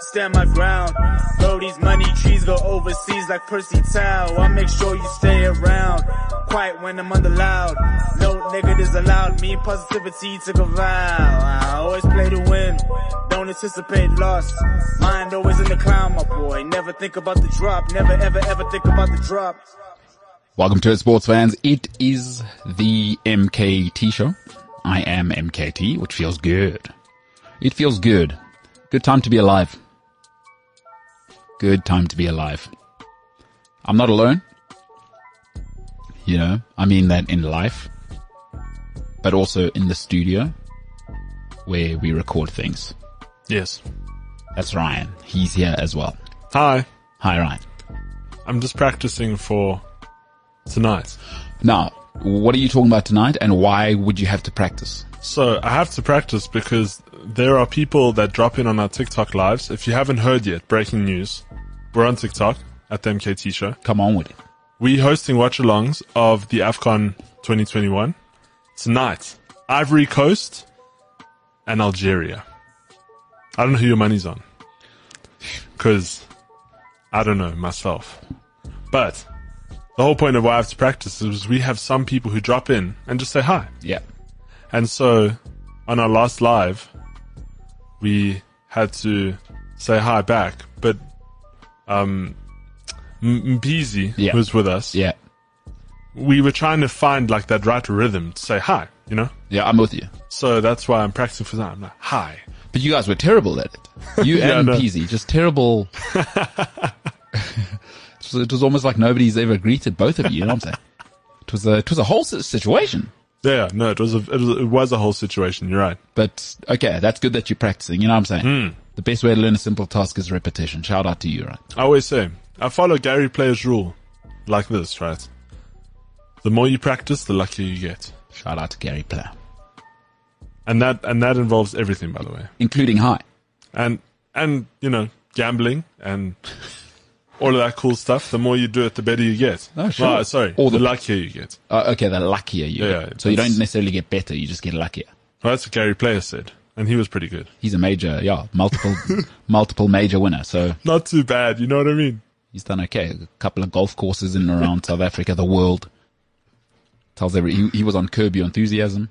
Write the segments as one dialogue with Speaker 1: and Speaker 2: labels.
Speaker 1: stand my ground. Throw these money trees, go overseas like Percy Tau. I make sure you stay around. Quiet when I'm under loud. No negatives allowed. Me and positivity took a vow. I always play to win. Don't anticipate loss. Mind always in the clown, my boy. Never think about the drop. Never ever ever think about the drop.
Speaker 2: Welcome to it, sports fans. It is the MKT show. I am MKT, which feels good. It feels good. Good time to be alive. Good time to be alive. I'm not alone. You know, I mean that in life, but also in the studio where we record things.
Speaker 3: Yes.
Speaker 2: That's Ryan. He's here as well.
Speaker 3: Hi.
Speaker 2: Hi, Ryan.
Speaker 3: I'm just practicing for tonight.
Speaker 2: Now, what are you talking about tonight and why would you have to practice?
Speaker 3: So I have to practice because there are people that drop in on our TikTok lives. If you haven't heard yet, breaking news. We're on TikTok at the MKT show.
Speaker 2: Come on with it.
Speaker 3: We hosting watch alongs of the AFCON 2021 tonight. Ivory Coast and Algeria. I don't know who your money's on. Cause I don't know myself. But the whole point of why I have to practice is we have some people who drop in and just say hi.
Speaker 2: Yeah.
Speaker 3: And so on our last live, we had to say hi back, but um, M- Mbizi
Speaker 2: Yeah.
Speaker 3: was with us.
Speaker 2: Yeah.
Speaker 3: We were trying to find like that right rhythm to say hi, you know?
Speaker 2: Yeah, I'm with you.
Speaker 3: So that's why I'm practicing for that. I'm like, hi.
Speaker 2: But you guys were terrible at it. You
Speaker 3: Yeah,
Speaker 2: and
Speaker 3: I know.
Speaker 2: Peasy, just terrible. It was- it was almost like nobody's ever greeted both of you. You know what I'm saying? It was a it was a whole si- situation.
Speaker 3: Yeah, no, it was a, it was, it was a whole situation. You're right.
Speaker 2: But okay, that's good that you're practicing. You know what I'm saying?
Speaker 3: Hmm.
Speaker 2: The best way to learn a simple task is repetition. Shout out to you, right?
Speaker 3: I always say, I follow Gary Player's rule like this, right? The more you practice, the luckier you get.
Speaker 2: Shout out to Gary Player,
Speaker 3: And that, and that involves everything, by the way.
Speaker 2: including high.
Speaker 3: and and you know gambling and all of that cool stuff. The more you do it, the better you get.
Speaker 2: Oh, sure.
Speaker 3: Well, sorry,
Speaker 2: Or
Speaker 3: the,
Speaker 2: the-
Speaker 3: luckier you get.
Speaker 2: Uh, okay, the luckier you.
Speaker 3: Yeah,
Speaker 2: get. so you
Speaker 3: that's-
Speaker 2: don't necessarily get better. You just get luckier.
Speaker 3: Well, that's what Gary Player said, and he was pretty good.
Speaker 2: He's a major, yeah, multiple, multiple major winner. So
Speaker 3: Not too bad, you know what I mean?
Speaker 2: He's done okay. A couple of golf courses in and around South Africa, the world. Tells every he, he was on Curb Your Enthusiasm.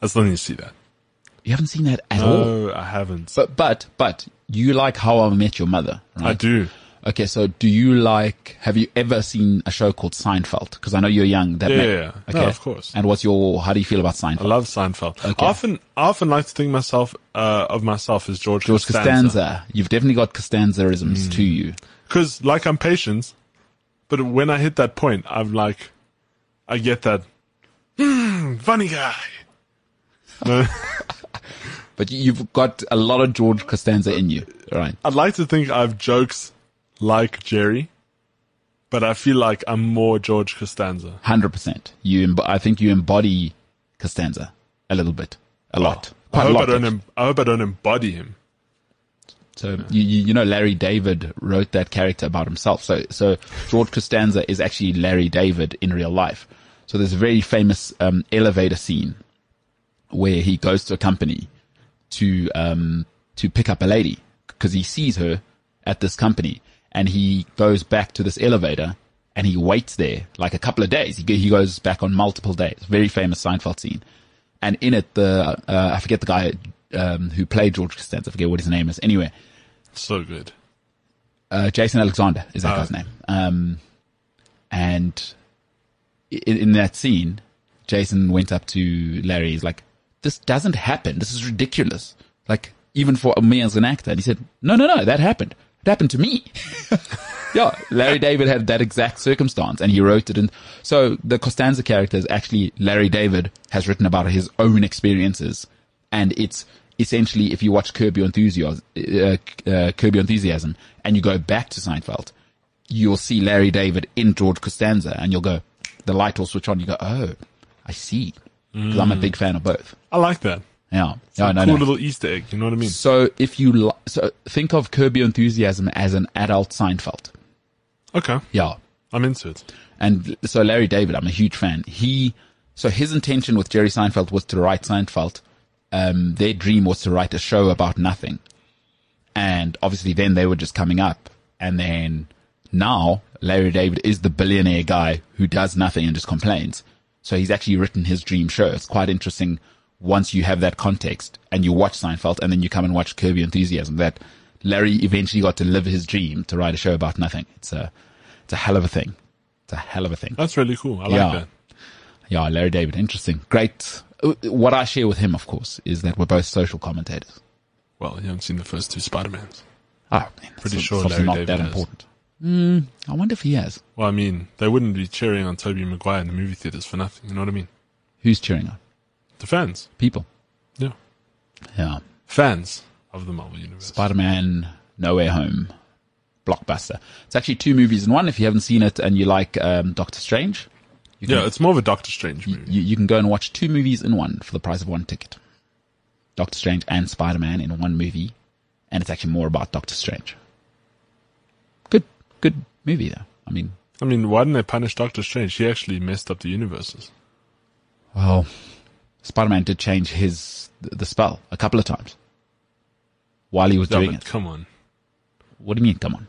Speaker 3: As long as you see that. Oh.
Speaker 2: You haven't seen that at all.
Speaker 3: No, I haven't.
Speaker 2: But but but you like How I Met Your Mother,
Speaker 3: I
Speaker 2: right?
Speaker 3: do.
Speaker 2: Okay, so do you like? Have you ever seen a show called Seinfeld? Because I know you're young. That
Speaker 3: Yeah,
Speaker 2: may-
Speaker 3: yeah, yeah. No, of course.
Speaker 2: And what's your? How do you feel about
Speaker 3: I
Speaker 2: Seinfeld?
Speaker 3: love Seinfeld.
Speaker 2: Okay.
Speaker 3: I often, I often like to think myself uh, of myself as George,
Speaker 2: George Costanza. You've definitely got Costanzaisms
Speaker 3: Mm.
Speaker 2: to you.
Speaker 3: because, like, I'm patient, but when I hit that point, I'm like, I get that "Hmm, funny guy. No.
Speaker 2: But you- you've got a lot of George Costanza in you, right?
Speaker 3: I'd like to think I have jokes like Jerry, but I feel like I'm more George Costanza.
Speaker 2: Hundred percent. You, emb- I think you embody Costanza a little bit, a lot,
Speaker 3: I
Speaker 2: quite a
Speaker 3: hope I,
Speaker 2: lot.
Speaker 3: don't
Speaker 2: actually.
Speaker 3: em- I hope I don't embody him.
Speaker 2: so you, you, you know, Larry David wrote that character about himself. So, so George Costanza is actually Larry David in real life. So there's a very famous um, elevator scene where he goes to a company to um, to pick up a lady because he sees her at this company, and he goes back to this elevator and he waits there like a couple of days. He, go- he goes back on multiple days. Very famous Seinfeld scene, and in it the uh, I forget the guy um, who played George Costanza. I forget what his name is. Anyway,
Speaker 3: So good.
Speaker 2: uh, Jason Alexander is that
Speaker 3: Oh.
Speaker 2: guy's name. Um, and in, in that scene, Jason went up to Larry. He's like, "This doesn't happen. This is ridiculous. Like even for me as an actor." And he said, "No, no, no. That happened. It happened to me." yeah, Larry David had that exact circumstance, and he wrote it. And so the Costanza character is actually Larry David has written about his own experiences, and it's essentially if you watch Curb Your Enthusiasm, uh, uh, Curb Your Enthusiasm, and you go back to Seinfeld, you'll see Larry David in George Costanza, and you'll go, the light will switch on. You go, oh, I see, because I'm a big fan of both.
Speaker 3: I like that.
Speaker 2: Yeah,
Speaker 3: It's
Speaker 2: yeah,
Speaker 3: a
Speaker 2: no,
Speaker 3: cool
Speaker 2: no.
Speaker 3: little Easter egg, you know what I mean?
Speaker 2: So if you li- so think of Curb Your Enthusiasm as an adult Seinfeld.
Speaker 3: Okay.
Speaker 2: Yeah.
Speaker 3: I'm into it.
Speaker 2: And so Larry David, I'm a huge fan. He, so his intention with Jerry Seinfeld was to write Seinfeld. Um, their dream was to write a show about nothing. And obviously then they were just coming up. And then now Larry David is the billionaire guy who does nothing and just complains. So he's actually written his dream show. It's quite interesting once you have that context and you watch Seinfeld and then you come and watch Curb Your Enthusiasm that Larry eventually got to live his dream to write a show about nothing. It's a, it's a hell of a thing. It's a hell of a thing.
Speaker 3: That's really cool. I like
Speaker 2: Yeah.
Speaker 3: that.
Speaker 2: Yeah, Larry David, interesting. Great. Uh, What I share with him, of course, is that we're both social commentators.
Speaker 3: Well, you haven't seen the first two Spider-Mans.
Speaker 2: Oh, man,
Speaker 3: Ah, Pretty
Speaker 2: it's-
Speaker 3: sure
Speaker 2: it's obviously
Speaker 3: Larry
Speaker 2: not
Speaker 3: David
Speaker 2: that
Speaker 3: has.
Speaker 2: important. Mm, I wonder if he has.
Speaker 3: Well, I mean, they wouldn't be cheering on Toby Maguire in the movie theaters for nothing. You know what I mean?
Speaker 2: Who's cheering on?
Speaker 3: The fans.
Speaker 2: People.
Speaker 3: Yeah.
Speaker 2: Yeah.
Speaker 3: Fans of the Marvel Universe.
Speaker 2: Spider Man, No Way Home, blockbuster. It's actually two movies in one. If you haven't seen it and you like um, Doctor Strange, you can,
Speaker 3: yeah, it's more of a Doctor Strange movie.
Speaker 2: you, you can go and watch two movies in one for the price of one ticket. Doctor Strange and Spider Man in one movie, and it's actually more about Doctor Strange. Good, good movie though. I mean,
Speaker 3: I mean, why didn't they punish Doctor Strange? He actually messed up the universes.
Speaker 2: well, Spider Man did change his th- the spell a couple of times while he was
Speaker 3: Yeah,
Speaker 2: doing
Speaker 3: but
Speaker 2: it.
Speaker 3: come on.
Speaker 2: What do you mean? Come on.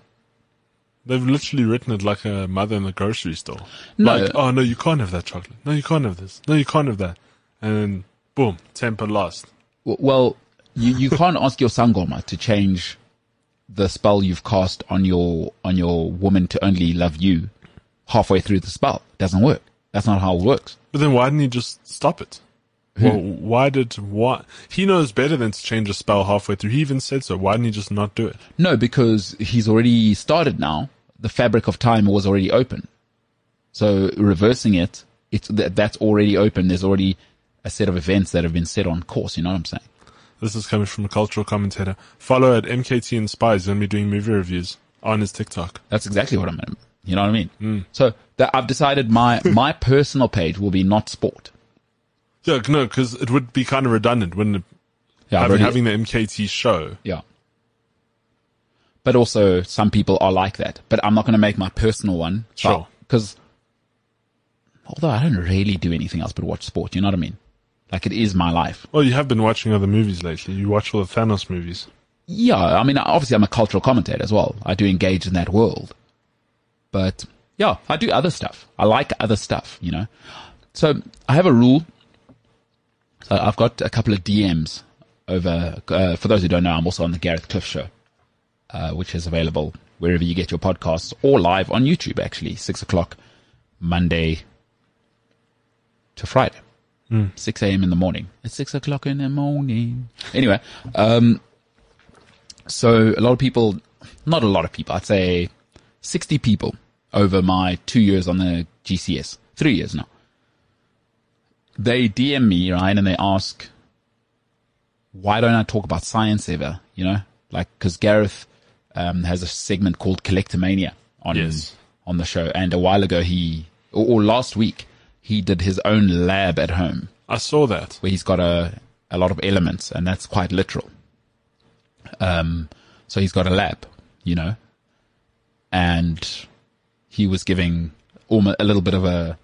Speaker 3: They've literally written it like a mother in the grocery store.
Speaker 2: No.
Speaker 3: Like, oh no, you can't have that chocolate. No, you can't have this. No, you can't have that. And then, boom, temper lost.
Speaker 2: W- Well, you, you can't ask your sangoma to change the spell you've cast on your on your woman to only love you halfway through the spell. doesn't work. That's not how it works.
Speaker 3: But then why didn't he just stop it? Well, why did why he knows better than to change a spell halfway through? He even said so. Why didn't he just not do it?
Speaker 2: No, because he's already started now. The fabric of time was already open. So reversing it, it's that, that's already open. There's already a set of events that have been set on course. You know what I'm saying?
Speaker 3: This is coming from a cultural commentator. Follow at MKT and Spies when we're doing movie reviews on his TikTok.
Speaker 2: That's exactly what I'm. gonna- You know what I mean? So that I've decided my my personal page will be not sport.
Speaker 3: Yeah, no, because it would be kind of redundant, wouldn't it?
Speaker 2: Yeah, I've
Speaker 3: Having,
Speaker 2: already-
Speaker 3: having the MKT show.
Speaker 2: yeah. But also, some people are like that. But I'm not going to make my personal one.
Speaker 3: Sure.
Speaker 2: Because although I don't really do anything else but watch sport, you know what I mean? Like it is my life.
Speaker 3: Well, you have been watching other movies lately. You watch all the Thanos movies.
Speaker 2: Yeah, I mean, obviously, I'm a cultural commentator as well. I do engage in that world, but yeah, I do other stuff. I like other stuff, you know. So I have a rule. So I've got a couple of DMs over. Uh, for those who don't know, I'm also on the Gareth Cliff Show, uh, which is available wherever you get your podcasts or live on YouTube. Actually, six o'clock Monday to Friday, six a.m. in the morning. It's six o'clock in the morning. Anyway, um. So a lot of people, not a lot of people, I'd say 60 people over my two years on the GCS, three years now. They DM me, right? And they ask, why don't I talk about science ever? You know, like, cause Gareth, um, has a segment called Collectomania on,
Speaker 3: Yes.
Speaker 2: on the show. And a while ago, he, or, or last week, he did his own lab at home
Speaker 3: I saw that.
Speaker 2: where he's got a, a lot of elements and that's quite literal. Um, so he's got a lab, you know, and he was giving almost a little bit of a,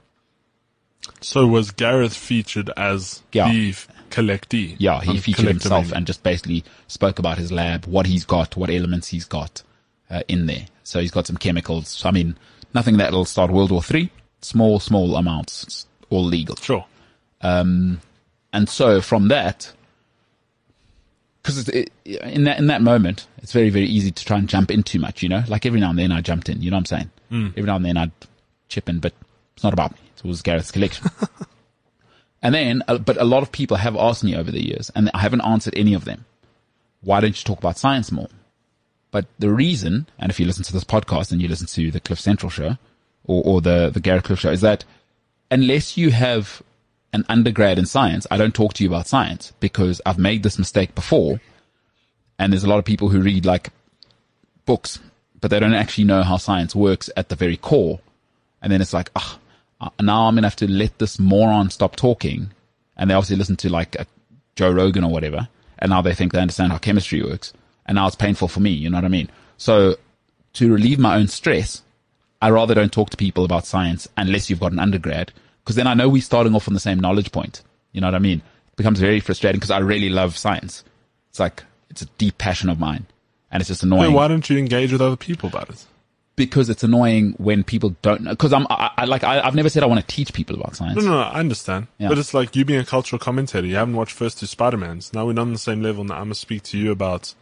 Speaker 3: So was Gareth featured as
Speaker 2: Yeah.
Speaker 3: the f- um, collectee?
Speaker 2: yeah, he
Speaker 3: And
Speaker 2: featured himself
Speaker 3: collectomania.
Speaker 2: and just basically spoke about his lab, what he's got, what elements he's got uh, in there. So he's got some chemicals. I mean, nothing that'll start World War Three. Small, small amounts. It's all legal.
Speaker 3: Sure.
Speaker 2: and so from that, because it, in that in that moment, it's very very easy to try and jump in too much. You know, like every now and then I jumped in. You know what I'm saying? Every now and then I'd chip in, but it's not about me. It was Gareth's collection. and then, uh, but a lot of people have asked me over the years, and I haven't answered any of them. Why don't you talk about science more? But the reason, and if you listen to this podcast and you listen to the Cliff Central show, or, or the the Gareth Cliff show, is that unless you have an undergrad in science, I don't talk to you about science because I've made this mistake before. And there's a lot of people who read like books, but they don't actually know how science works at the very core. And then it's like, ah, uh, now I'm going to have to let this moron stop talking. And they obviously listen to like a Joe Rogan or whatever. And now they think they understand how chemistry works. And now it's painful for me. You know what I mean? So to relieve my own stress, I rather don't talk to people about science unless you've got an undergrad, because then I know we're starting off on the same knowledge point. You know what I mean? It becomes very frustrating because I really love science. It's like, it's a deep passion of mine. And it's just annoying
Speaker 3: Then why don't you engage with other people about it?
Speaker 2: because it's annoying when people don't know. Because I'm, I, I like, I, I've never said I want to teach people about science.
Speaker 3: No, no, no, I understand.
Speaker 2: Yeah.
Speaker 3: But it's like you being a cultural commentator. You haven't watched first two Spider Mans. Now we're not on the same level. Now I'm gonna speak to you about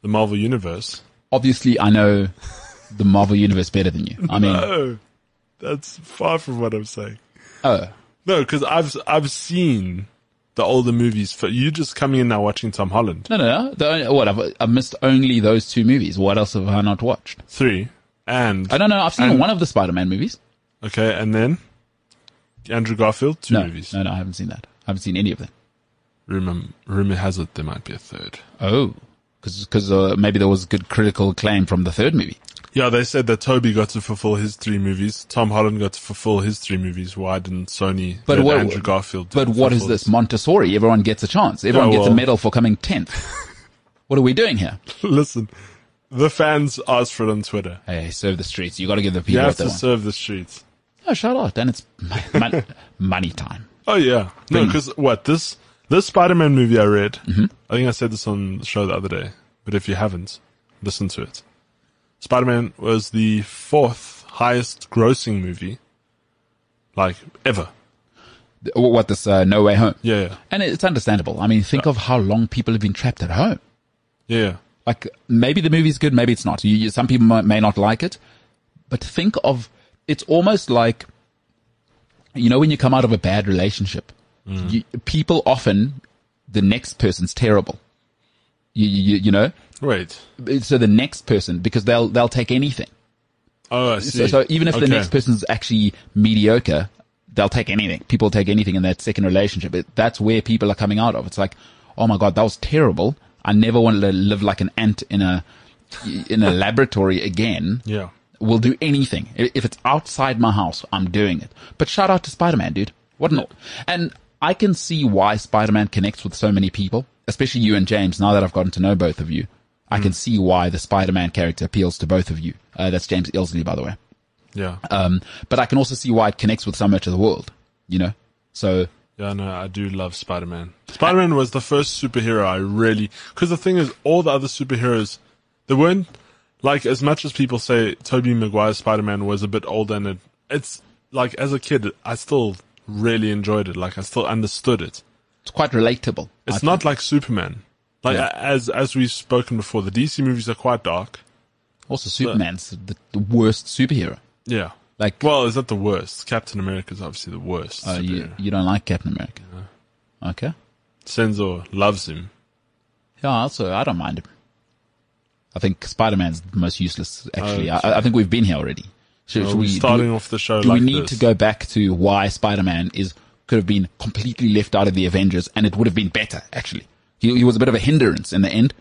Speaker 3: the Marvel Universe.
Speaker 2: Obviously, I know the Marvel universe better than you. I mean,
Speaker 3: Oh, that's far from what I'm saying.
Speaker 2: oh,
Speaker 3: No, because I've I've seen the older movies. For you just coming in now watching Tom Holland
Speaker 2: no, no, no. The only, what I've, I've missed only those two movies. What else have I not watched?
Speaker 3: three, and
Speaker 2: I don't know. I've seen
Speaker 3: And-
Speaker 2: one of the Spider-Man movies.
Speaker 3: okay, and then Andrew Garfield two
Speaker 2: No,
Speaker 3: movies.
Speaker 2: no, no, I haven't seen that. I haven't seen any of them.
Speaker 3: Rumor rumor has it there might be a third.
Speaker 2: Oh, because uh, maybe there was good critical acclaim from the third movie.
Speaker 3: Yeah, they said that Toby got to fulfill his three movies. Tom Holland got to fulfill his three movies. Why didn't Sony?
Speaker 2: But
Speaker 3: let
Speaker 2: what-
Speaker 3: Andrew Garfield.
Speaker 2: But what is
Speaker 3: fulfill
Speaker 2: this Montessori? Everyone gets a chance. Everyone
Speaker 3: Yeah,
Speaker 2: gets a
Speaker 3: well-
Speaker 2: medal for coming tenth. what are we doing here?
Speaker 3: Listen, the fans asked for it on Twitter.
Speaker 2: Hey, serve the streets. You got to give the
Speaker 3: You
Speaker 2: people
Speaker 3: have
Speaker 2: what they
Speaker 3: to
Speaker 2: want.
Speaker 3: serve the streets.
Speaker 2: Oh, shout out! And it's mon- money time.
Speaker 3: Oh yeah, no,
Speaker 2: Bring it.
Speaker 3: because what this this Spider-Man movie I read.
Speaker 2: Mm-hmm.
Speaker 3: I think I said this on the show the other day. But if you haven't, listen to it. Spider-Man was the fourth highest grossing movie, like ever.
Speaker 2: Th- What this? Uh, no way home.
Speaker 3: Yeah, yeah,
Speaker 2: And it's understandable. I mean, think of how long people have been trapped at home.
Speaker 3: yeah. yeah.
Speaker 2: Like maybe the movie's good, maybe it's not. You, you, some people might, may not like it, but think of it's almost like you know when you come out of a bad relationship, you, people often the next person's terrible. You, you, you know,
Speaker 3: Wait.
Speaker 2: so the next person because they'll they'll take anything.
Speaker 3: Oh, I see.
Speaker 2: So, so even if the
Speaker 3: Okay.
Speaker 2: next person's actually mediocre, they'll take anything. People take anything in that second relationship. It, that's where people are coming out of. It's like, oh my god, that was terrible. I never want to live like an ant in a in a laboratory again.
Speaker 3: Yeah.
Speaker 2: We'll do anything I- if it's outside my house. I'm doing it. But shout out to Spider Man, dude. What an and I can see why Spider Man connects with so many people, especially you and James. Now that I've gotten to know both of you. I can see why the Spider-Man character appeals to both of you. Uh, that's James Ilsley, by the way.
Speaker 3: Yeah.
Speaker 2: Um, but I can also see why it connects with so much of the world, you know? So,
Speaker 3: Yeah, no, I do love Spider Man. Spider Man was the first superhero I really. Because the thing is, all the other superheroes, they weren't. Like, as much as people say Tobey Maguire's Spider Man was a bit older, and it, it's. Like, as a kid, I still really enjoyed it. Like, I still understood it.
Speaker 2: it's quite relatable. I
Speaker 3: It's
Speaker 2: think.
Speaker 3: not like Superman. Like,
Speaker 2: Yeah.
Speaker 3: a- as as we've spoken before, the DC movies are quite dark.
Speaker 2: also Superman's the, the worst superhero.
Speaker 3: Yeah.
Speaker 2: Like,
Speaker 3: Well, is that the worst? Captain America's obviously the worst.
Speaker 2: uh, you,
Speaker 3: superhero.
Speaker 2: you don't like Captain America. Okay.
Speaker 3: Sensor loves him.
Speaker 2: Yeah, also, I don't mind him. I think Spider-Man's the most useless, actually.
Speaker 3: Oh,
Speaker 2: I- I, I think we've been here already. Should, should
Speaker 3: We're
Speaker 2: we, do
Speaker 3: starting
Speaker 2: we-
Speaker 3: Oh, off the show
Speaker 2: do
Speaker 3: like
Speaker 2: we need
Speaker 3: this.
Speaker 2: to go back to why Spider-Man is, could have been completely left out of the Avengers and it would have been better, actually. He, he was a bit of a hindrance in the end.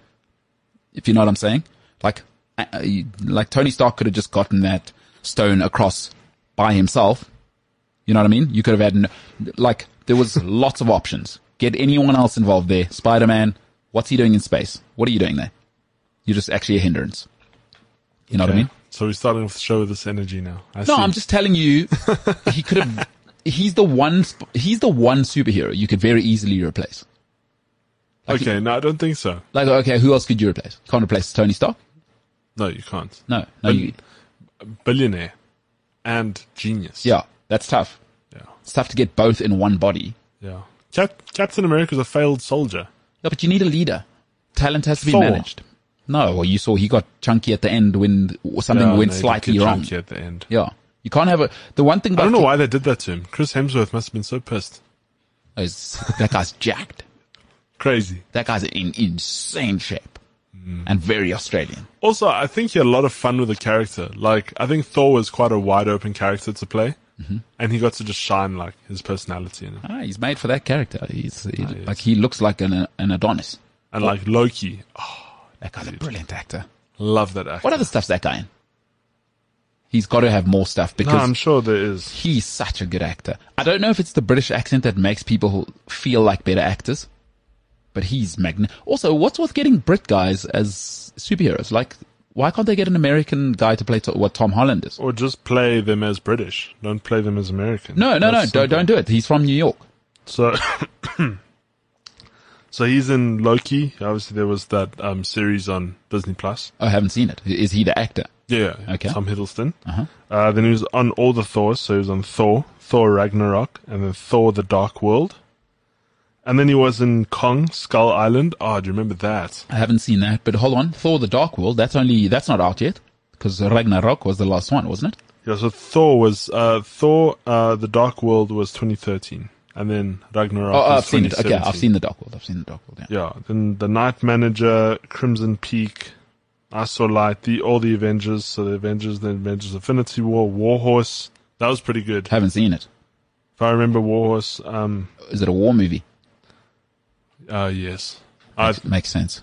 Speaker 2: if you know what I'm saying. Like, uh, uh, you- like Tony Stark could have just gotten that stone across by himself. You know what I mean? You could have had, no, like, there was lots of options. Get anyone else involved there. Spider-Man, what's he doing in space? What are you doing there? You're just actually a hindrance. You know what I mean?
Speaker 3: So we're starting off the show with this energy now. I
Speaker 2: No,
Speaker 3: see.
Speaker 2: I'm just telling you, he could have, he's the one, sp- he's the one superhero you could very easily replace. Like-
Speaker 3: okay, no, I don't think so.
Speaker 2: Like, okay, who else could you replace? Can't replace Tony Stark?
Speaker 3: No, you can't.
Speaker 2: No, no, you,
Speaker 3: Billionaire and genius.
Speaker 2: yeah, that's tough.
Speaker 3: Yeah.
Speaker 2: it's tough to get both in one body.
Speaker 3: Yeah. Cap- Captain America's a failed soldier.
Speaker 2: No, but you need a leader. Talent has to be
Speaker 3: Thor.
Speaker 2: managed. No, well, you saw he got chunky at the end when something
Speaker 3: Yeah,
Speaker 2: went
Speaker 3: no, he
Speaker 2: slightly
Speaker 3: did get
Speaker 2: wrong.
Speaker 3: junky at the end.
Speaker 2: Yeah, you can't have a. The one thing
Speaker 3: I
Speaker 2: about
Speaker 3: don't know why they did that to him. Chris Hemsworth must have been so pissed.
Speaker 2: is that guy's jacked.
Speaker 3: Crazy.
Speaker 2: That guy's in insane shape
Speaker 3: Hmm.
Speaker 2: and very Australian.
Speaker 3: Also, I think he had a lot of fun with the character. Like, I think Thor was quite a wide open character to play,
Speaker 2: Mm-hmm.
Speaker 3: and he got to just shine like his personality in it.
Speaker 2: Ah, he's made for that character. He's he, like he looks like an an Adonis.
Speaker 3: And like Loki, oh,
Speaker 2: That guy's a brilliant actor.
Speaker 3: love that actor.
Speaker 2: What other stuff's that guy in? He's got to have more stuff
Speaker 3: no,
Speaker 2: because
Speaker 3: I'm sure there is.
Speaker 2: he's such a good actor. I don't know if it's the British accent that makes people feel like better actors, but he's magn. Also, what's with getting Brit guys as superheroes? Like Why can't they get an American guy to play to, what Tom Holland is?
Speaker 3: Or just play them as British. Don't play them as American.
Speaker 2: No, no,
Speaker 3: That's
Speaker 2: no.
Speaker 3: simple.
Speaker 2: Don't, don't do it. He's from New York.
Speaker 3: So, so he's in Loki. Obviously, there was that um, series on Disney Plus.
Speaker 2: I haven't seen it. Is he the actor?
Speaker 3: Yeah.
Speaker 2: Okay.
Speaker 3: Tom Hiddleston. Uh-huh. then he was on all the Thors. So he was on Thor, Thor Ragnarok, and then Thor: The Dark World. And then he was in Kong, Skull Island. Oh, do you remember that?
Speaker 2: I haven't seen that. But hold on, Thor: The Dark World. That's only that's not out yet because Ragnarok was the last one, wasn't it?
Speaker 3: Yeah. So Thor was uh, Thor: uh, The Dark World was 2013, and then Ragnarok.
Speaker 2: Oh,
Speaker 3: was
Speaker 2: I've seen it. Okay,
Speaker 3: 2017.
Speaker 2: I've seen the Dark World. I've seen the Dark World. Yeah.
Speaker 3: Yeah, then the Night Manager, Crimson Peak, I Saw Light, the all the Avengers, so the Avengers, the Avengers, Affinity War, Warhorse. That was pretty good.
Speaker 2: haven't seen it.
Speaker 3: If I remember Warhorse, um,
Speaker 2: Is it a war movie?
Speaker 3: uh, yes, I,
Speaker 2: It makes sense.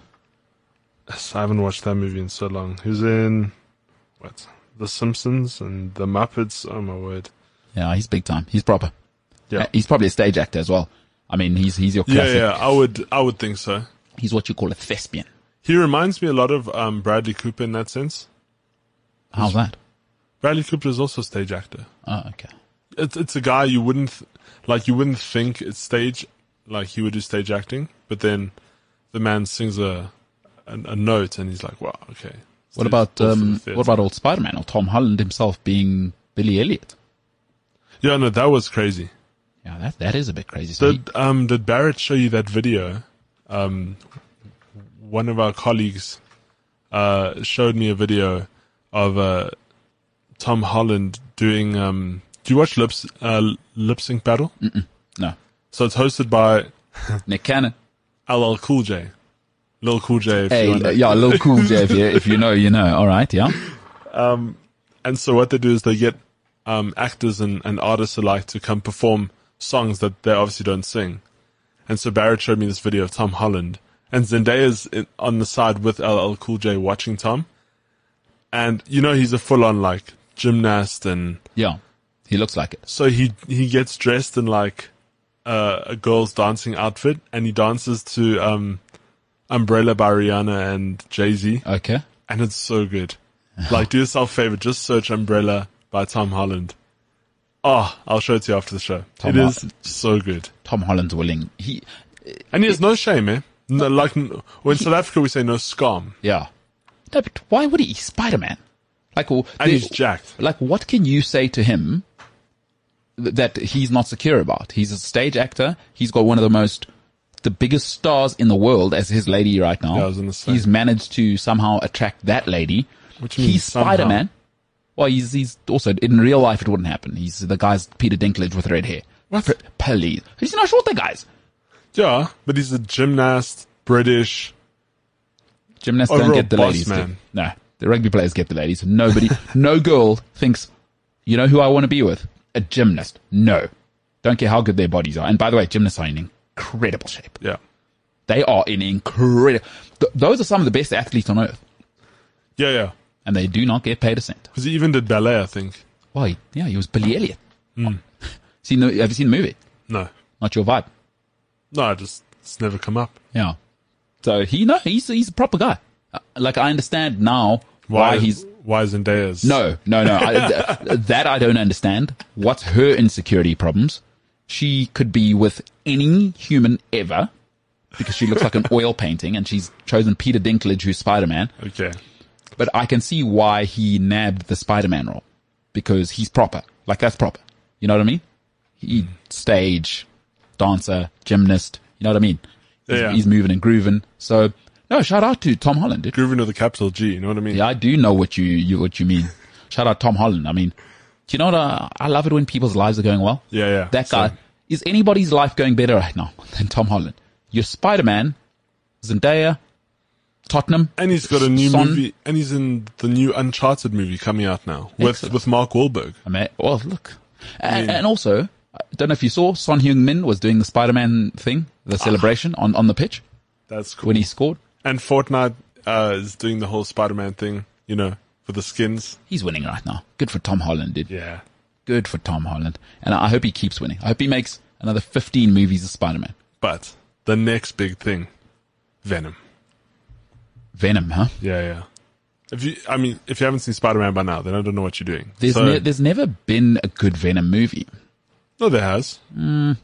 Speaker 3: I haven't watched that movie in so long. Who's in what? The Simpsons and the Muppets. Oh my word!
Speaker 2: Yeah, he's big time. He's proper.
Speaker 3: Yeah,
Speaker 2: Uh, He's probably a stage actor as well. I mean, he's he's your
Speaker 3: yeah,
Speaker 2: classic.
Speaker 3: yeah. I would, I would think so.
Speaker 2: He's what you call a thespian.
Speaker 3: He reminds me a lot of um, Bradley Cooper in that sense.
Speaker 2: How's that?
Speaker 3: Bradley Cooper is also a stage actor.
Speaker 2: Oh, okay.
Speaker 3: it's it's a guy you wouldn't th- like you wouldn't think it's stage like he would do stage acting, but then the man sings a a, a note and he's like, wow, okay.
Speaker 2: What about
Speaker 3: All for the
Speaker 2: um,
Speaker 3: theatre.
Speaker 2: what about old Spider-Man or Tom Holland himself being Billy Elliot?
Speaker 3: Yeah, no, that was crazy.
Speaker 2: Yeah, that that is a bit crazy. So he-
Speaker 3: Did um did Barrett show you that video? Um, one of our colleagues uh showed me a video of uh Tom Holland doing um. Do you watch lips uh, lip sync battle?
Speaker 2: no,
Speaker 3: So it's hosted by
Speaker 2: Nick Cannon.
Speaker 3: LL Cool J. Lil Cool J. If you
Speaker 2: Hey,
Speaker 3: want to-
Speaker 2: yeah, a little cool, Jeff. Yeah, if you know, you know. All right, yeah.
Speaker 3: And so what they do is they get um, actors and, and artists alike to come perform songs that they obviously don't sing. And so Barrett showed me this video of Tom Holland. And Zendaya's in, on the side with LL Cool J watching Tom. And you know he's a full on like gymnast and
Speaker 2: Yeah. He looks like it.
Speaker 3: so he he gets dressed in like uh, a girl's dancing outfit and he dances to um, Umbrella by Rihanna and Jay Z.
Speaker 2: Okay.
Speaker 3: and it's so good. Like, do yourself a favor, just search Umbrella by Tom Holland. Oh, I'll show it to you after the show. It
Speaker 2: Tom
Speaker 3: is
Speaker 2: Holland.
Speaker 3: so good.
Speaker 2: Tom Holland's willing. He,
Speaker 3: And he has no shame, eh? No, like, n- well, in South Africa, we say no scum.
Speaker 2: yeah. No, but why would he? Spider Man. Like, w-
Speaker 3: And
Speaker 2: there-
Speaker 3: he's jacked.
Speaker 2: Like, what can you say to him th- that he's not secure about? He's a stage actor. He's got one of the most, the biggest stars in the world as his lady right now.
Speaker 3: Yeah, I was gonna say.
Speaker 2: He's managed to somehow attract that lady.
Speaker 3: Which means
Speaker 2: he's
Speaker 3: somehow.
Speaker 2: Spider Man. Well, he's he's also in real life it wouldn't happen. He's the guy's Peter Dinklage with red hair.
Speaker 3: What?
Speaker 2: P- Please, he's not short. The guys
Speaker 3: Yeah, but he's a gymnast, British.
Speaker 2: gymnasts
Speaker 3: Overall
Speaker 2: don't get the
Speaker 3: boss
Speaker 2: ladies. do-
Speaker 3: man.
Speaker 2: No, the rugby players get the ladies. Nobody, no girl thinks, you know who I want to be with? A gymnast. No, don't care how good their bodies are. And by the way, gymnasts are in incredible shape.
Speaker 3: Yeah.
Speaker 2: They are in incredible. Th- those are some of the best athletes on earth,
Speaker 3: Yeah, yeah.
Speaker 2: and they do not get paid a cent.
Speaker 3: Because he even did ballet, I think.
Speaker 2: Why? Yeah, he was Billy Elliot. Seen the, have you seen the movie?
Speaker 3: No.
Speaker 2: Not your vibe.
Speaker 3: No, I just, it's never come up.
Speaker 2: Yeah. So he no, he's he's a proper guy. Uh, Like I understand now why, he's
Speaker 3: Why Zendaya's.
Speaker 2: no no no I, th- that I don't understand. What's her insecurity problems? She could be with any human ever because she looks like an oil painting, and she's chosen Peter Dinklage, who's Spider Man.
Speaker 3: Okay.
Speaker 2: But I can see why he nabbed the Spider Man role because he's proper. Like that's proper. You know what I mean? He stage, dancer, gymnast. You know what I mean? He's,
Speaker 3: Yeah.
Speaker 2: he's moving and grooving. So no, shout out to Tom Holland. Dude.
Speaker 3: Grooving with a capital G, you know what I mean?
Speaker 2: Yeah, I do know what you, you what you mean. shout out Tom Holland. I mean, do you know what? I, I love it when people's lives are going well.
Speaker 3: Yeah, yeah.
Speaker 2: That guy.
Speaker 3: So-
Speaker 2: Is anybody's life going better right now than Tom Holland? You're Spider Man, Zendaya, Tottenham.
Speaker 3: And he's got a new
Speaker 2: Son.
Speaker 3: movie, and he's in the new Uncharted movie coming out now with
Speaker 2: Excellent.
Speaker 3: with Mark Wahlberg.
Speaker 2: I mean, well, look, and, and also, I don't know if you saw Son Heung-min was doing the Spider-Man thing,
Speaker 3: Ah.
Speaker 2: the celebration on, on the pitch
Speaker 3: That's cool.
Speaker 2: when he scored.
Speaker 3: and Fortnite uh, is doing the whole Spider-Man thing, you know, for the skins.
Speaker 2: He's winning right now. Good for Tom Holland, dude.
Speaker 3: Yeah,
Speaker 2: Good for Tom Holland, and I hope he keeps winning. I hope he makes another fifteen movies of Spider-Man.
Speaker 3: but the next big thing, Venom.
Speaker 2: Venom, huh?
Speaker 3: Yeah, yeah. If you, I mean, if you haven't seen Spider Man by now, then I don't know what you're doing.
Speaker 2: There's
Speaker 3: So-
Speaker 2: ne- there's never been a good Venom movie.
Speaker 3: no, there has.
Speaker 2: Mm.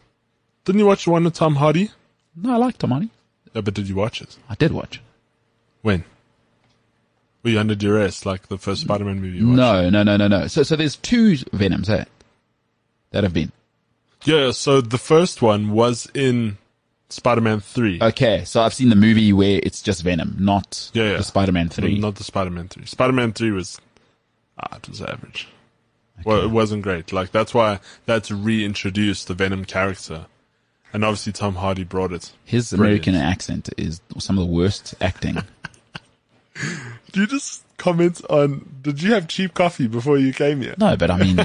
Speaker 3: Didn't you watch the one with Tom Hardy?
Speaker 2: No, I like Tom Hardy.
Speaker 3: Yeah, but did you watch it?
Speaker 2: I did watch.
Speaker 3: When? Were you under duress like the first Spider Man movie you watched?
Speaker 2: No, no, no, no, no. So so there's two Venoms eh, that have been.
Speaker 3: Yeah, so the first one was in Spider Man 3.
Speaker 2: Okay, so I've seen the movie where it's just Venom, not
Speaker 3: Yeah, yeah.
Speaker 2: the Spider-Man three.
Speaker 3: Not the Spider Man three. Spider Man three was ah, it was average. Well, it wasn't great. Like that's why that's reintroduced the Venom character, and obviously Tom Hardy brought it.
Speaker 2: His
Speaker 3: Brilliant.
Speaker 2: American accent is some of the worst acting.
Speaker 3: Do you just comment on? Did you have cheap coffee before you came here?
Speaker 2: no, but I mean,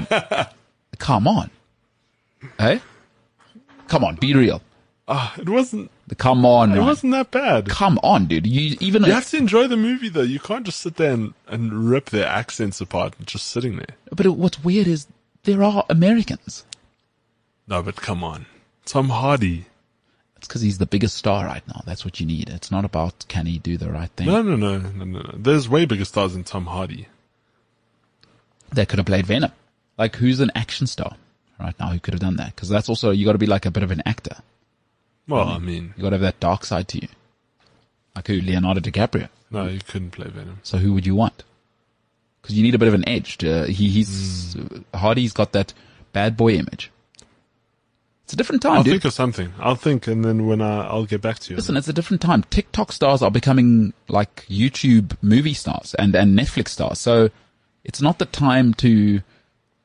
Speaker 2: come on, hey, come on, be real.
Speaker 3: Ah, it wasn't.
Speaker 2: Come on,
Speaker 3: It
Speaker 2: Ryan.
Speaker 3: wasn't that bad.
Speaker 2: come on, dude. You even
Speaker 3: You have to enjoy the movie though. You can't just sit there and, and rip their accents apart just sitting there.
Speaker 2: but what's weird is there are Americans.
Speaker 3: No, but come on, Tom Hardy.
Speaker 2: It's because he's the biggest star right now. That's what you need. It's not about can he do the right thing.
Speaker 3: No, no, no, no, no. no. There's way bigger stars than Tom Hardy.
Speaker 2: They could have played Venom. Like, who's an action star right now who could have done that? Because that's also you got to be like a bit of an actor.
Speaker 3: Well, I mean,
Speaker 2: You got to have that dark side to you. Like who? Leonardo DiCaprio.
Speaker 3: no, you couldn't play Venom.
Speaker 2: So who would you want? Because you need a bit of an edge. To, he, he's Hardy's got that bad boy image. It's a different time,
Speaker 3: I'll
Speaker 2: dude.
Speaker 3: think of something. I'll think, and then when I, I'll get back to you.
Speaker 2: Listen, it's a different time. TikTok stars are becoming like YouTube movie stars and, and Netflix stars. So it's not the time to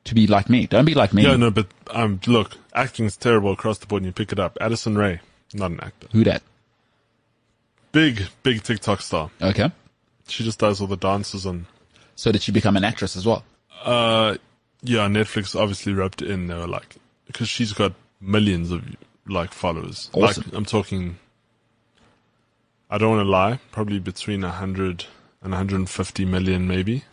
Speaker 2: to be like me. Don't be like me.
Speaker 3: yeah, no, but um, look, acting is terrible across the board, and you pick it up. Addison Ray, not an actor,
Speaker 2: Who dat?
Speaker 3: big, big TikTok star.
Speaker 2: Okay.
Speaker 3: She just does all the dances on.
Speaker 2: So did she become an actress as well?
Speaker 3: Uh, yeah, Netflix obviously rubbed it in. They were like, because she's got millions of like followers.
Speaker 2: Awesome.
Speaker 3: Like I'm talking. I don't want to lie. Probably between 100 and 150 million, maybe.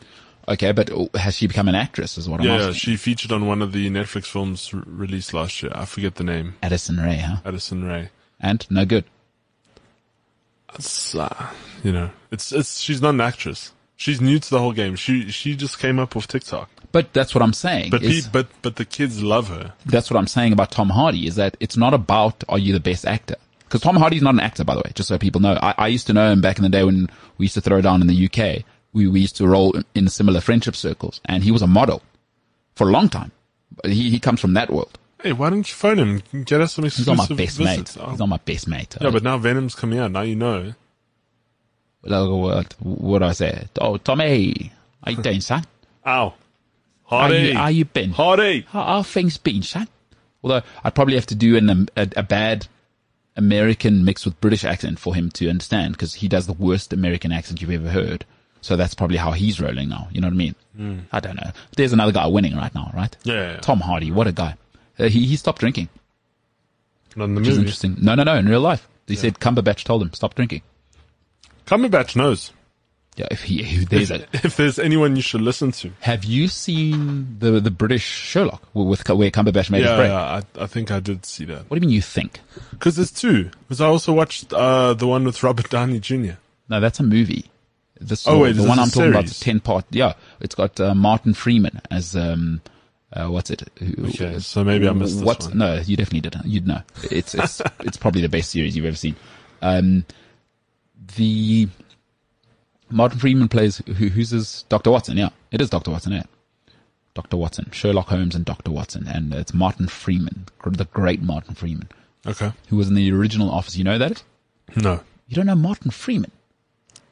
Speaker 2: Okay, but oh, has she become an actress? Is what I'm
Speaker 3: Yeah, yeah,
Speaker 2: asking.
Speaker 3: she featured on one of the Netflix films r- released last year. I forget the name.
Speaker 2: Addison Ray, huh?
Speaker 3: Addison Ray.
Speaker 2: And no good.
Speaker 3: it's, uh, you know, it's it's she's not an actress. She's new to the whole game. She she just came up with TikTok,
Speaker 2: But that's what I'm saying.
Speaker 3: but
Speaker 2: is-
Speaker 3: pe- but but the kids love her.
Speaker 2: that's what I'm saying about Tom Hardy is that it's not about are you the best actor. Because Tom Hardy's not an actor, by the way, just so people know. I, I used to know him back in the day when we used to throw down in the UK. We, we used to roll in, in similar friendship circles, and he was a model for a long time. But He, he comes from that world.
Speaker 3: Hey, why don't you phone him? Get us some
Speaker 2: He's
Speaker 3: exclusive
Speaker 2: not my best
Speaker 3: visits.
Speaker 2: mate.
Speaker 3: Oh,
Speaker 2: He's not my best mate.
Speaker 3: yeah, but now Venom's coming out. Now you know.
Speaker 2: Like, what, what do I say? Oh, Tommy, how you doing, son?
Speaker 3: Ow,
Speaker 2: How
Speaker 3: Hardy,
Speaker 2: you, how you been?
Speaker 3: Hardy.
Speaker 2: how are things been, Shad? Although I'd probably have to do an, um, a, a bad American mixed with British accent for him to understand because he does the worst American accent you've ever heard. So that's probably how he's rolling now. You know what I mean? I don't know. There's another guy winning right now, right?
Speaker 3: Yeah, yeah, yeah.
Speaker 2: Tom Hardy, what a guy. Uh, he, he stopped drinking,
Speaker 3: Not in the
Speaker 2: which is
Speaker 3: movie.
Speaker 2: interesting. No, no, no, in real life. He said Cumberbatch told him, stop drinking.
Speaker 3: Cumberbatch knows.
Speaker 2: Yeah, if he, if there's a,
Speaker 3: If there's anyone you should listen to,
Speaker 2: have you seen the, the British Sherlock with, where Cumberbatch made his
Speaker 3: yeah,
Speaker 2: break?
Speaker 3: yeah I, I think I did see that.
Speaker 2: What do you mean you think?
Speaker 3: Because there's two. Because I also watched uh, the one with Robert Downey Jr.
Speaker 2: No, that's a movie. This,
Speaker 3: Oh, wait,
Speaker 2: the
Speaker 3: this
Speaker 2: one
Speaker 3: is a
Speaker 2: I'm talking about,
Speaker 3: series.
Speaker 2: the ten part. Yeah, it's got uh, Martin Freeman as um, uh, what's it? Who-
Speaker 3: Okay, so maybe I missed this
Speaker 2: what's-
Speaker 3: one.
Speaker 2: No, you definitely didn't. You'd know. It's it's it's probably the best series you've ever seen. Um, the Martin Freeman plays who, who's his Doctor Watson? Yeah, it is Doctor Watson. Yeah, Doctor Watson, Sherlock Holmes, and Doctor Watson, and it's Martin Freeman, the great Martin Freeman,
Speaker 3: Okay,
Speaker 2: who was in the original Office. You know that?
Speaker 3: no,
Speaker 2: You don't know Martin Freeman.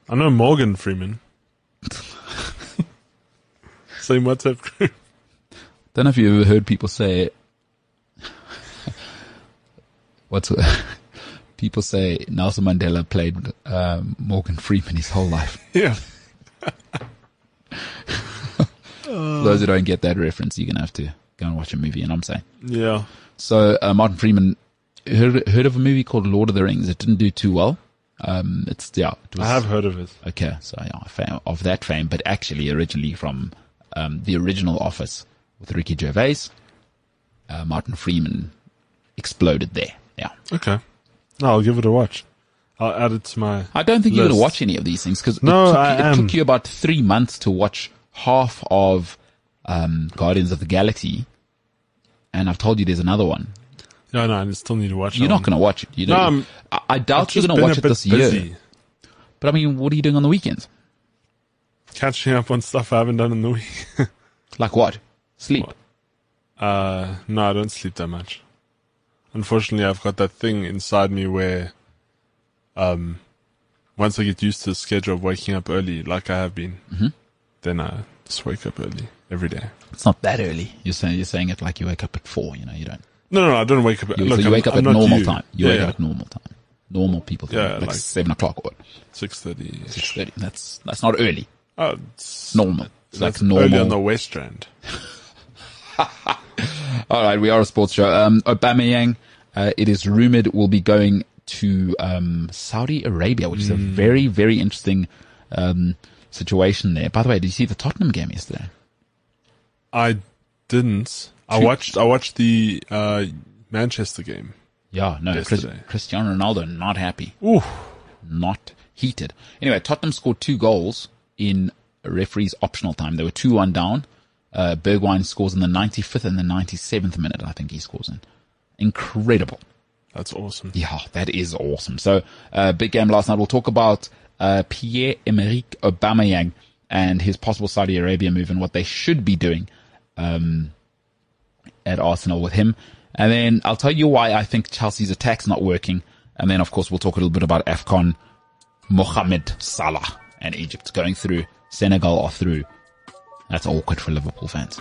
Speaker 3: I know Morgan Freeman. Same WhatsApp group.
Speaker 2: don't know if you've ever heard people say what's people say Nelson Mandela played um, Morgan Freeman his whole life.
Speaker 3: Yeah.
Speaker 2: For Those who don't get that reference, you're gonna have to go and watch a movie. And I'm saying
Speaker 3: Yeah.
Speaker 2: so. Uh, Martin Freeman heard heard of a movie called Lord of the Rings. It didn't do too well. Um, it's yeah, it was,
Speaker 3: I have heard of it.
Speaker 2: Okay, so yeah, fame, of that fame, but actually originally from um, the original Office with Ricky Gervais, uh, Martin Freeman exploded there. Yeah,
Speaker 3: Okay. No, I'll give it a watch. I'll add it to my.
Speaker 2: I don't think you're going to
Speaker 3: list.
Speaker 2: watch any of these things because
Speaker 3: No,
Speaker 2: it, took,
Speaker 3: I
Speaker 2: you- it
Speaker 3: am.
Speaker 2: took you about three months to watch half of um, Guardians of the Galaxy, and I've told you there's another one.
Speaker 3: No, no, I still need to watch.
Speaker 2: You're
Speaker 3: that
Speaker 2: not going to watch it. You
Speaker 3: No,
Speaker 2: don't.
Speaker 3: I'm-
Speaker 2: I, I doubt you're
Speaker 3: Just
Speaker 2: going to
Speaker 3: been
Speaker 2: watch
Speaker 3: a
Speaker 2: it
Speaker 3: bit
Speaker 2: this year.
Speaker 3: busy
Speaker 2: But I mean, what are you doing on the weekends?
Speaker 3: Catching up on stuff I haven't done in the week.
Speaker 2: Like what? Sleep.
Speaker 3: Uh, no, I don't sleep that much. Unfortunately, I've got that thing inside me where, um, once I get used to the schedule of waking up early, like I have been,
Speaker 2: Mm-hmm.
Speaker 3: then I just wake up early every day.
Speaker 2: It's not that early. You're saying you're saying it like you wake up at four. You know, you don't.
Speaker 3: No, no, I don't wake up.
Speaker 2: You,
Speaker 3: look,
Speaker 2: so you
Speaker 3: I'm-
Speaker 2: wake up
Speaker 3: I'm
Speaker 2: at
Speaker 3: not
Speaker 2: normal
Speaker 3: you.
Speaker 2: time. You
Speaker 3: yeah,
Speaker 2: wake up at normal time. Normal people time,
Speaker 3: Yeah,
Speaker 2: like,
Speaker 3: like-
Speaker 2: seven o'clock or
Speaker 3: six thirty.
Speaker 2: six thirty. That's that's not early.
Speaker 3: Oh, it's
Speaker 2: Normal. It's like
Speaker 3: that's
Speaker 2: normal.
Speaker 3: early on the West End.
Speaker 2: All right, we are a sports show. Um, Obama Yang, uh, it is rumored will be going to um, Saudi Arabia, which is a very, very interesting um, situation there. By the way, did you see the Tottenham game yesterday?
Speaker 3: I didn't. I
Speaker 2: Two-
Speaker 3: watched. I watched the uh, Manchester game.
Speaker 2: Yeah, no, Chris,
Speaker 3: Yesterday.
Speaker 2: Cristiano Ronaldo not happy,
Speaker 3: Ooh,
Speaker 2: not heated. Anyway, Tottenham scored two goals in referee's optional time. They were two one down. Uh, Bergwijn scores in the 95th and the 97th minute. I think he scores in. Incredible.
Speaker 3: that's awesome.
Speaker 2: Yeah, that is awesome. So, uh, big game last night. We'll talk about uh, Pierre Emerick Aubameyang and his possible Saudi Arabia move and what they should be doing um, at Arsenal with him. And then I'll tell you why I think Chelsea's attack's not working. And then, of course, we'll talk a little bit about AFCON, Mohamed Salah, and Egypt going through. Senegal are through. That's awkward for Liverpool fans.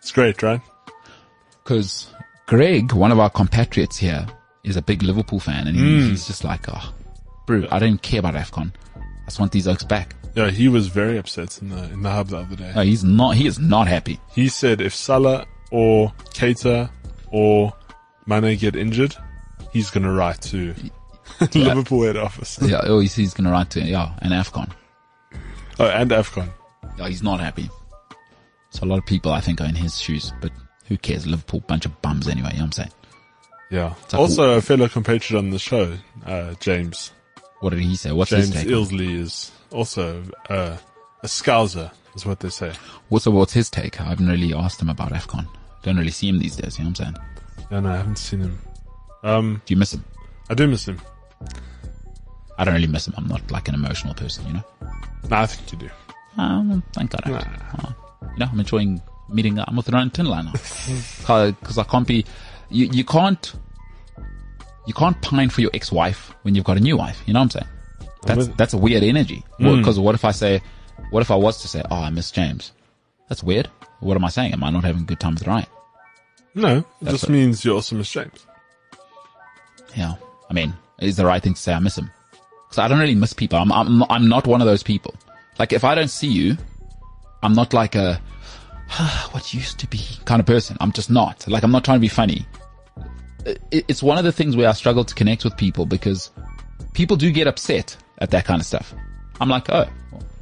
Speaker 3: It's great, right?
Speaker 2: because Greg, one of our compatriots here, is a big Liverpool fan, and he, he's just like, "Oh, bro, I don't care about Afcon. I just want these oaks back."
Speaker 3: Yeah, he was very upset in the in the hub the other day.
Speaker 2: No, he's not. He is not happy.
Speaker 3: He said if Salah or Keita or Mane get injured, he's gonna write to Liverpool head office.
Speaker 2: Yeah, oh, he's, he's gonna write to yeah, an Afcon.
Speaker 3: Oh, and Afcon.
Speaker 2: Yeah, he's not happy. So a lot of people, I think, are in his shoes, but who cares? Liverpool, bunch of bums anyway. You know what I'm saying?
Speaker 3: Yeah.
Speaker 2: like-
Speaker 3: also, a fellow compatriot on the show, uh, James
Speaker 2: What did he say? What's
Speaker 3: James
Speaker 2: his take?
Speaker 3: Ilsley is also uh, a scouser, is what they say.
Speaker 2: What's what's his take? I haven't really asked him about Afcon. Don't really see him these days. You know what I'm saying?
Speaker 3: No, no, I haven't seen him. Um,
Speaker 2: Do you miss him?
Speaker 3: I do miss him.
Speaker 2: I don't really miss him. I'm not like an emotional person, you know.
Speaker 3: No, I think you do.
Speaker 2: Um, thank God. I don't. Uh, you know, I'm enjoying meeting. uh, I'm with Ryan Tinler now because I can't be. You, you can't. You can't pine for your ex-wife when you've got a new wife. You know what I'm saying? That's
Speaker 3: with-
Speaker 2: that's a weird energy. Because what if I say, what if I was to say, oh, I miss James? That's weird. What am I saying? Am I not having a good time with Ryan?
Speaker 3: No, it just
Speaker 2: it.
Speaker 3: means you also miss James.
Speaker 2: Yeah. I mean, is the right thing to say I miss him? Because I don't really miss people. I'm, I'm, I'm not one of those people. Like, if I don't see you, I'm not like a, "Ah, what used to be kind of person. I'm just not. Like, I'm not trying to be funny. It, it's one of the things where I struggle to connect with people because people do get upset at that kind of stuff. I'm like, oh,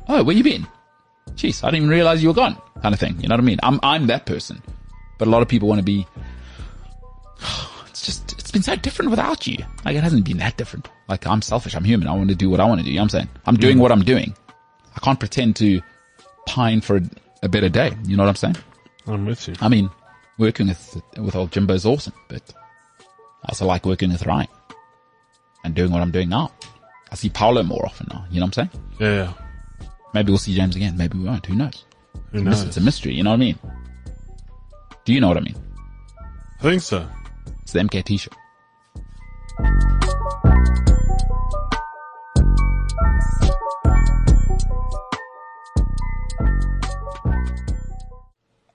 Speaker 2: oh, where you been? Jeez, I didn't even realize you were gone kind of thing. You know what I mean? I'm, I'm that person. But a lot of people want to be, it's just it's been so different without you. Like it hasn't been that different. Like I'm selfish, I'm human, I want to do what I want to do. You know what I'm saying? I'm doing
Speaker 3: Mm.
Speaker 2: what I'm doing. I can't pretend to pine for a, a better day. You know what I'm saying?
Speaker 3: I'm with you.
Speaker 2: I mean, working with with old Jimbo is awesome, but I also like working with Ryan and doing what I'm doing now. I see Paolo more often now. You know what I'm saying?
Speaker 3: Yeah, yeah.
Speaker 2: Maybe we'll see James again. Maybe we won't. Who knows?
Speaker 3: Who
Speaker 2: It's-
Speaker 3: knows?
Speaker 2: It's a mystery. You know what I mean? Do you know what I mean?
Speaker 3: I think so.
Speaker 2: It's the MKT show.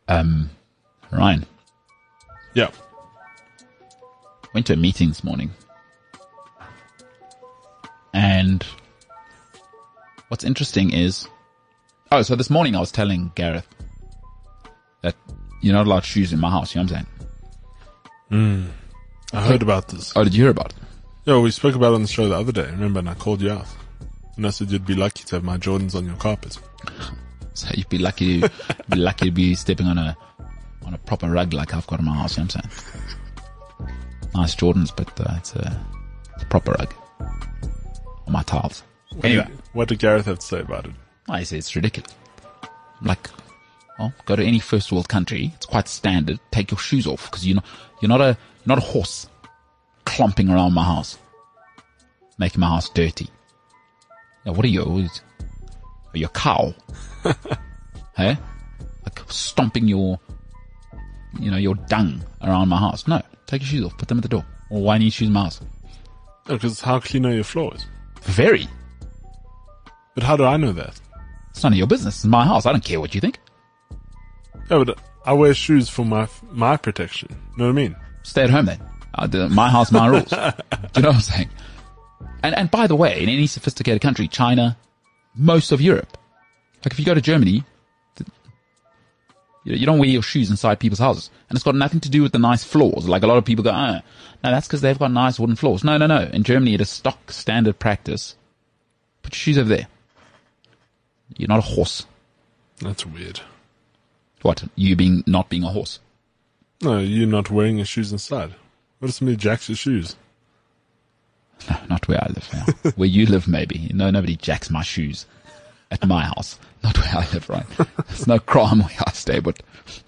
Speaker 2: Um, Ryan
Speaker 3: Yeah.
Speaker 2: went to a meeting this morning, and what's interesting is, oh, so this morning I was telling Gareth that you're not allowed shoes in my house. You know what I'm saying?
Speaker 3: I heard about this.
Speaker 2: Oh, did you hear about it?
Speaker 3: Yo, we spoke about it on the show the other day, remember? And I called you out. And I said you'd be lucky to have my Jordans on your carpet.
Speaker 2: So you'd be lucky to be lucky to be stepping on a on a proper rug like I've got in my house. You know what I'm saying? Nice Jordans, but uh, it's a proper rug on my tiles. Anyway,
Speaker 3: What did Gareth have to say about it?
Speaker 2: I say it's ridiculous. Like, well, go to any first world country. It's quite standard. Take your shoes off because you're not, you're not a, you're not a horse clomping around my house, making my house dirty. Now, what are you? Are you a cow? hey? Like stomping your, you know, your dung around my house. No, take your shoes off. Put them at the door. Or why need shoes in my house?
Speaker 3: Because how clean are your floors?
Speaker 2: Very.
Speaker 3: But how do I know that?
Speaker 2: It's none of your business. It's my house. I don't care what you think.
Speaker 3: Yeah, but I wear shoes for my my protection. You know what I mean?
Speaker 2: stay at home then. Uh, the- my house, my rules. Do you know what I'm saying? And and by the way, in any sophisticated country, China, most of Europe, like if you go to Germany, th- you, you don't wear your shoes inside people's houses, and it's got nothing to do with the nice floors. Like a lot of people go, oh, no, that's because they've got nice wooden floors. No, no, no. In Germany, it is stock standard practice. Put your shoes over there. You're not a horse.
Speaker 3: That's weird.
Speaker 2: What you being not being a horse?
Speaker 3: No, you're not wearing your shoes inside. What if somebody jacks your shoes?
Speaker 2: No, not where I live. yeah. where you live, maybe. No, nobody jacks my shoes at my house. Not where I live, right? There's no crime where I stay, but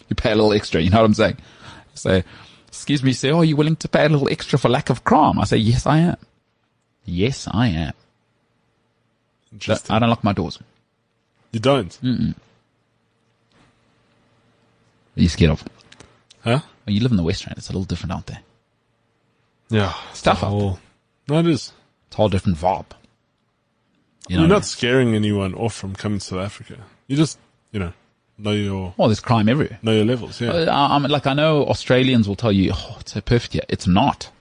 Speaker 2: you pay a little extra. You know what I'm saying? So, excuse me, say, oh, are you willing to pay a little extra for lack of crime? I say, yes, I am. Yes, I am.
Speaker 3: Just
Speaker 2: I don't lock my doors.
Speaker 3: you don't,
Speaker 2: Are you scared of?
Speaker 3: huh?
Speaker 2: Well, you live in the West Rand. It's a little different out there.
Speaker 3: Yeah, it's
Speaker 2: Tough
Speaker 3: the
Speaker 2: out
Speaker 3: whole- No, it is.
Speaker 2: It's a whole different vibe. You know,
Speaker 3: You're not scaring anyone off from coming to South Africa. You just, you know, know your
Speaker 2: well, there's crime everywhere.
Speaker 3: know your levels. Yeah,
Speaker 2: Uh, I, I'm like I know Australians will tell you, oh, it's so perfect here. It's not.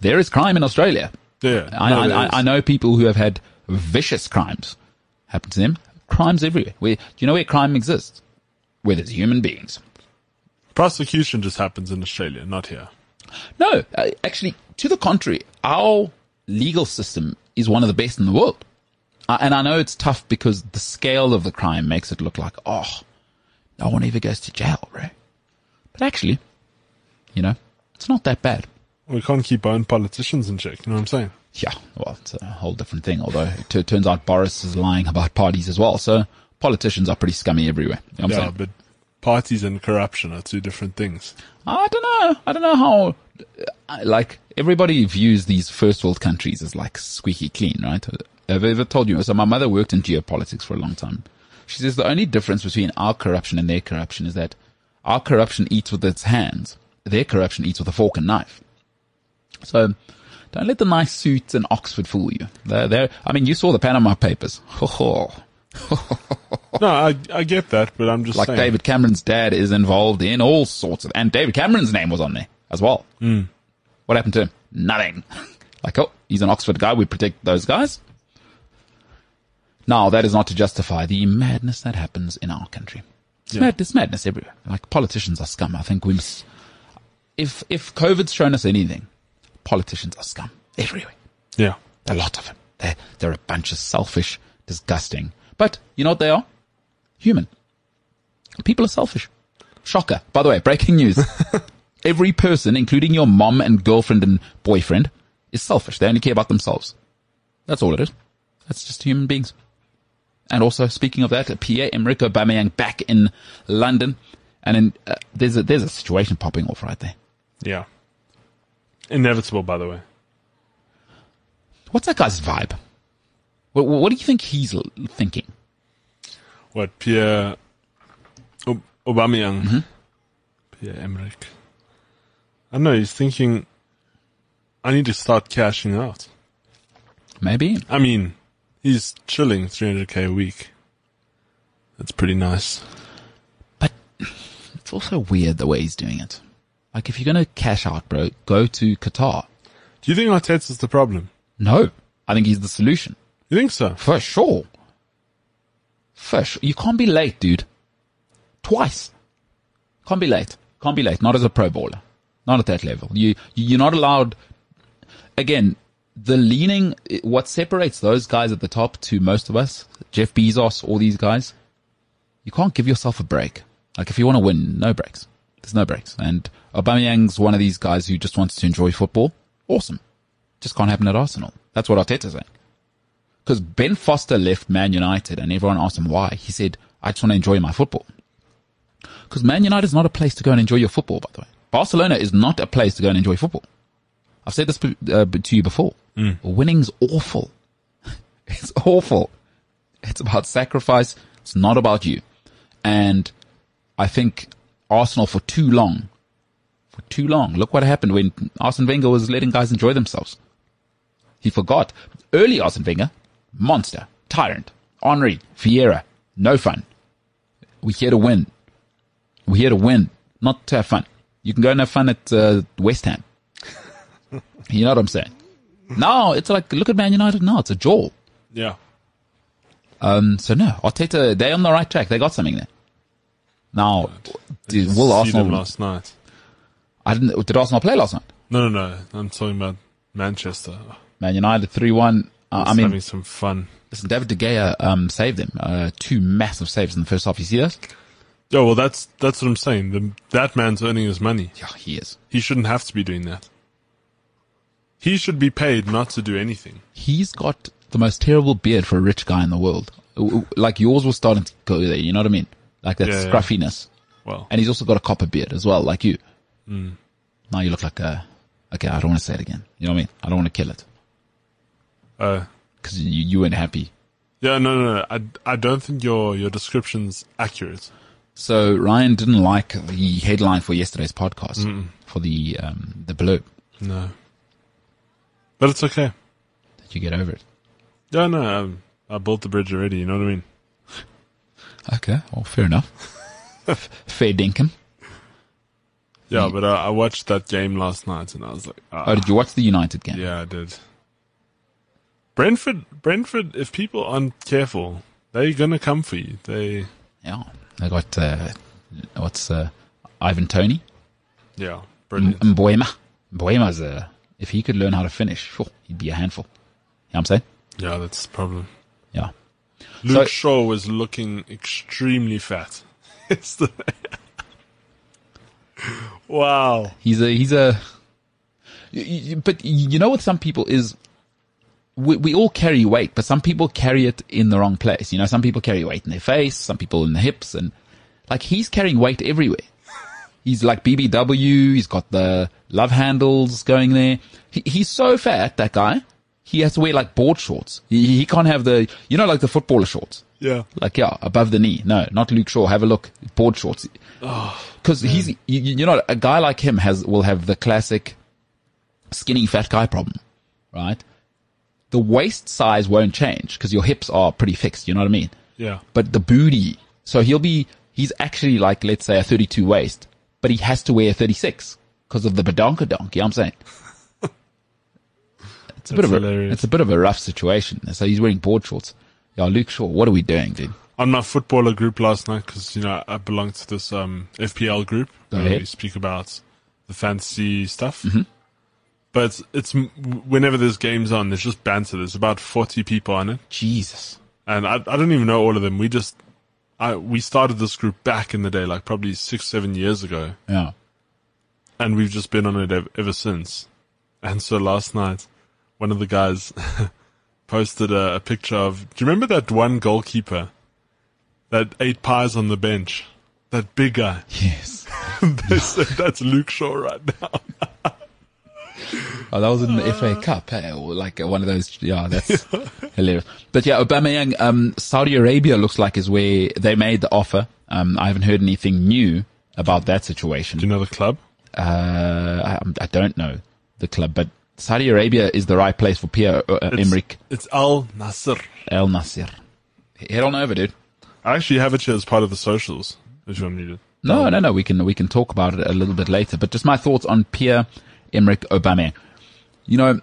Speaker 2: There is crime in Australia.
Speaker 3: yeah.
Speaker 2: I,
Speaker 3: no,
Speaker 2: I,
Speaker 3: there
Speaker 2: I,
Speaker 3: is.
Speaker 2: I know people who have had vicious crimes happen to them. Crimes everywhere. Where do you know where crime exists? Where there's human beings.
Speaker 3: Prosecution just happens in Australia, not here.
Speaker 2: No, uh, actually, to the contrary, our legal system is one of the best in the world. Uh, and I know it's tough because the scale of the crime makes it look like, oh, no one ever goes to jail, right? But actually, you know, it's not that bad.
Speaker 3: We can't keep our own politicians in check. You know what I'm saying?
Speaker 2: Yeah, well, it's a whole different thing. Although it t- turns out Boris is lying about parties as well. So politicians are pretty scummy everywhere. You know what I'm
Speaker 3: Yeah,
Speaker 2: saying?
Speaker 3: but parties and corruption are two different things.
Speaker 2: I don't know. I don't know how. uh, I- Like everybody views these first world countries as like squeaky clean, right? Have I ever told you? So my mother worked in geopolitics for a long time. She says the only difference between our corruption and their corruption is that our corruption eats with its hands. Their corruption eats with a fork and knife. So don't let the nice suits and Oxford fool you. They're, they're, I mean, you saw the Panama Papers. Ho ho.
Speaker 3: No, I I get that, but I'm just
Speaker 2: Like
Speaker 3: saying.
Speaker 2: David Cameron's dad is involved in all sorts of, and David Cameron's name was on there as well.
Speaker 3: Hmm.
Speaker 2: What happened to him? Nothing. like, oh, he's an Oxford guy. We protect those guys. Now, that is not to justify the madness that happens in our country. It's mad, there's madness everywhere. Like, politicians are scum. I think we must, if, if COVID's shown us anything, politicians are scum everywhere
Speaker 3: Yeah,
Speaker 2: a lot of them. They're, they're a bunch of selfish, disgusting. But you know what they are? Human. People are selfish. Shocker. By the way, breaking news. Every person, including your mom and girlfriend and boyfriend, is selfish. They only care about themselves. That's all it is. That's just human beings. And also, speaking of that, Pierre Emerick Aubameyang back in London, and in, uh, there's a there's a situation popping off right there.
Speaker 3: yeah. Inevitable, by the way.
Speaker 2: What's that guy's vibe? What, what do you think he's l- thinking?
Speaker 3: what Pierre Ob- Aubameyang,
Speaker 2: Mhm.
Speaker 3: Pierre Emerick. I know he's thinking. I need to start cashing out.
Speaker 2: Maybe
Speaker 3: I mean, he's chilling 300k a week. That's pretty nice.
Speaker 2: But it's also weird the way he's doing it. Like, if you're going to cash out, bro, go to Qatar.
Speaker 3: Do you think Arteta's the problem?
Speaker 2: No, I think he's the solution.
Speaker 3: You think so?
Speaker 2: For sure. For sure. You can't be late, dude. Twice. Can't be late. Can't be late. Not as a pro bowler. Not at that level. You, you- you're not allowed. Again, the leaning, what separates those guys at the top to most of us, Jeff Bezos, all these guys, you can't give yourself a break. Like if you want to win, no breaks. There's no breaks. And Aubameyang's one of these guys who just wants to enjoy football. Awesome. Just can't happen at Arsenal. That's what Arteta's saying. Because Ben Foster left Man United and everyone asked him why. He said, I just want to enjoy my football. Because Man United is not a place to go and enjoy your football, by the way. Barcelona is not a place to go and enjoy football. I've said this uh, to you before. Winning's awful. it's awful. It's about sacrifice. It's not about you. And I think Arsenal for too long, for too long. Look what happened when Arsene Wenger was letting guys enjoy themselves. He forgot early Arsene Wenger, monster, tyrant, Henri, Vieira, no fun. We're here to win. We're here to win, not to have fun. You can go and have fun at uh, West Ham. you know what I'm saying? No, it's like look at Man United now. It's a jaw.
Speaker 3: Yeah.
Speaker 2: Um, so no, Arteta, they're on the right track. They got something there. Now, did, will
Speaker 3: See them
Speaker 2: Arsenal?
Speaker 3: last night.
Speaker 2: I didn't. Did Arsenal play last night?
Speaker 3: No, no, no. I'm talking about Manchester.
Speaker 2: Man United three one. Uh, I
Speaker 3: I mean,
Speaker 2: mean,
Speaker 3: having some fun.
Speaker 2: listen, David de Gea um, saved them. Uh, two massive saves in the first half. You see those?
Speaker 3: Yeah, well, that's that's what I'm saying. The, that man's earning his money.
Speaker 2: Yeah, he is.
Speaker 3: He shouldn't have to be doing that. He should be paid not to do anything.
Speaker 2: He's got the most terrible beard for a rich guy in the world. W- w- Like yours was starting to go there. You know what I mean? Like that
Speaker 3: Yeah, yeah.
Speaker 2: scruffiness.
Speaker 3: Well,
Speaker 2: And he's also got a copper beard as well, like you.
Speaker 3: Mm.
Speaker 2: Now you look like a. Okay, I don't want to say it again. You know what I mean? I don't want to kill it
Speaker 3: uh,
Speaker 2: because you you weren't happy.
Speaker 3: yeah, no, no, no. I, I don't think your your description's accurate.
Speaker 2: So Ryan didn't like the headline for yesterday's podcast for the um, the blurb.
Speaker 3: No, but it's okay.
Speaker 2: That you get over it.
Speaker 3: Yeah, no, um, I, I built the bridge already. You know what I mean?
Speaker 2: Okay, well, fair enough. fair dinkum.
Speaker 3: Yeah, but uh, I watched that game last night and I was like, ah,
Speaker 2: Mm. Oh, did you watch the United game?
Speaker 3: yeah, I did. Brentford, Brentford. If people aren't careful, they're gonna come for you. They,
Speaker 2: Yeah. They got uh, what's uh, Ivan Tony
Speaker 3: yeah, brilliant.
Speaker 2: Mboema. Mboema's uh, if he could learn how to finish, phew, he'd be a handful. You know what I'm saying?
Speaker 3: Yeah, that's the problem.
Speaker 2: Yeah.
Speaker 3: Luke
Speaker 2: So-
Speaker 3: Shaw was looking extremely fat. It's the wow.
Speaker 2: He's a he's a. y- y- But you know what? Some people is. We, we all carry weight, but some people carry it in the wrong place. You know, some people carry weight in their face, some people in the hips, and like he's carrying weight everywhere. He's like BBW. He's got the love handles going there. He, he's so fat that guy. He has to wear like board shorts. He, he can't have the you know like the footballer shorts.
Speaker 3: Yeah,
Speaker 2: Like yeah, above the knee. No, not Luke Shaw. Have a look. Board shorts.
Speaker 3: Oh.
Speaker 2: Because he's you, you you know a guy like him has will have the classic skinny fat guy problem, right? The waist size won't change because your hips are pretty fixed. You know what I mean?
Speaker 3: yeah,
Speaker 2: But the booty. So he'll be he's actually like let's say a 32 waist, but he has to wear a 36 because of the badonkadonk. You know what I'm saying? It's a bit
Speaker 3: That's
Speaker 2: of a
Speaker 3: hilarious.
Speaker 2: it's a bit of a rough situation. So he's wearing board shorts. Yeah, Luke Shaw, what are we doing, dude?
Speaker 3: on my footballer group last night because you know I belong to this um, FPL group where
Speaker 2: ahead. Mm-hmm.
Speaker 3: we speak about the fancy stuff. But it's m- whenever there's games on, there's just banter. There's about forty people on it,
Speaker 2: Jesus.
Speaker 3: and I, I don't even know all of them. We just I we started this group back in the day, like probably six seven years ago,
Speaker 2: Yeah.
Speaker 3: and we've just been on it ev- ever since. And so last night, one of the guys posted a, a picture of. Do you remember that one goalkeeper that ate pies on the bench? That big guy.
Speaker 2: Yes.
Speaker 3: they said that's Luke Shaw right now.
Speaker 2: Oh, that was in the FA Cup, eh? or like uh, one of those. Yeah, that's hilarious. But yeah, Aubameyang, um, Saudi Arabia looks like is where they made the offer. Um, I haven't heard anything new about that
Speaker 3: Do
Speaker 2: situation.
Speaker 3: you know the club?
Speaker 2: Uh, I, I don't know the club, but Saudi Arabia is the right place for Pierre uh,
Speaker 3: It's-
Speaker 2: Emerick
Speaker 3: It's Al Nasser.
Speaker 2: El Nasser. Head on over, dude.
Speaker 3: I actually have it here as part of the socials if you want to need it.
Speaker 2: No, no, no. We can we can talk about it a little bit later. But just my thoughts on Pierre Emerick Aubameyang. You know,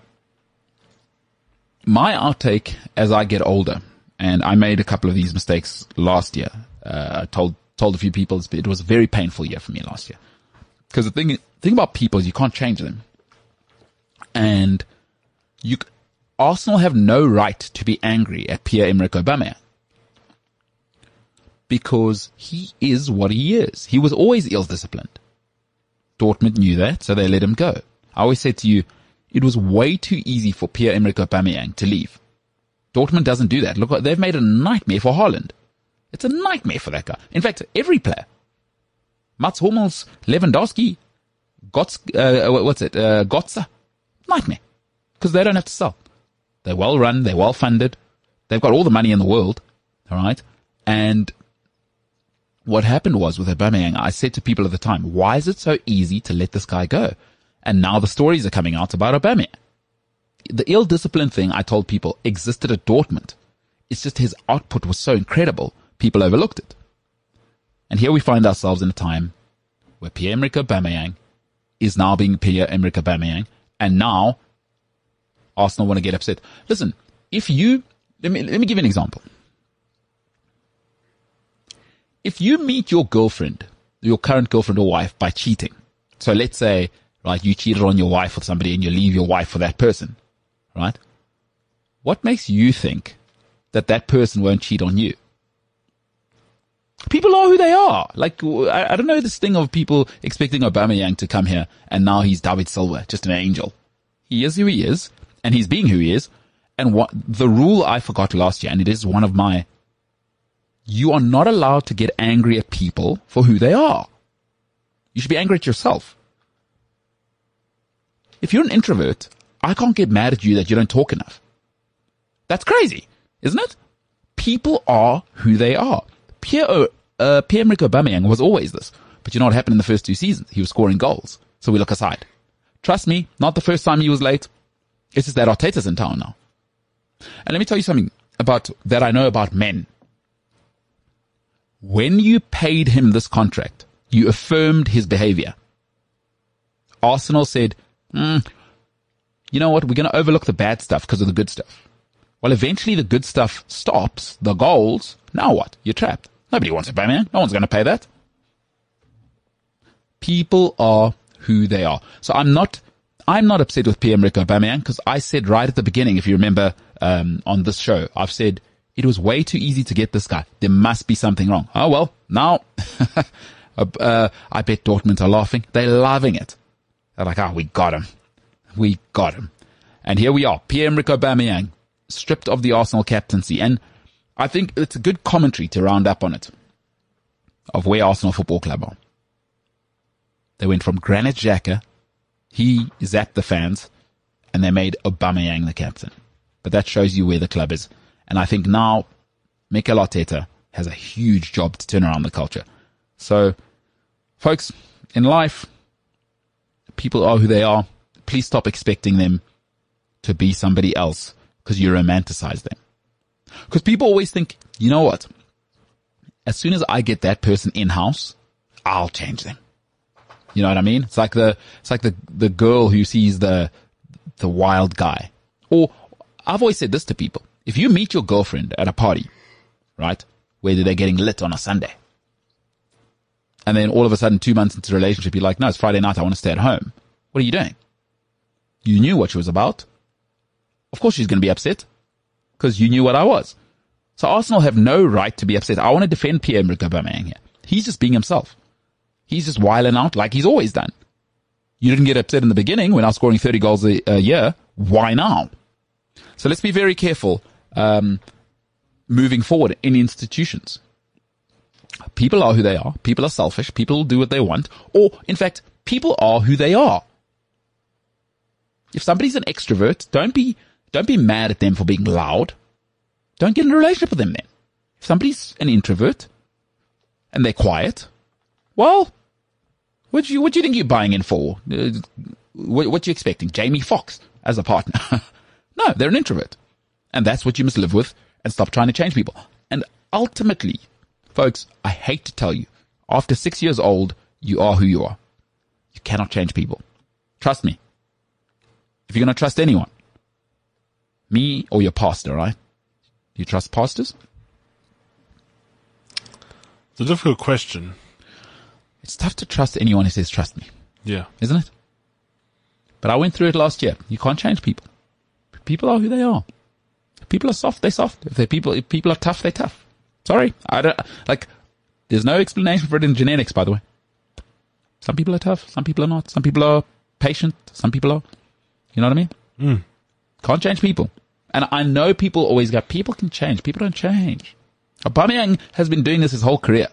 Speaker 2: my outtake as I get older, and I made a couple of these mistakes last year. Uh, I told told a few people it's- it was a very painful year for me last year. Because the thing thing about people is you can't change them, and you c- Arsenal have no right to be angry at Pierre Emerick Aubameyang because he is what he is. He was always ill disciplined. Dortmund knew that, so they let him go. I always said to you, It was way too easy for Pierre-Emerick Aubameyang to leave. Dortmund doesn't do that. Look, what- they've made a nightmare for Haaland. It's a nightmare for that guy. In fact, every player. Mats Hummels, Lewandowski, Gotz, uh, wha- what's it, uh, Gotza. Nightmare. Because they don't have to sell. They're well run. They're well funded. They've got all the money in the world. All right. And what happened was with Aubameyang, I said to people at the time, why is it so easy to let this guy go? And now the stories are coming out about Aubameyang. The ill discipline thing I told people existed at Dortmund. It's just his output was so incredible, people overlooked it. And here we find ourselves in a time where Pierre-Emerick Aubameyang is now being Pierre-Emerick Aubameyang, and now Arsenal want to get upset. Listen, if you let me let me give you an example. If you meet your girlfriend, your current girlfriend or wife, by cheating, so let's say right you cheated on your wife with somebody and you leave your wife for that person, right? What makes you think that that person won't cheat on you? people are who they are. Like, w- I, I don't know this thing of people expecting Aubameyang to come here and now he's David Silva, just an angel. He is who he is and he's being who he is. And what the rule I forgot last year, and it is one of my, you are not allowed to get angry at people for who they are. You should be angry at yourself. If you're an introvert, I can't get mad at you that you don't talk enough. That's crazy, isn't it? people are who they are. Pierre, O- uh, Pierre-Emerick Aubameyang was always this, but you know what happened in the first two seasons? He was scoring goals, so we look aside. Trust me, not the first time he was late. It's just that Arteta's in town now. And let me tell you something about that I know about men. When you paid him this contract, you affirmed his behavior. Arsenal said, "Hmm, you know what? We're going to overlook the bad stuff because of the good stuff. Well, eventually the good stuff stops, the goals. Now what? You're trapped. Nobody wants to pay, man. No one's going to pay that. People are who they are. So I'm not, I'm not upset with PM Rick Aubameyang because I said right at the beginning, if you remember, um, on this show, I've said it was way too easy to get this guy. There must be something wrong. Oh well, now, uh, uh, I bet Dortmund are laughing. They're loving it. They're like, oh, we got him. We got him. And here we are, Pierre-Emerick Aubameyang, stripped of the Arsenal captaincy. And I think it's a good commentary to round up on it of where Arsenal Football Club are. They went from Granit Xhaka, he zapped the fans, and they made Aubameyang the captain. But that shows you where the club is. And I think now Mikel Arteta has a huge job to turn around the culture. So, folks, in life, people are who they are. Please stop expecting them to be somebody else because you romanticize them. Because people always think, you know what? As soon as I get that person in house, I'll change them. You know what I mean? It's like the it's like the the girl who sees the the wild guy. Or I've always said this to people: if you meet your girlfriend at a party, right, whether they're getting lit on a Sunday, and then all of a sudden, two months into the relationship, you're like, "No, it's Friday night. I want to stay at home." What are you doing? You knew what she was about. Of course she's going to be upset because you knew what I was. So Arsenal have no right to be upset. I want to defend Pierre-Emerick Aubameyang here. He's just being himself. He's just wiling out like he's always done. You didn't get upset in the beginning when I was scoring 30 goals a, a year. Why now? So let's be very careful um, moving forward in institutions. People are who they are. People are selfish. People do what they want. Or, in fact, people are who they are if somebody's an extrovert, don't be don't be mad at them for being loud. Don't get in a relationship with them then. If somebody's an introvert and they're quiet, well, what do you what do you think you're buying in for? Uh, what what you expecting? Jamie Fox as a partner? no, they're an introvert, and that's what you must live with and stop trying to change people. And ultimately, folks, I hate to tell you, after six years old, you are who you are. You cannot change people. Trust me, if you're going to trust anyone, me or your pastor, right? Do you trust pastors?
Speaker 3: It's a difficult question.
Speaker 2: It's tough to trust anyone who says, trust me,
Speaker 3: Yeah.
Speaker 2: isn't it? But I went through it last year. You can't change people. People are who they are. If people are soft, they're soft. If they're people, if people are tough, they're tough. Sorry. I don't, like, there's no explanation for it in genetics, by the way. Some people are tough. Some people are not. Some people are patient. Some people are. You know what I mean? Can't change people. And I know people always go, people can change. People don't change. Aubameyang has been doing this his whole career.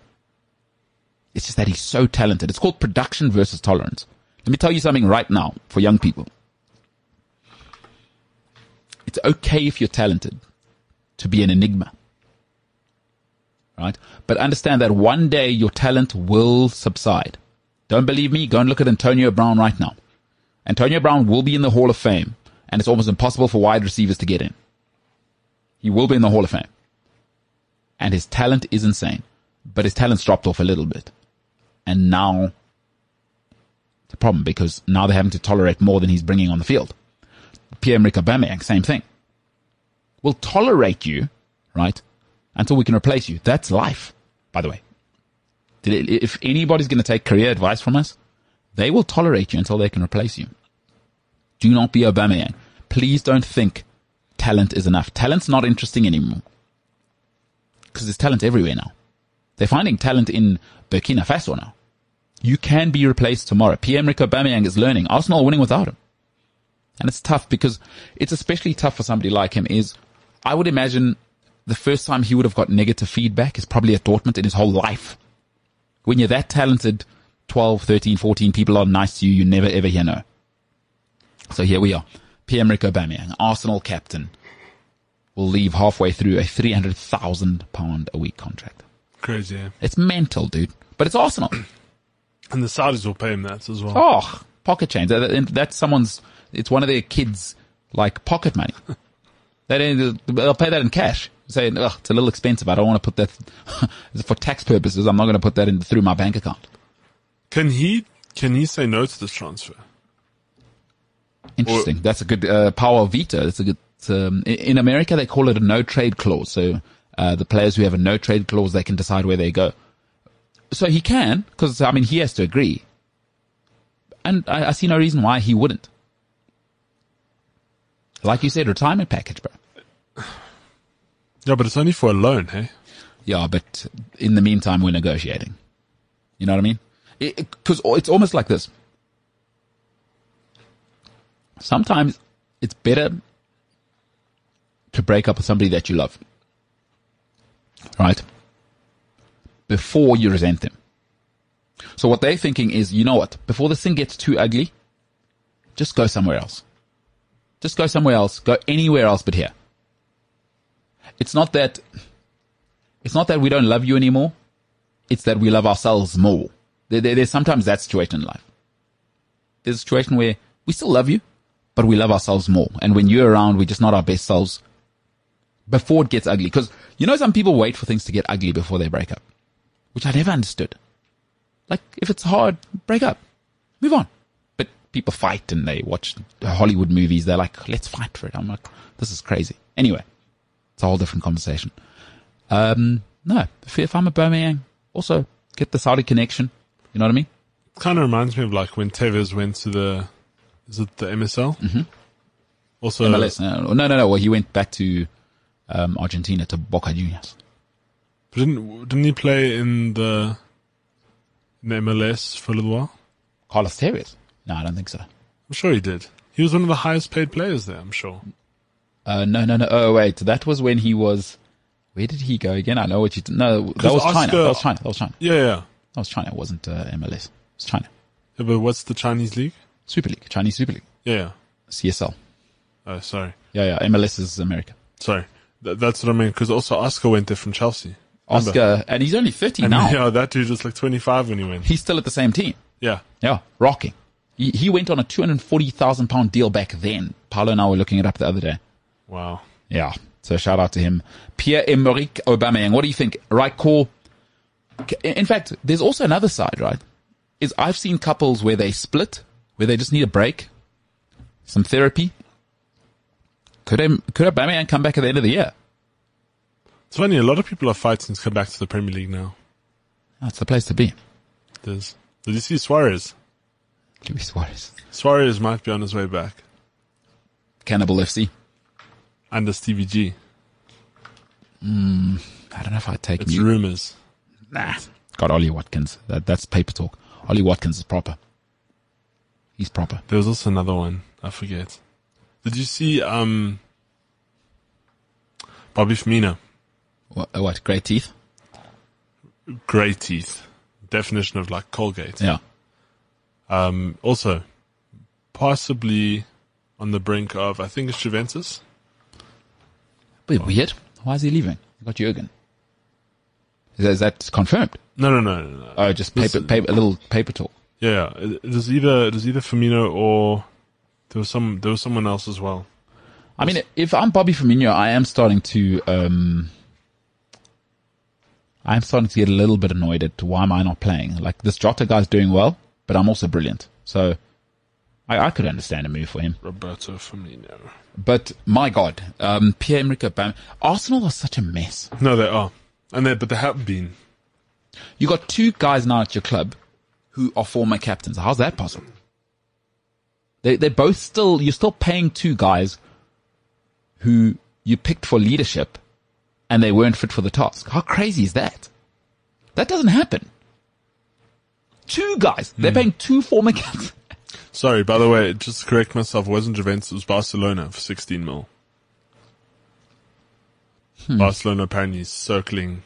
Speaker 2: It's just that he's so talented. It's called production versus tolerance. Let me tell you something right now for young people. It's okay if you're talented to be an enigma. Right? But understand that one day your talent will subside. Don't believe me? Go and look at Antonio Brown right now. Antonio Brown will be in the Hall of Fame, and it's almost impossible for wide receivers to get in. He will be in the Hall of Fame. And his talent is insane, but his talent's dropped off a little bit. And now it's a problem because now they're having to tolerate more than he's bringing on the field. Pierre-Emerick Aubameyang, same thing. We'll tolerate you, right, until we can replace you. That's life, by the way. Did it- If anybody's going to take career advice from us, they will tolerate you until they can replace you. Do not be Aubameyang. Please don't think talent is enough. Talent's not interesting anymore because there's talent everywhere now. They're finding talent in Burkina Faso now. You can be replaced tomorrow. Pierre-Emerick Aubameyang is learning. Arsenal are winning without him. And it's tough because it's especially tough for somebody like him is I would imagine the first time he would have got negative feedback is probably at Dortmund in his whole life. When you're that talented, 12, 13, 14 people are nice to you, you never ever hear no. So here we are. PM Rick Aubameyang, Arsenal captain, will leave halfway through a 300,000 pound a week contract.
Speaker 3: Crazy, yeah.
Speaker 2: It's mental, dude. But it's Arsenal.
Speaker 3: And the Saudis will pay him that as well.
Speaker 2: Oh, pocket change. That- that- That's someone's. It's one of their kids' like pocket money. They don't, they'll pay that in cash. Saying, "Ugh, it's a little expensive. I don't want to put that for tax purposes. I'm not going to put that in through my bank account."
Speaker 3: Can he can he say no to this transfer?
Speaker 2: Interesting. That's a good uh, power of veto. That's a good. it's, Um, i- in America, they call it a no trade clause. So uh, the players who have a no trade clause, they can decide where they go. So he can, because I mean, he has to agree. And I, I see no reason why he wouldn't. Like you said, retirement package, bro.
Speaker 3: Yeah, but it's only for a loan, hey?
Speaker 2: Yeah, but in the meantime, we're negotiating. You know what I mean? Because it's almost like this. Sometimes it's better to break up with somebody that you love, right? Before you resent them. So what they're thinking is, you know what? Before this thing gets too ugly, just go somewhere else. Just go somewhere else. Go anywhere else but here. It's not that it's not that we don't love you anymore. It's that we love ourselves more. There, there, there's sometimes that situation in life. There's a situation where we still love you, but we love ourselves more. And when you're around, we're just not our best selves before it gets ugly. Because, you know, some people wait for things to get ugly before they break up, which I never understood. Like, if it's hard, break up, move on. But people fight and they watch Hollywood movies. They're like, let's fight for it. I'm like, this is crazy. Anyway, it's a whole different conversation. Um, no, if, if I'm a Birmingham, also get the Saudi connection. You know what I mean?
Speaker 3: It kind of reminds me of like when Tevez went to the is it the MSL? Mm-hmm. Also,
Speaker 2: MLS. uh, No, no, no, no. Well, he went back to um, Argentina to Boca Juniors.
Speaker 3: but didn't didn't he play in the in the MLS for a little while?
Speaker 2: Carlos Tevez? No, I don't think so.
Speaker 3: I'm sure he did. He was one of the highest paid players there. I'm sure.
Speaker 2: Uh, no, no, no. Oh, wait. That was when he was. Where did he go again? I know what you. No, that was China.
Speaker 3: Oscar-
Speaker 2: That was China. That was China.
Speaker 3: Yeah, yeah.
Speaker 2: That was China. It wasn't uh, MLS. It was China.
Speaker 3: yeah but what's the Chinese league?
Speaker 2: Super League. Chinese Super League.
Speaker 3: Yeah. yeah.
Speaker 2: CSL.
Speaker 3: Oh, sorry,
Speaker 2: Yeah, yeah. MLS is America.
Speaker 3: sorry. Th- that's what I mean. Because also Oscar went there from Chelsea. Remember?
Speaker 2: Oscar, and he's only 30
Speaker 3: And
Speaker 2: now.
Speaker 3: yeah, that dude was like 25 when he went.
Speaker 2: He's still at the same team.
Speaker 3: Yeah.
Speaker 2: Yeah, rocking. He, he went on a two hundred forty thousand pound deal back then. Paolo and I were looking it up the other day.
Speaker 3: Wow.
Speaker 2: Yeah, so shout out to him, Pierre Emerick Aubameyang. What do you think? Right call. K- In fact, there's also another side, right? Is I've seen couples where they split, where they just need a break, some therapy. Could Em- could Aubameyang come back at the end of the year?
Speaker 3: It's funny. A lot of people are fighting to come back to the Premier League now.
Speaker 2: That's the place to be.
Speaker 3: There's. Did you see Suarez?
Speaker 2: Luis Suarez,
Speaker 3: Suarez might be on his way back
Speaker 2: Cannibal FC.
Speaker 3: under Stevie G.
Speaker 2: I don't know if I'd take
Speaker 3: It's
Speaker 2: him.
Speaker 3: rumors.
Speaker 2: Nah. God, Ollie Watkins. That, that's paper talk. Ollie Watkins is proper. He's proper.
Speaker 3: There was also another one. I forget. Did you see um, Bobby Firmino?
Speaker 2: What, uh, what great teeth?
Speaker 3: Grey teeth. Definition of like Colgate.
Speaker 2: Yeah.
Speaker 3: Um, also, possibly on the brink of, I think it's Juventus.
Speaker 2: But weird. Why is he leaving? He got Jurgen. Is that, is that confirmed?
Speaker 3: No, no, no, no, no.
Speaker 2: Oh, just paper,
Speaker 3: Listen.
Speaker 2: paper, a little paper talk.
Speaker 3: Yeah, yeah. It it was either it was either Firmino or there was some there was someone else as well.
Speaker 2: I mean, if I'm Bobby Firmino, I am starting to, um, I'm starting to get a little bit annoyed at why am I not playing? Like this Jota guy's doing well, but I'm also brilliant. So I, I could understand a move for him.
Speaker 3: Roberto Firmino.
Speaker 2: But my God, um, Pierre Emerick Aubameyang, Arsenal are such a mess.
Speaker 3: No, they are, and they but they have been.
Speaker 2: You got two guys now at your club who are former captains. How's that possible? They they're both still you're still paying two guys who you picked for leadership and they weren't fit for the task. How crazy is that? That doesn't happen. Two guys.
Speaker 3: Hmm.
Speaker 2: They're paying two former captains.
Speaker 3: Sorry, by the way, just to correct myself, it wasn't Juventus, it was Barcelona for 16 mil. Barcelona apparently is circling.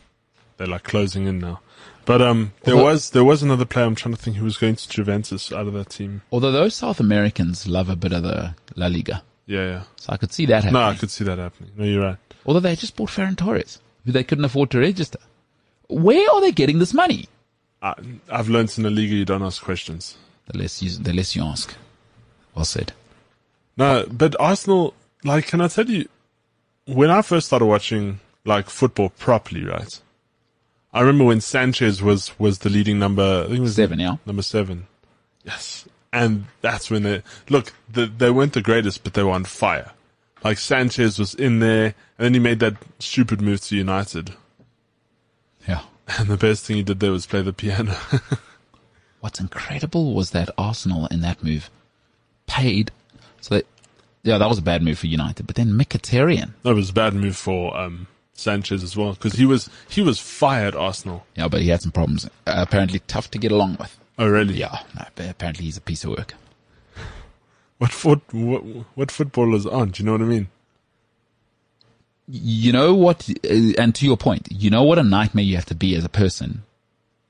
Speaker 3: They're like closing in now. But um, there
Speaker 2: Although-
Speaker 3: was there was another player I'm trying to think who was going to Juventus out of that team.
Speaker 2: Although those South Americans love a bit of the La Liga.
Speaker 3: Yeah, yeah.
Speaker 2: So I could see that
Speaker 3: No,
Speaker 2: happening.
Speaker 3: I could see that happening. No, you're right.
Speaker 2: Although they just bought Ferran Torres, who they couldn't afford to register. Where are they getting this money?
Speaker 3: I, I've learnt in the league you don't ask questions.
Speaker 2: The less you, the less you ask. Well said.
Speaker 3: No, but Arsenal, like, can I tell you, when I first started watching, like, football properly, right? I remember when Sanchez was, was the leading number, I think it was
Speaker 2: Seven, yeah.
Speaker 3: number seven. Yes. And that's when they, look, the, they weren't the greatest, but they were on fire. Like, Sanchez was in there, and then he made that stupid move to United.
Speaker 2: Yeah.
Speaker 3: And the best thing he did there was play the piano.
Speaker 2: What's incredible was that Arsenal in that move paid. So that, yeah, that was a bad move for United. But then Mkhitaryan,
Speaker 3: that was a bad move for, um, Sanchez as well, because he was, he was fired Arsenal.
Speaker 2: yeah, but he had some problems. Uh, apparently tough to get along with.
Speaker 3: Oh, really?
Speaker 2: Yeah, no, but apparently he's a piece of work.
Speaker 3: What foot? What, what footballers aren't? Do you know what I mean?
Speaker 2: You know what? uh, And to your point, you know what a nightmare you have to be as a person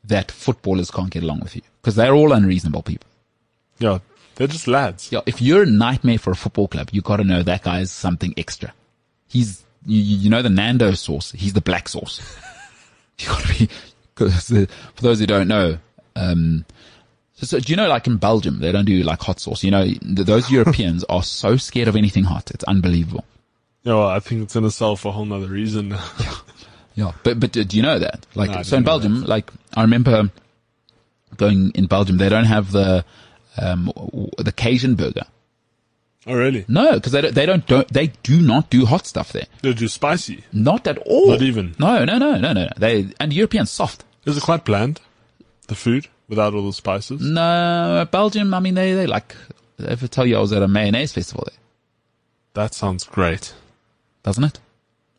Speaker 2: that footballers can't get along with you because they're all unreasonable people.
Speaker 3: Yeah, they're just lads.
Speaker 2: Yeah, if you're a nightmare for a football club, you got to know that guy is something extra. He's, you, you you know, the Nando sauce. He's the black sauce. you got to be, because for those who don't know, um, so, so do you know, like in Belgium, they don't do like hot sauce. You know, th- those Europeans are so scared of anything hot. It's unbelievable.
Speaker 3: Yeah, well, I think it's in itself a whole nother reason. Oh,
Speaker 2: Yeah, but but uh, do do you know that? Like,
Speaker 3: No, I
Speaker 2: so
Speaker 3: didn't
Speaker 2: in
Speaker 3: know
Speaker 2: Belgium, like I remember going in Belgium, they don't have the um w- the Cajun burger.
Speaker 3: oh, really?
Speaker 2: No, because they don't, they don't, don't they do not do hot stuff there.
Speaker 3: They're just spicy.
Speaker 2: Not at all.
Speaker 3: Not even?
Speaker 2: No, no, no, no, no. no. They and Europeans soft.
Speaker 3: Is it quite bland? The food without all the spices.
Speaker 2: No, Belgium. I mean, they they like. If I tell you I was at a mayonnaise festival there,
Speaker 3: That sounds great.
Speaker 2: doesn't it?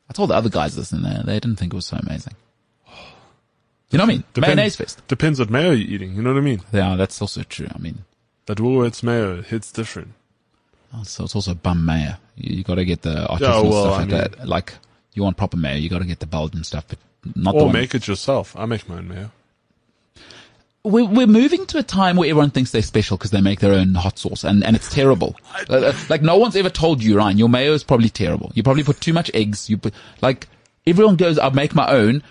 Speaker 2: I told the other guys this, and they, they didn't think it was so amazing. You know what I mean?
Speaker 3: Depend-
Speaker 2: Mayonnaise fest.
Speaker 3: Depends what mayo you're eating. You know what I mean?
Speaker 2: Yeah, that's also true. I mean,
Speaker 3: That Woolworths mayo hits different.
Speaker 2: oh, so it's also bum mayo. You, you got to get the artisanal
Speaker 3: Oh, well,
Speaker 2: stuff
Speaker 3: I
Speaker 2: like
Speaker 3: mean-
Speaker 2: that. Like you want proper mayo, you got to get the Belgian stuff, but not the
Speaker 3: Or
Speaker 2: one.
Speaker 3: make it yourself. I make my own mayo.
Speaker 2: we're, we're moving to a time where everyone thinks they're special because they make their own hot sauce and, and it's terrible. like, like, no one's ever told you, Ryan, your mayo is probably terrible. You probably put too much eggs. You put, like, everyone goes, I'll make my own.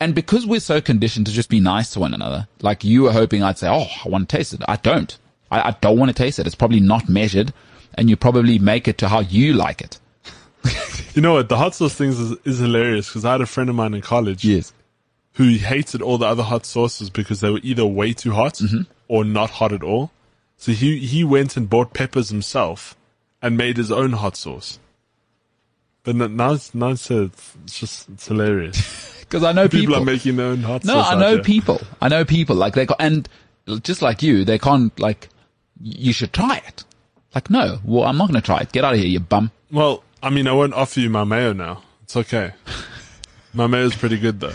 Speaker 2: And because we're so conditioned to just be nice to one another, like you were hoping I'd say, Oh, I want to taste it. I don't. I, I don't want to taste it. It's probably not measured and you probably make it to how you like it.
Speaker 3: You know what? The hot sauce things is, is hilarious because I had a friend of mine in college who hated all the other hot sauces because they were either way too hot
Speaker 2: Mm-hmm.
Speaker 3: or not hot at all. So he he went and bought peppers himself and made his own hot sauce. But n- now it's, now it's, uh, it's just it's hilarious.
Speaker 2: Cause I know
Speaker 3: People are making their own hot
Speaker 2: No,
Speaker 3: sauce.
Speaker 2: I
Speaker 3: out
Speaker 2: know
Speaker 3: there.
Speaker 2: people. I know people. Like they ca- and just like you, they can't like. You should try it. Like no, well I'm not going to try it. Get out of here, you bum.
Speaker 3: Well, I mean, I won't offer you my mayo now. It's okay. my mayo's pretty good though.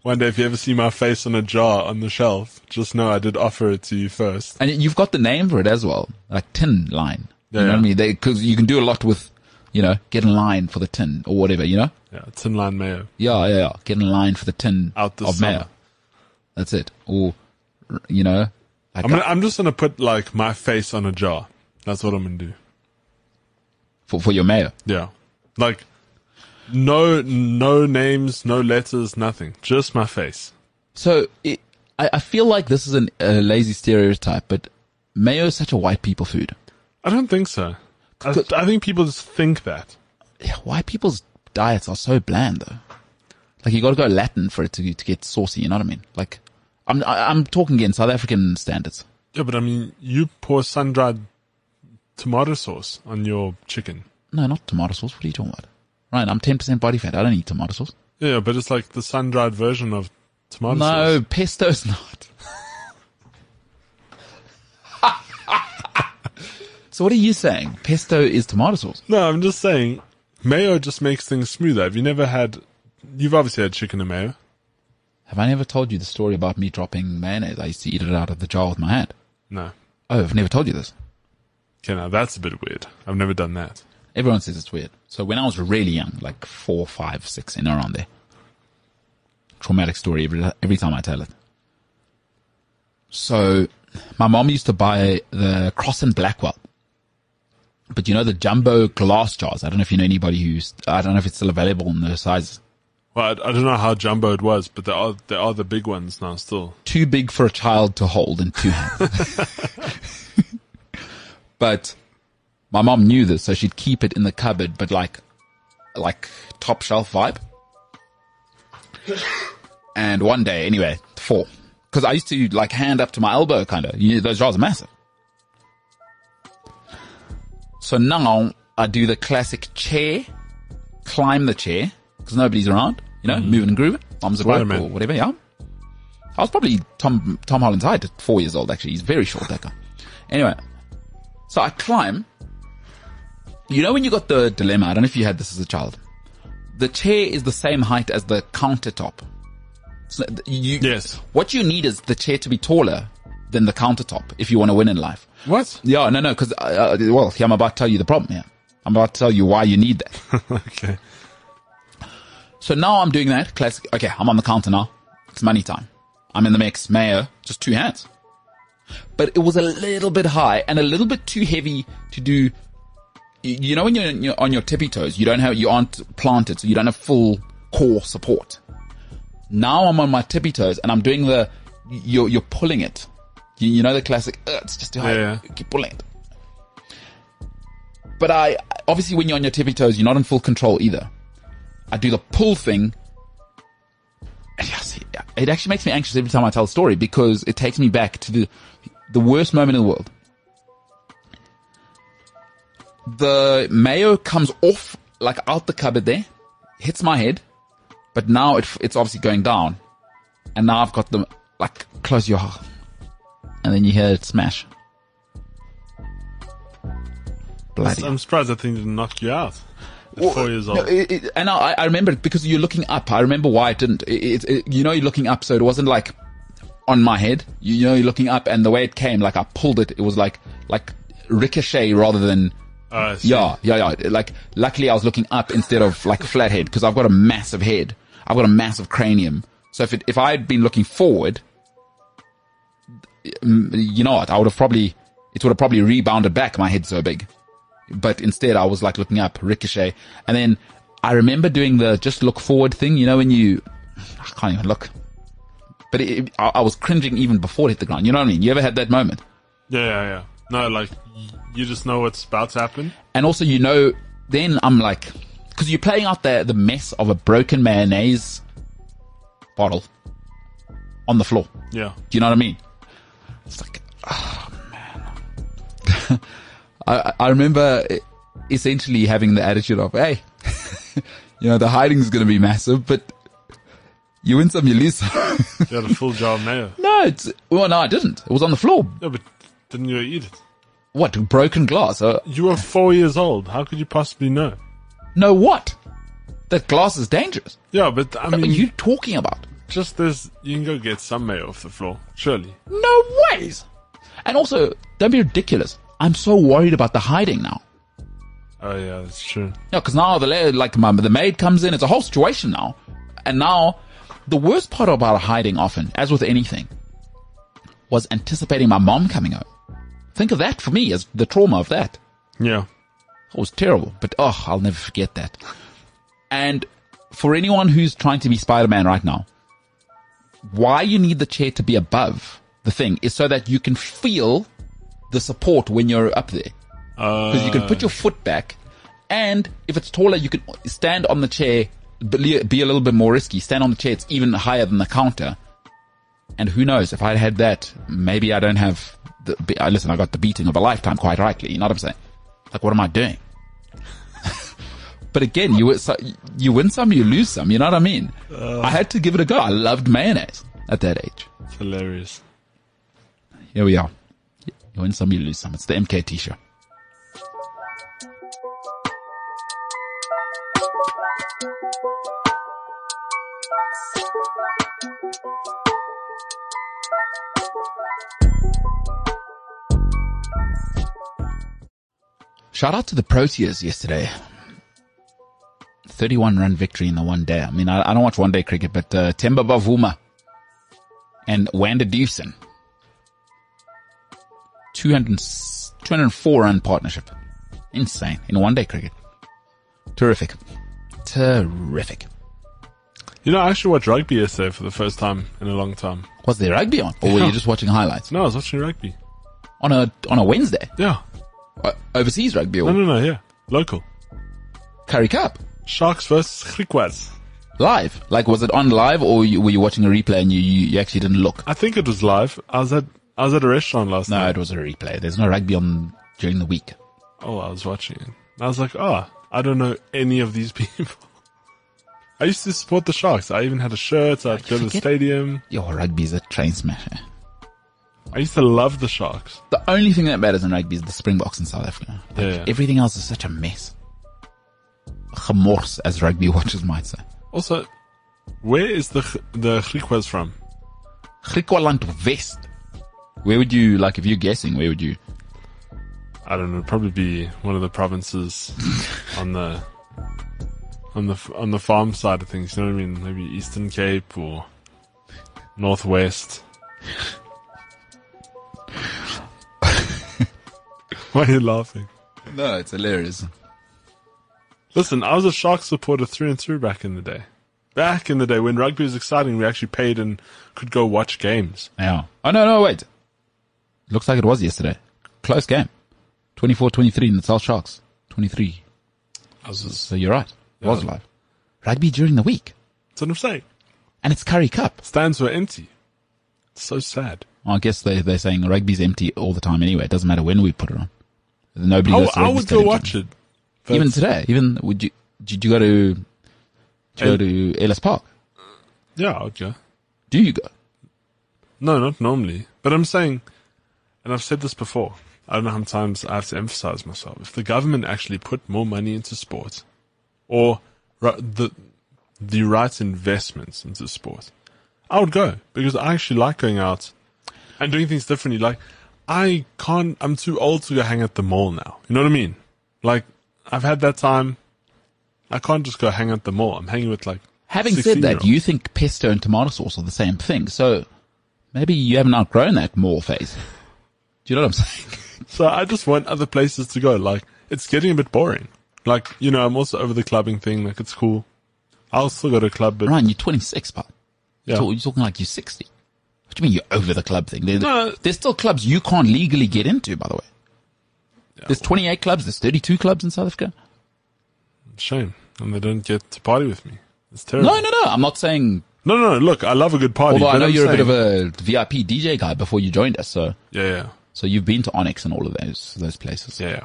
Speaker 3: One day, if you ever see my face on a jar on the shelf, just know I did offer it to you first.
Speaker 2: And you've got the name for it as well, like tin line.
Speaker 3: Yeah,
Speaker 2: you know
Speaker 3: yeah.
Speaker 2: what I mean? Because you can do a lot with, you know, get in line for the tin or whatever. You know?
Speaker 3: Yeah, tin line mayo.
Speaker 2: Yeah, yeah, yeah. Get in line for the tin
Speaker 3: Out this
Speaker 2: of mayo.
Speaker 3: summer.
Speaker 2: That's it. Or, r- you know, like
Speaker 3: I'm gonna, I'm just gonna put like my face on a jar. That's what I'm gonna do.
Speaker 2: for for your mayo.
Speaker 3: Yeah, like no no names, no letters, nothing. Just my face.
Speaker 2: So it, I, I feel like this is an, a lazy stereotype, but mayo is such a white people food.
Speaker 3: I don't think so. I,
Speaker 2: Could-
Speaker 3: I think people just think that.
Speaker 2: Yeah, white people's diets are so bland though. Like you got to go Latin for it to to get saucy. You know what I mean? Like I'm I, I'm talking in South African standards.
Speaker 3: Yeah, but I mean, you pour sun dried tomato sauce on your chicken.
Speaker 2: No, not tomato sauce. What are you talking about? Right, I'm 10% body fat. I don't eat tomato sauce.
Speaker 3: Yeah, but it's like the sun dried version of tomato
Speaker 2: No,
Speaker 3: sauce.
Speaker 2: pesto's not. so what are you saying? Pesto is tomato sauce.
Speaker 3: No, I'm just saying, mayo just makes things smoother. Have you never had? You've obviously had chicken and mayo.
Speaker 2: Have I never told you the story about me dropping mayonnaise? I used to eat it out of the jar with my hand.
Speaker 3: No,
Speaker 2: Oh, I've never told you this.
Speaker 3: okay, now that's a bit weird. I've never done that.
Speaker 2: Everyone says it's weird. So when I was really young, like four, five, six, in around there, traumatic story every, every time I tell it. So my mom used to buy the Cross and Blackwell. But you know, the jumbo glass jars. I don't know if you know anybody who's, I don't know if it's still available in those sizes.
Speaker 3: Well, I, I don't know how jumbo it was, but there are there are the big ones now still.
Speaker 2: too big for a child to hold in two hands. but my mom knew this, so she'd keep it in the cupboard, but like, like top shelf vibe. And one day, anyway, four, because I used to like hand up to my elbow, kind of. You know, those jars are massive. So now I do the classic chair, climb the chair because nobody's around. You know, moving and grooving, arms at work
Speaker 3: Spider-Man.
Speaker 2: or whatever. Yeah. I was probably Tom Tom Holland's height at four years old. Actually, he's very short, that guy. Anyway, so I climb. You know when you got the dilemma. I don't know if you had this as a child. The chair is the same height as the countertop. So th- you,
Speaker 3: Yes.
Speaker 2: What you need is the chair to be taller than the countertop if you want to win in life.
Speaker 3: What?
Speaker 2: Yeah, no, no, because uh, well, yeah, I'm about to tell you the problem here. I'm about to tell you why you need that.
Speaker 3: okay.
Speaker 2: So now I'm doing that. Classic. Okay, I'm on the counter now. It's money time. I'm in the mix. Mayo, just two hands. But it was a little bit high and a little bit too heavy to do. You you know, when you're, you're on your tippy toes, you don't have, you aren't planted, so you don't have full core support. Now I'm on my tippy toes and I'm doing the, you're, you're pulling it. You, you know, the classic, "Ugh, it's just too high.
Speaker 3: Yeah.
Speaker 2: Keep pulling it. But I, obviously when you're on your tippy toes, you're not in full control either. I do the pull thing. And yeah, see, It actually makes me anxious every time I tell a story because it takes me back to the the worst moment in the world. The mayo comes off like out the cupboard there, hits my head, but now it, it's obviously going down, and now I've got the like close your heart, and then you hear it smash. Bloody
Speaker 3: I'm surprised that thing didn't knock you out. At four years old.
Speaker 2: no, it- it- and I, I remember it because you're looking up. I remember why it didn't. It, it, it- you know, you're looking up, so it wasn't like on my head. You, you know, you're looking up, and the way it came, like I pulled it, it was like like ricochet rather than
Speaker 3: Oh, I see.
Speaker 2: yeah, yeah, yeah. Like luckily, I was looking up instead of like flathead because I've got a massive head. I've got a massive cranium. So if it, if I had been looking forward, mm, you know what, I would have probably it would have probably rebounded back. My head's so big but instead I was like looking up Ricochet. And then I remember doing the just look forward thing, you know, when you, I can't even look, but it, it- I, I was cringing even before it hit the ground. You know what I mean? You ever had that moment?
Speaker 3: yeah, yeah, yeah. No, like y- you just know what's about to happen.
Speaker 2: And also, you know, then I'm like, cause you're playing out the, the mess of a broken mayonnaise bottle on the floor.
Speaker 3: Yeah,
Speaker 2: Do you know what I mean? It's like, oh man. I, I remember essentially having the attitude of, hey, you know, the hiding's going to be massive, but you win some, you lose some.
Speaker 3: you had a full jar of mayo.
Speaker 2: no, it's, well, no, I didn't. It was on the floor.
Speaker 3: Yeah, but didn't you eat it?
Speaker 2: What? Broken glass? Uh,
Speaker 3: You were four years old. How could you possibly know?
Speaker 2: no, what? That glass is dangerous.
Speaker 3: Yeah, but I
Speaker 2: What
Speaker 3: mean,
Speaker 2: are you talking about?
Speaker 3: just there's you can go get some mayo off the floor, surely.
Speaker 2: No ways. And also, don't be ridiculous. I'm so worried about the hiding now.
Speaker 3: Oh yeah, that's true.
Speaker 2: No, because now the la- like my, the maid comes in. It's a whole situation now, and now the worst part about hiding, often as with anything, was anticipating my mom coming home. Think of that for me as the trauma of that.
Speaker 3: Yeah.
Speaker 2: It was terrible, but oh, I'll never forget that. And for anyone who's trying to be Spider-Man right now, why you need the chair to be above the thing is so that you can feel the support when you're up there
Speaker 3: Uh,
Speaker 2: because you can put your foot back, and if it's taller, you can stand on the chair, be, be a little bit more risky. Stand on the chair; it's even higher than the counter. And who knows? If I had that, maybe I don't have the. be- uh, Listen, I got the beating of a lifetime, quite rightly. You know what I'm saying? Like, what am I doing? but again, you were so- you win some, you lose some. You know what I mean? I had to give it a go. I loved mayonnaise at that age.
Speaker 3: it's hilarious.
Speaker 2: Here we are. You win some, you lose some. It's the MKT show. Shout out to the Proteas yesterday. 31 run victory in the one day. I mean, I, I don't watch one day cricket, but uh, Temba Bavuma and Wander Dusen. 200, 204 run partnership. Insane. In one day cricket. Terrific. Terrific.
Speaker 3: You know, I actually watched rugby yesterday for the first time in a long time.
Speaker 2: Was there rugby on? Or were you
Speaker 3: Yeah.
Speaker 2: just watching highlights?
Speaker 3: No, I was watching rugby.
Speaker 2: On a, on a Wednesday?
Speaker 3: Yeah.
Speaker 2: Uh, overseas rugby
Speaker 3: No,
Speaker 2: or
Speaker 3: no, no. Yeah. Local.
Speaker 2: Curry Cup?
Speaker 3: Sharks versus Griquas.
Speaker 2: Live? Like, was it on live or you, were you watching a replay and you, you, you actually didn't look?
Speaker 3: I think it was live. I was at I was at a restaurant last
Speaker 2: No,
Speaker 3: night.
Speaker 2: it was a replay. There's no rugby on during the week.
Speaker 3: Oh, I was watching it. I was like, oh, I don't know any of these people. I used to support the Sharks. I even had a shirt. I'd go to the
Speaker 2: forget-
Speaker 3: stadium.
Speaker 2: Yo, rugby's a train smasher.
Speaker 3: I used to love the Sharks.
Speaker 2: The only thing that matters in rugby is the Springboks in South Africa. Like,
Speaker 3: Yeah, yeah.
Speaker 2: Everything else is such a mess. Gemors, as rugby watchers might say.
Speaker 3: Also, where is the the Griquas from?
Speaker 2: Griekeland West. Where would you, like, if you're guessing, where would you?
Speaker 3: I don't know. Probably be one of the provinces on the on the on the farm side of things. You know what I mean? Maybe Eastern Cape or Northwest. Why are you laughing?
Speaker 2: No, it's hilarious.
Speaker 3: Listen, I was a Shark supporter through and through back in the day. Back in the day when rugby was exciting, we actually paid and could go watch games.
Speaker 2: Yeah. Oh, no, no, wait. Looks like it was yesterday. Close game. 24-23 in the South Sharks. 23.
Speaker 3: I was just,
Speaker 2: So you're right. It was live. Rugby during the week.
Speaker 3: that's what I'm saying.
Speaker 2: And it's Curry Cup.
Speaker 3: Stands were empty. It's so sad.
Speaker 2: Well, I guess they, they're saying rugby's empty all the time anyway. It doesn't matter when we put it on. Nobody
Speaker 3: I,
Speaker 2: goes to
Speaker 3: Oh, I
Speaker 2: rugby
Speaker 3: would go
Speaker 2: stadium.
Speaker 3: watch it. but-
Speaker 2: Even today, even would you did you go to did you go to Ellis Park?
Speaker 3: Yeah, I would go.
Speaker 2: Do you go?
Speaker 3: No, not normally. But I'm saying, and I've said this before, I don't know how many times I have to emphasize myself. If the government actually put more money into sport, or ri- the the right investments into sport, I would go because I actually like going out and doing things differently. Like I can't. I'm too old to go hang at the mall now. You know what I mean? Like I've had that time. I can't just go hang at the mall. I'm hanging with like.
Speaker 2: Having said that,
Speaker 3: 16-year-olds.
Speaker 2: you think pesto and tomato sauce are the same thing, so maybe you haven't outgrown that mall phase. Do you know what I'm saying?
Speaker 3: So I just want other places to go. Like it's getting a bit boring. Like you know, I'm also over the clubbing thing. Like it's cool. I'll still go to a club, but
Speaker 2: Ryan, you're 26, but
Speaker 3: yeah.
Speaker 2: you're talking like you're 60. What do you mean you're over the club thing? There-
Speaker 3: No.
Speaker 2: There's still clubs you can't legally get into, by the way. there's 28 clubs, there's 32 clubs in South Africa.
Speaker 3: shame, and they don't get to party with me. It's terrible.
Speaker 2: No, no, no, I'm not saying,
Speaker 3: no, no, no. Look, I love a good party.
Speaker 2: although I
Speaker 3: but
Speaker 2: know
Speaker 3: I'm
Speaker 2: you're a bit of
Speaker 3: saying-
Speaker 2: a VIP DJ guy before you joined us, so,
Speaker 3: yeah, yeah,
Speaker 2: so you've been to Onyx and all of those, those places.
Speaker 3: yeah, yeah.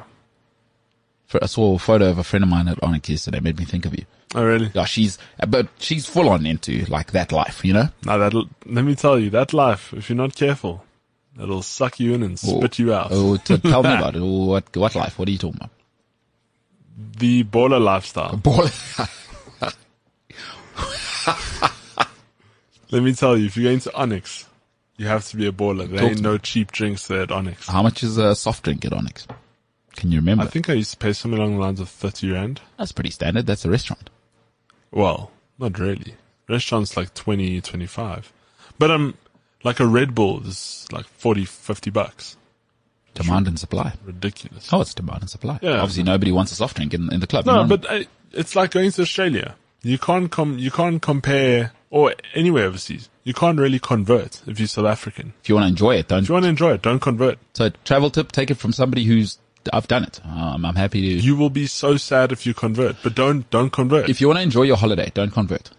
Speaker 2: For, I saw a photo of a friend of mine at Onyx yesterday, made me think of you.
Speaker 3: Oh really?
Speaker 2: Yeah, she's but she's full on into like that life, you know.
Speaker 3: Now that let me tell you, that life, if you're not careful, it'll suck you in and spit you out.
Speaker 2: Oh, t- tell me about it. Oh, What what life? What are you talking about?
Speaker 3: The baller lifestyle.
Speaker 2: Ball.
Speaker 3: Let me tell you, if you're going to Onyx, You have to be a baller. There
Speaker 2: Talk
Speaker 3: ain't
Speaker 2: to
Speaker 3: no cheap drinks there at Onyx.
Speaker 2: How much is a soft drink at Onyx? Can you
Speaker 3: I
Speaker 2: remember?
Speaker 3: think I used to pay something along the lines of 30 rand.
Speaker 2: That's pretty standard. That's a restaurant.
Speaker 3: Well, not really. Restaurants like 20, 25. But um, like a Red Bull is like 40, 50 bucks.
Speaker 2: Demand and supply.
Speaker 3: Ridiculous.
Speaker 2: Oh, it's demand and supply.
Speaker 3: Yeah.
Speaker 2: Obviously, nobody wants a soft drink in, in the club.
Speaker 3: No,
Speaker 2: None-
Speaker 3: but I, it's like going to Australia. You can't com- you can't compare or anywhere overseas. You can't really convert if you're South African.
Speaker 2: if you want to enjoy it, don't.
Speaker 3: If you want to enjoy it, don't convert.
Speaker 2: So, travel tip: take it from somebody who's I've done it. Um, I'm happy to.
Speaker 3: You will be so sad if you convert, but don't don't convert.
Speaker 2: if you want to enjoy your holiday, don't convert.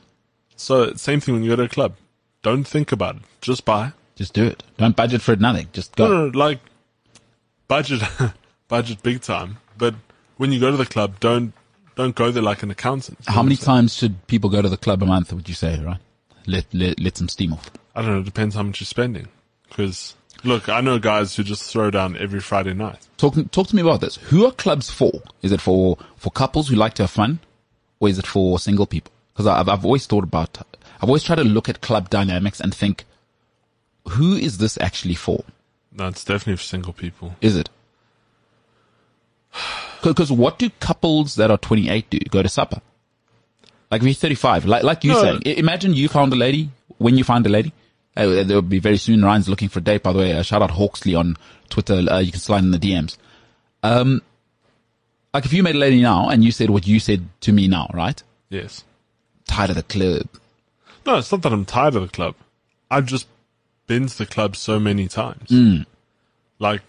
Speaker 3: so same thing when you go to a club. Don't think about it. Just buy.
Speaker 2: Just do it. Don't budget for it. Nothing. Just go.
Speaker 3: No, no, no, like budget, budget big time. But when you go to the club, don't don't go there like an accountant.
Speaker 2: How many times should people go to the club a month? Would you say, right? Let let let some steam off.
Speaker 3: I don't know. It depends how much you're spending. Because look, I know guys who just throw down every Friday night.
Speaker 2: Talk talk to me about this. Who are clubs for? Is it for for couples who like to have fun, or is it for single people? Because I've I've always thought about. I've always tried to look at club dynamics and think, who is this actually for?
Speaker 3: No, it's definitely for single people.
Speaker 2: Is it? Because what do couples that are 28 do? Go to supper. Like if you're 35, like, like you
Speaker 3: No.
Speaker 2: saying, i- imagine you found a lady, when you find a lady, uh, there will be very soon Ryan's looking for a date, by the way. Uh, shout out Hawksley on Twitter. Uh, you can slide in the DMs. Um, like if you met a lady now and you said what you said to me now, right?
Speaker 3: Yes.
Speaker 2: Tired of the club.
Speaker 3: No, it's not that I'm tired of the club. I've just been to the club so many times.
Speaker 2: Hmm.
Speaker 3: Like,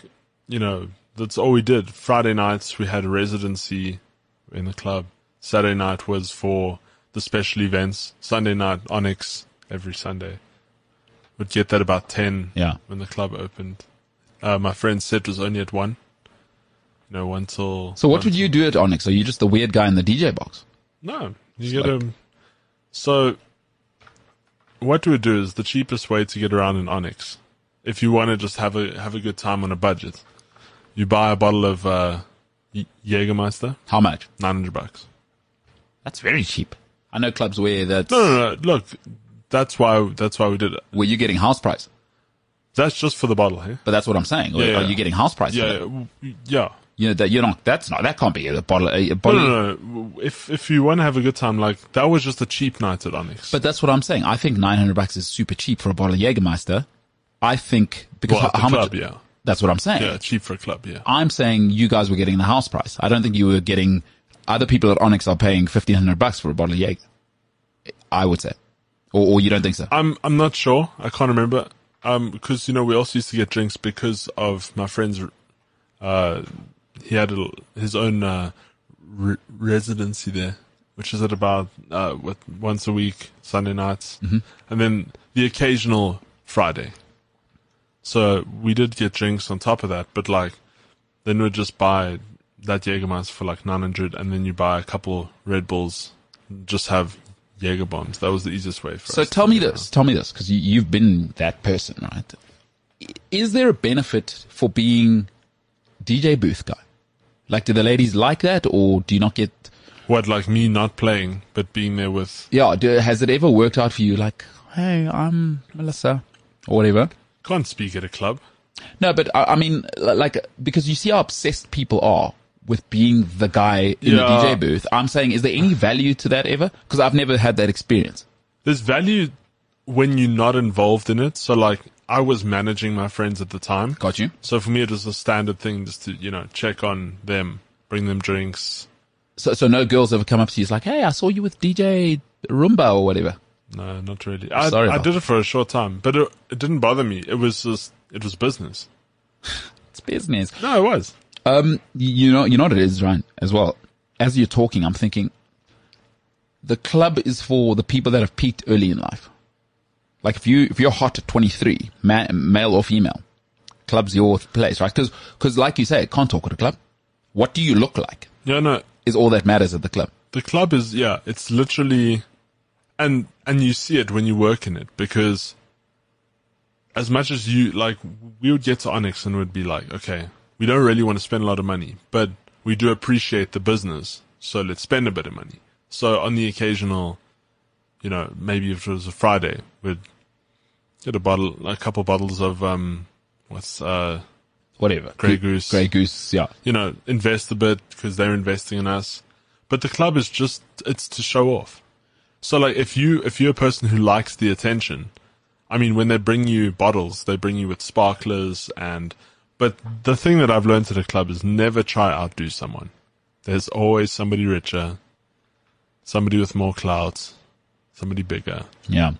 Speaker 3: you know, that's all we did. Friday nights we had a residency in the club. Saturday night was for the special events. Sunday night Onyx every Sunday. Would get that about ten
Speaker 2: Yeah.
Speaker 3: when the club opened. Uh, my friend said was only at one. You know, one till
Speaker 2: So what would you do at Onyx? Are you just the weird guy in the DJ box?
Speaker 3: No, you get
Speaker 2: like-
Speaker 3: um So, what we do is the cheapest way to get around in Onyx, if you want to just have a have a good time on a budget, you buy a bottle of uh, Ye- Jägermeister,
Speaker 2: How much?
Speaker 3: nine hundred bucks.
Speaker 2: That's very cheap. I know clubs where that's,
Speaker 3: No, no, no. Look, that's why that's why we did it.
Speaker 2: where you're getting house price.
Speaker 3: That's just for the bottle, hey?
Speaker 2: But that's what I'm saying.
Speaker 3: Yeah,
Speaker 2: Are
Speaker 3: yeah.
Speaker 2: you getting house price?
Speaker 3: Yeah,
Speaker 2: for
Speaker 3: yeah,
Speaker 2: that?
Speaker 3: w- yeah.
Speaker 2: You know that you're not. That's not. That can't be a bottle. A, a
Speaker 3: No,
Speaker 2: bottle.
Speaker 3: no, no. If if you want to have a good time, like that was just a cheap night at Onyx.
Speaker 2: But that's what I'm saying. I think 900 bucks is super cheap for a bottle of Jägermeister. I think because
Speaker 3: Well, at
Speaker 2: how,
Speaker 3: the
Speaker 2: how
Speaker 3: club,
Speaker 2: much?
Speaker 3: Yeah,
Speaker 2: That's what I'm saying.
Speaker 3: yeah, cheap for a club. Yeah,
Speaker 2: I'm saying you guys were getting the house price. I don't think you were getting. Other people at Onyx are paying 1500 bucks for a bottle of Jäger. I would say, or, or you don't think so?
Speaker 3: I'm I'm not sure. I can't remember. Um, because you know we also used to get drinks because of my friend's. Uh, he had a, his own uh, re- residency there, which is at about uh what, once a week Sunday nights,
Speaker 2: Mm-hmm.
Speaker 3: and then the occasional Friday. So we did get drinks on top of that, but like, then we'd just buy that Jägermeister for like nine hundred, and then you buy a couple Red Bulls, just have Jaeger bombs. That was the easiest way for
Speaker 2: So
Speaker 3: us. to
Speaker 2: tell me
Speaker 3: get around.
Speaker 2: this, tell me this, because you, you've been that person, right? I- Is there a benefit for being DJ booth guy? Like, do the ladies like that, or do you not get?
Speaker 3: What, like me not playing, but being there with.
Speaker 2: Yeah, do, has it ever worked out for you? Like, hey, I'm Melissa, or whatever.
Speaker 3: Can't speak at a club.
Speaker 2: No, but I, I mean, li- like, because you see how obsessed people are with being the guy in the
Speaker 3: Yeah.
Speaker 2: DJ booth. I'm saying, is there any value to that ever? Because I've never had that experience.
Speaker 3: There's value when you're not involved in it. So, like, I was managing my friends at the time.
Speaker 2: Got you.
Speaker 3: So for me, it was a standard thing just to, you know, check on them, bring them drinks.
Speaker 2: So, so no girls ever come up to you it's like, hey, I saw you with DJ Roomba or whatever.
Speaker 3: No, not really. I,
Speaker 2: Sorry
Speaker 3: I
Speaker 2: about
Speaker 3: did it for a short time, but it, it didn't bother me. It was just, it was business.
Speaker 2: It's business.
Speaker 3: No, it was.
Speaker 2: Um, you you know, you know what it is, Ryan, as well. As you're talking, I'm thinking the club is for the people that have peaked early in life. Like if you, if you're hot at 23, ma- male or female, club's your place, right? Cause, 'cause like you say, can't talk at a club. What do you look like
Speaker 3: Yeah, no,
Speaker 2: is all that matters at the club.
Speaker 3: the club is yeah it's literally and and you see it when you work in it because as much as you like we would get to onyx and would be like okay we don't really want to spend a lot of money but we do appreciate the business so let's spend a bit of money so on the occasional you know maybe if it was a friday we'd Get a bottle, a couple bottles of um, what's uh,
Speaker 2: Whatever.
Speaker 3: Grey
Speaker 2: Gre-
Speaker 3: Goose.
Speaker 2: Grey Goose, yeah.
Speaker 3: you know, invest a bit because they're investing in us. But the club is just it's to show off. So like if you if you're a person who likes the attention, I mean when they bring you bottles, they bring you with sparklers and but the thing that I've learned at a club is never try outdo someone. There's always somebody richer, somebody with more clout, somebody bigger.
Speaker 2: Yeah.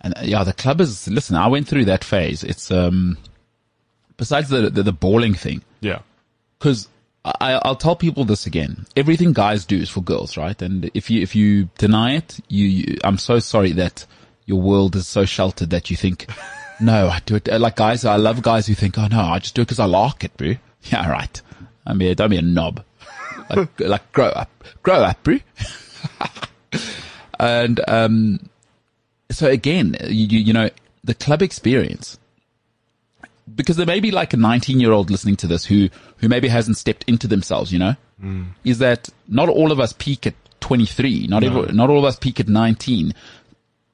Speaker 2: And uh, yeah, the club is, listen, I went through that phase. It's, um, besides the, the, the balling thing,
Speaker 3: Yeah.
Speaker 2: because I, I'll tell people this again. Everything guys do is for girls, right? And if you if you deny it, you, you I'm so sorry that your world is so sheltered that you think, no, I do it like guys. I love guys who think, oh no, I just do it because I like it, bro. Yeah, right. I mean, don't be a knob. Like, like grow up, grow up, bro. and um, so again, you, you you know the club experience because there may be like a 19 year old listening to this who, who maybe hasn't stepped into themselves, you know, is that not all of us peak at 23. Not every, not all of us peak at 19.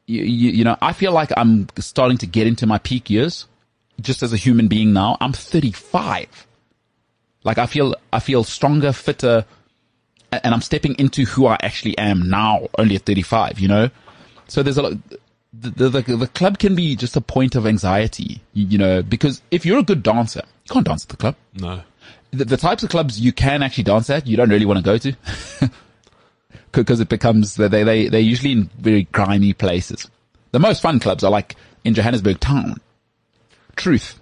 Speaker 2: You, you, you know, I feel like I'm starting to get into my peak years just as a human being now. I'm 35. Like I feel, I feel stronger, fitter, a- and I'm stepping into who I actually am now only at 35, you know? So there's a lot, the, the, the club can be just a point of anxiety, you, you know, because if you're a good dancer, you can't dance at the club.
Speaker 3: No.
Speaker 2: The, the types of clubs you can actually dance at, you don't really want to go to because it becomes, they, they, they're usually in very grimy places. The most fun clubs are like in Johannesburg town. Truth.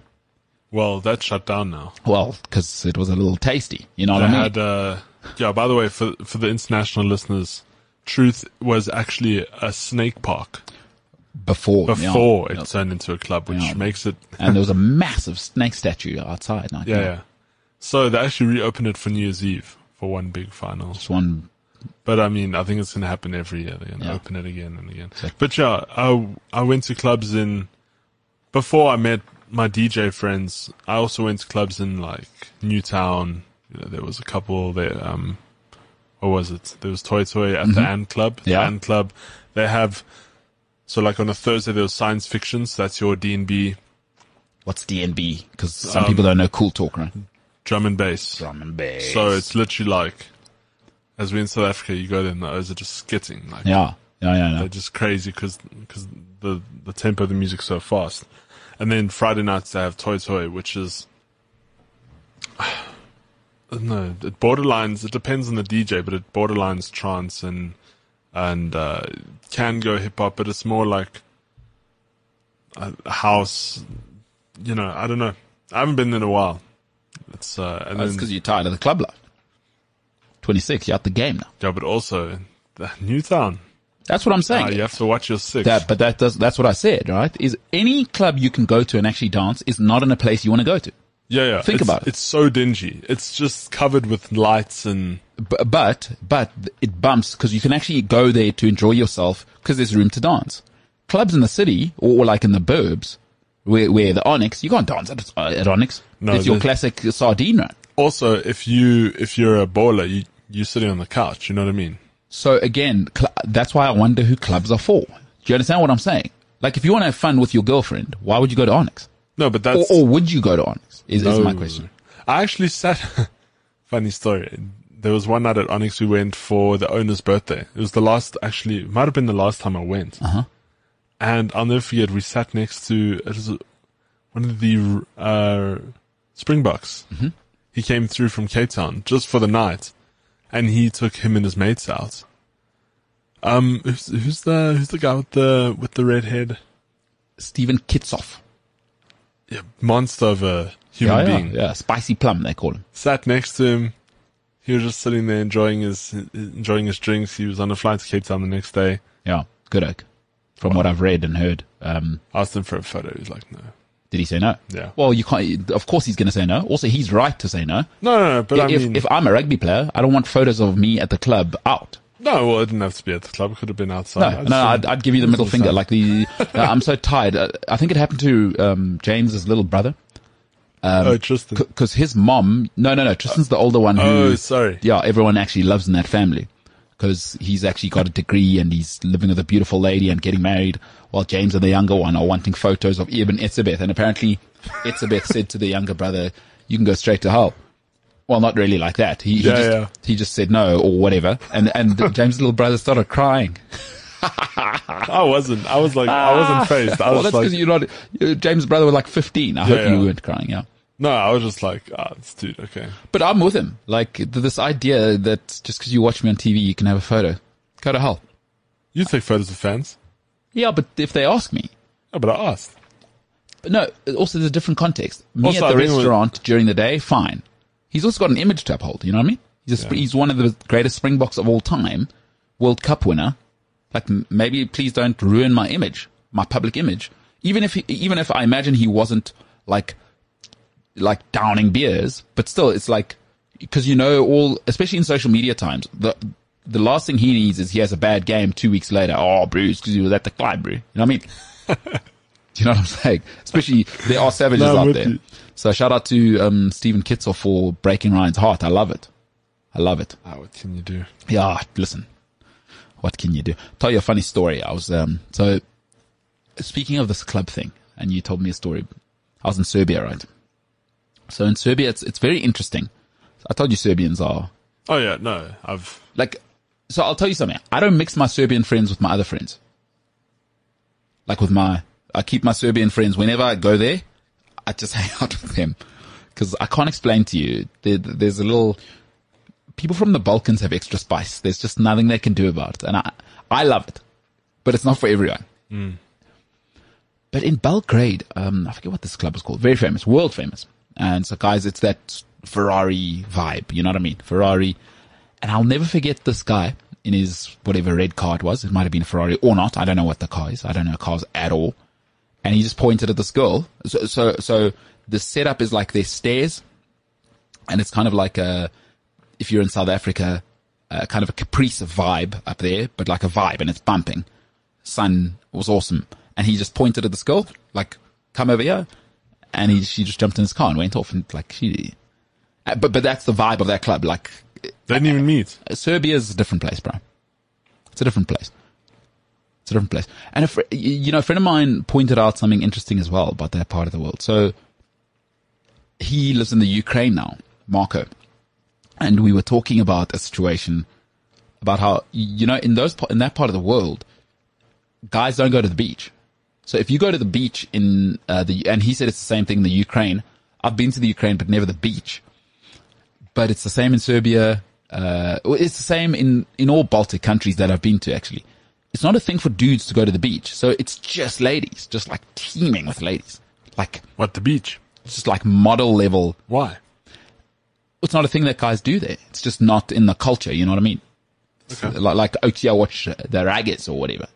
Speaker 3: Well, that's shut down now.
Speaker 2: Well, because it was a little tasty, you know what
Speaker 3: I
Speaker 2: I mean?
Speaker 3: had uh yeah, by the way, for for the international listeners, Truth was actually a snake park.
Speaker 2: before. yeah.
Speaker 3: before it turned into a club, which
Speaker 2: Yeah.
Speaker 3: makes it
Speaker 2: and there was a massive snake statue outside. and I
Speaker 3: yeah,
Speaker 2: think
Speaker 3: yeah. So they actually reopened it for New Year's Eve for one big final.
Speaker 2: Just one
Speaker 3: But I mean, I think it's going to happen every year. They're going to
Speaker 2: Yeah.
Speaker 3: open it again and again. But yeah, I I went to clubs in before I met my DJ friends. I also went to clubs in like Newtown. You know, there was a couple there. Um, what was it? There was Toy Toy at the Ant Club. The
Speaker 2: Mm-hmm. Yeah.
Speaker 3: Ant Club. They have so like on a Thursday there was science fiction. So that's your D and B
Speaker 2: What's DNB? Because
Speaker 3: Um,
Speaker 2: some people don't know cool talk, right?
Speaker 3: drum and bass.
Speaker 2: Drum and bass.
Speaker 3: So it's literally like, as we in South Africa, you go there and the O's are just skitting. Like,
Speaker 2: yeah, yeah, yeah, yeah.
Speaker 3: they're just crazy because the, the tempo of the music's so fast. And then Friday nights they have Toy Toy, which is. No, it borderlines. It depends on the DJ, but it borderlines trance and and uh, can go hip hop, but it's more like a house. You know, I don't know. I haven't been in a while. It's uh, and
Speaker 2: That's
Speaker 3: then
Speaker 2: because you're tired of the club life. Twenty six, you're out the game now.
Speaker 3: Yeah, but also the Newtown.
Speaker 2: That's what I'm saying.
Speaker 3: Uh, you have to watch your six.
Speaker 2: That, but that does, that's what I said, right? Is any club you can go to and actually dance is not in a place you want to go to.
Speaker 3: yeah, yeah.
Speaker 2: think
Speaker 3: it's,
Speaker 2: about it.
Speaker 3: It's so dingy. It's just covered with lights and
Speaker 2: B- but but it bumps because you can actually go there to enjoy yourself because there's room to dance. Clubs in the city or, or like in the burbs, where where the Onyx, you can't dance at, at Onyx.
Speaker 3: No,
Speaker 2: it's your
Speaker 3: the-
Speaker 2: classic sardine run.
Speaker 3: also if you if you're a bowler, you you're sitting on the couch. You know what I mean?
Speaker 2: So again, cl- that's why I wonder who clubs are for. Do you understand what I'm saying? Like, if you want to have fun with your girlfriend, why would you go to Onyx?
Speaker 3: No, but
Speaker 2: Or,
Speaker 3: that's
Speaker 2: or would you go to Onyx? Is, is my
Speaker 3: No.
Speaker 2: question.
Speaker 3: I actually sat. funny story. There was one night at Onyx we went for the owner's birthday. It was the last, actually, it might have been the last time I went.
Speaker 2: Uh-huh.
Speaker 3: And I'll never forget. We sat next to it was one of the uh, Springboks. Mm-hmm. He came through from Cape Town just for the night, and he took him and his mates out. Um, who's, who's the who's the guy with the with the red head?
Speaker 2: Stephen Kitsoff.
Speaker 3: Yeah, monster of a human
Speaker 2: Yeah, yeah,
Speaker 3: being.
Speaker 2: yeah. Spicy plum, they call him.
Speaker 3: sat next to him. He was just sitting there enjoying his enjoying his drinks. He was on a flight to Cape Town the next day.
Speaker 2: Yeah, good oak. From what I've read and heard, um,
Speaker 3: Asked him for a photo. He's like, no,
Speaker 2: did he say no?
Speaker 3: Yeah.
Speaker 2: Well, you can't. Of course, he's going to say no. Also, he's right to say no.
Speaker 3: no, no, no. But I
Speaker 2: if,
Speaker 3: mean,
Speaker 2: if I'm a rugby player, I don't want photos of me at the club out.
Speaker 3: no. Well, it didn't have to be at the club. It could have been outside. I
Speaker 2: No,
Speaker 3: just
Speaker 2: no,
Speaker 3: thought-
Speaker 2: I'd, I'd give you the middle
Speaker 3: Doesn't
Speaker 2: finger. Like the, uh, I'm so tired. Uh, I think it happened to um, James's little brother um,
Speaker 3: oh, Tristan.
Speaker 2: because his mom. No, no, no. Tristan's the older one. Who,
Speaker 3: oh, sorry.
Speaker 2: Yeah, everyone actually loves in that family because he's actually got a degree and he's living with a beautiful lady and getting married, while James and the younger one are wanting photos of Ibn Itzabeth. And apparently, Itzabeth said to the younger brother, "You can go straight to hell." Well, not really like that. He, he
Speaker 3: Yeah,
Speaker 2: just
Speaker 3: yeah.
Speaker 2: he just said no or whatever, and and James' little brother started crying.
Speaker 3: I wasn't. I was like, I wasn't phased. I
Speaker 2: Ah. Well,
Speaker 3: was
Speaker 2: that's
Speaker 3: like,
Speaker 2: because you're not. you- James' brother was like 15. I hope
Speaker 3: Yeah,
Speaker 2: you
Speaker 3: yeah.
Speaker 2: weren't crying. Yeah.
Speaker 3: no, I was just like, ah, it's dude, okay.
Speaker 2: But I'm with him. Like th- this idea that just because you watch me on TV, you can have a photo. Go to hell.
Speaker 3: You take photos of fans.
Speaker 2: Yeah, but if they ask me,
Speaker 3: Yeah, but I asked.
Speaker 2: but no. Also, there's a different context. Me
Speaker 3: Also,
Speaker 2: at the
Speaker 3: I think it was-
Speaker 2: restaurant during the day, fine. He's also got an image to uphold. You know what I mean? He's a, sp he's one of the greatest Springboks of all time, World Cup winner. Like m- maybe please don't ruin my image, my public image. Even if he, even if I imagine he wasn't like like downing beers, but still, it's like because you know all, especially in social media times, the the last thing he needs is he has a bad game two weeks later. Oh, Bruce, because you was at the club, Bruce. You know what I mean? Do you know what I'm saying? Especially there are savages
Speaker 3: No, I'm
Speaker 2: out
Speaker 3: with
Speaker 2: there.
Speaker 3: you.
Speaker 2: So shout out to um, Stephen Kitzel for breaking Ryan's heart. I love it. I love it.
Speaker 3: Ah, what can you do?
Speaker 2: Yeah, listen. What can you do? Tell you a funny story. I was um so speaking of this club thing, and you told me a story. I was in Serbia, right? So in Serbia, it's it's very interesting. I told you Serbians are
Speaker 3: Oh yeah, no, I've.
Speaker 2: like. So I'll tell you something. I don't mix my Serbian friends with my other friends. Like with my, I keep my Serbian friends. Whenever I go there, I just hang out with them because I can't explain to you. There, there's a little. People from the Balkans have extra spice. There's just nothing they can do about it, and I, I love it, but it's not for everyone. But in Belgrade, um, I forget what this club is called. Very famous, world famous. And so, guys, it's that Ferrari vibe. You know what I mean? Ferrari. And I'll never forget this guy in his whatever red car it was. It might have been a Ferrari or not. I don't know what the car is. I don't know cars at all. And he just pointed at this girl. So, so, so the setup is like there's stairs and it's kind of like a, if you're in South Africa, uh, kind of a Caprice vibe up there, but like a vibe and it's bumping. Sun was awesome. And he just pointed at this girl, like, come over here. And he, she just jumped in his car and went off and like she, uh, but, but that's the vibe of that club. Like
Speaker 3: They didn't even meet.
Speaker 2: Serbia is a different place, bro. It's a different place. It's a different place. And a fr- y- you know, a friend of mine pointed out something interesting as well about that part of the world. So he lives in the Ukraine now, Marco, and we were talking about a situation about how you know in those pa- in that part of the world, guys don't go to the beach. So if you go to the beach in uh, the and he said it's the same thing in the Ukraine. I've been to the Ukraine, but never the beach but it's the same in Serbia. Uh, well, it's the same in, in all Baltic countries that I've been to, actually. It's not a thing for dudes to go to the beach. So it's just ladies, just like teeming with ladies. Like,
Speaker 3: What the beach?
Speaker 2: it's just like model level.
Speaker 3: Why?
Speaker 2: It's not a thing that guys do there. It's just not in the culture. You know what I mean?
Speaker 3: Okay.
Speaker 2: Like, like OTR watch uh, the raggets or whatever.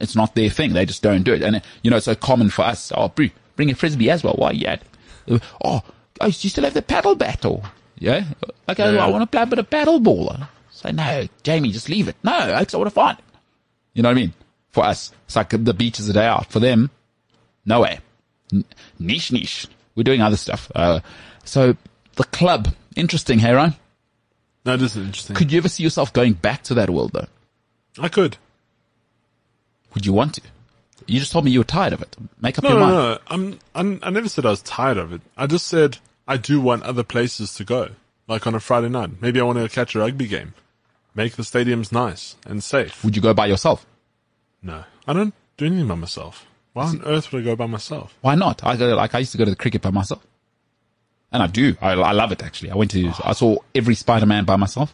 Speaker 2: It's not their thing. They just don't do it. And, uh, you know, it's so common for us. Oh, bro, bring a frisbee as well. Why you at it? Oh, oh, you still have the paddle battle. Yeah. Like, oh,
Speaker 3: Yeah.
Speaker 2: I want to play a bit of paddle baller. Say, no, Jamie, just leave it. No, I just want to find it. You know what I mean? For us, it's like the beach is a day out. For them, no way. N- niche, niche. We're doing other stuff. Uh, so the club, interesting, hey, Ryan?
Speaker 3: No, this is interesting.
Speaker 2: Could you ever see yourself going back to that world though?
Speaker 3: I could.
Speaker 2: Would you want to? You just told me you were tired of it. Make up
Speaker 3: No,
Speaker 2: your
Speaker 3: no,
Speaker 2: mind.
Speaker 3: no. I'm, I'm. I never said I was tired of it. I just said I do want other places to go. Like on a Friday night, maybe I want to catch a rugby game. Make the stadiums nice and safe.
Speaker 2: Would you go by yourself?
Speaker 3: No, I don't do anything by myself. Why on earth would I go by myself?
Speaker 2: Why not? I go, like I used to go to the cricket by myself, and I do. I, I love it actually. I went to. I saw every Spider-Man by myself.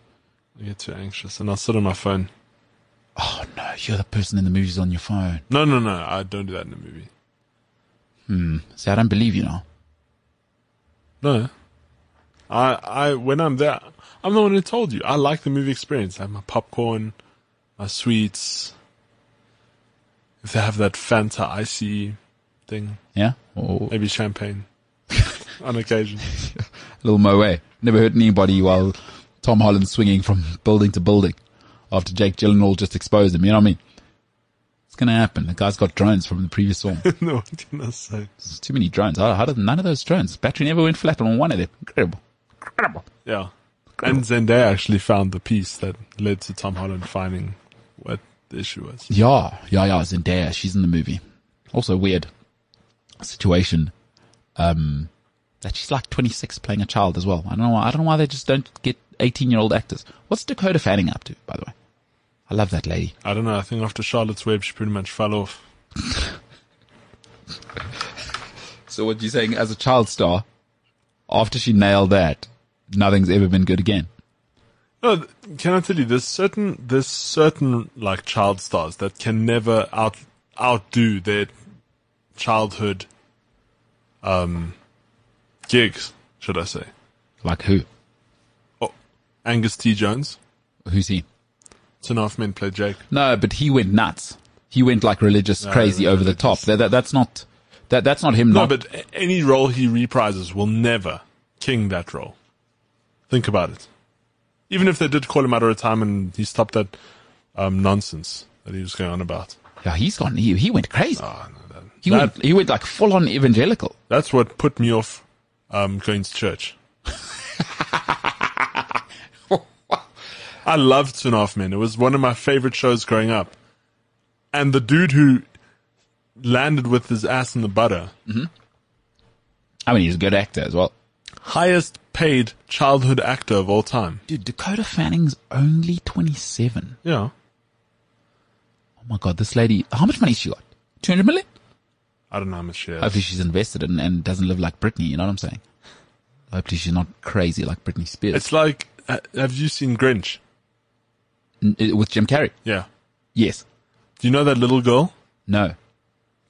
Speaker 3: I get too anxious and I'll sit on my phone.
Speaker 2: Oh no, you're the person in the movies on your phone.
Speaker 3: No, no, no. I don't do that in the movie.
Speaker 2: See, I don't believe you now.
Speaker 3: No. I, I, when I'm there, I'm the one who told you. I like the movie experience. I have my popcorn, my sweets. If they have that Fanta icy thing,
Speaker 2: Yeah, Oh, or
Speaker 3: maybe champagne on occasion.
Speaker 2: little Moe. Never hurt anybody while Tom Holland swinging from building to building after Jake Gyllenhaal just exposed him. You know what I mean? It's gonna happen. The guy's got drones from the previous film.
Speaker 3: no, what can I say?
Speaker 2: It's too many drones. How, how did none of those drones? Battery never went flat on one of them. Incredible. Incredible.
Speaker 3: Yeah. And Zendaya actually found the piece that led to Tom Holland finding what the issue was.
Speaker 2: Yeah, yeah, yeah. Zendaya, she's in the movie. Also weird situation. Um, that she's like 26 playing a child as well. I don't know. Why, I don't know why they just don't get 18 year old actors. What's Dakota Fanning up to, by the way? I love that lady.
Speaker 3: I don't know. I think after Charlotte's Web, she pretty much fell off.
Speaker 2: So what you're saying as a child star, after she nailed that, nothing's ever been good again.
Speaker 3: No, th- can I tell you? There's certain there's certain like child stars that can never out outdo their childhood um gigs. Should I say?
Speaker 2: Like who?
Speaker 3: Oh, Angus T. Jones.
Speaker 2: Who's he?
Speaker 3: Two and a half men play Jake.
Speaker 2: No, but he went nuts. He went like religious, crazy, over the top. That, that, that's not, that, that's not him.
Speaker 3: No,
Speaker 2: not,
Speaker 3: but a- any role he reprises will never king that role. Think about it. Even if they did call him out of retirement and he stopped that um, nonsense that he was going on about.
Speaker 2: yeah, he's gone. He, he went crazy.
Speaker 3: Ah, no, that-
Speaker 2: he
Speaker 3: that-
Speaker 2: went, he went like full on evangelical.
Speaker 3: That's what put me off um, going to church. I loved Two and a Half Men. It was one of my favorite shows growing up. And the dude who landed with his ass in the butter,
Speaker 2: I mean, he's a good actor as well.
Speaker 3: highest paid childhood actor of all time.
Speaker 2: Dude, Dakota Fanning's only 27.
Speaker 3: Yeah.
Speaker 2: Oh my God, this lady, how much money she got? 200 million?
Speaker 3: I don't know how much she has.
Speaker 2: Hopefully she's invested in and doesn't live like Britney, you know what I'm saying? Hopefully she's not crazy like Britney Spears.
Speaker 3: It's like, ha- have you seen Grinch?
Speaker 2: N- uh, with Jim Carrey?
Speaker 3: Yeah.
Speaker 2: Yes.
Speaker 3: Do you know that little girl?
Speaker 2: No.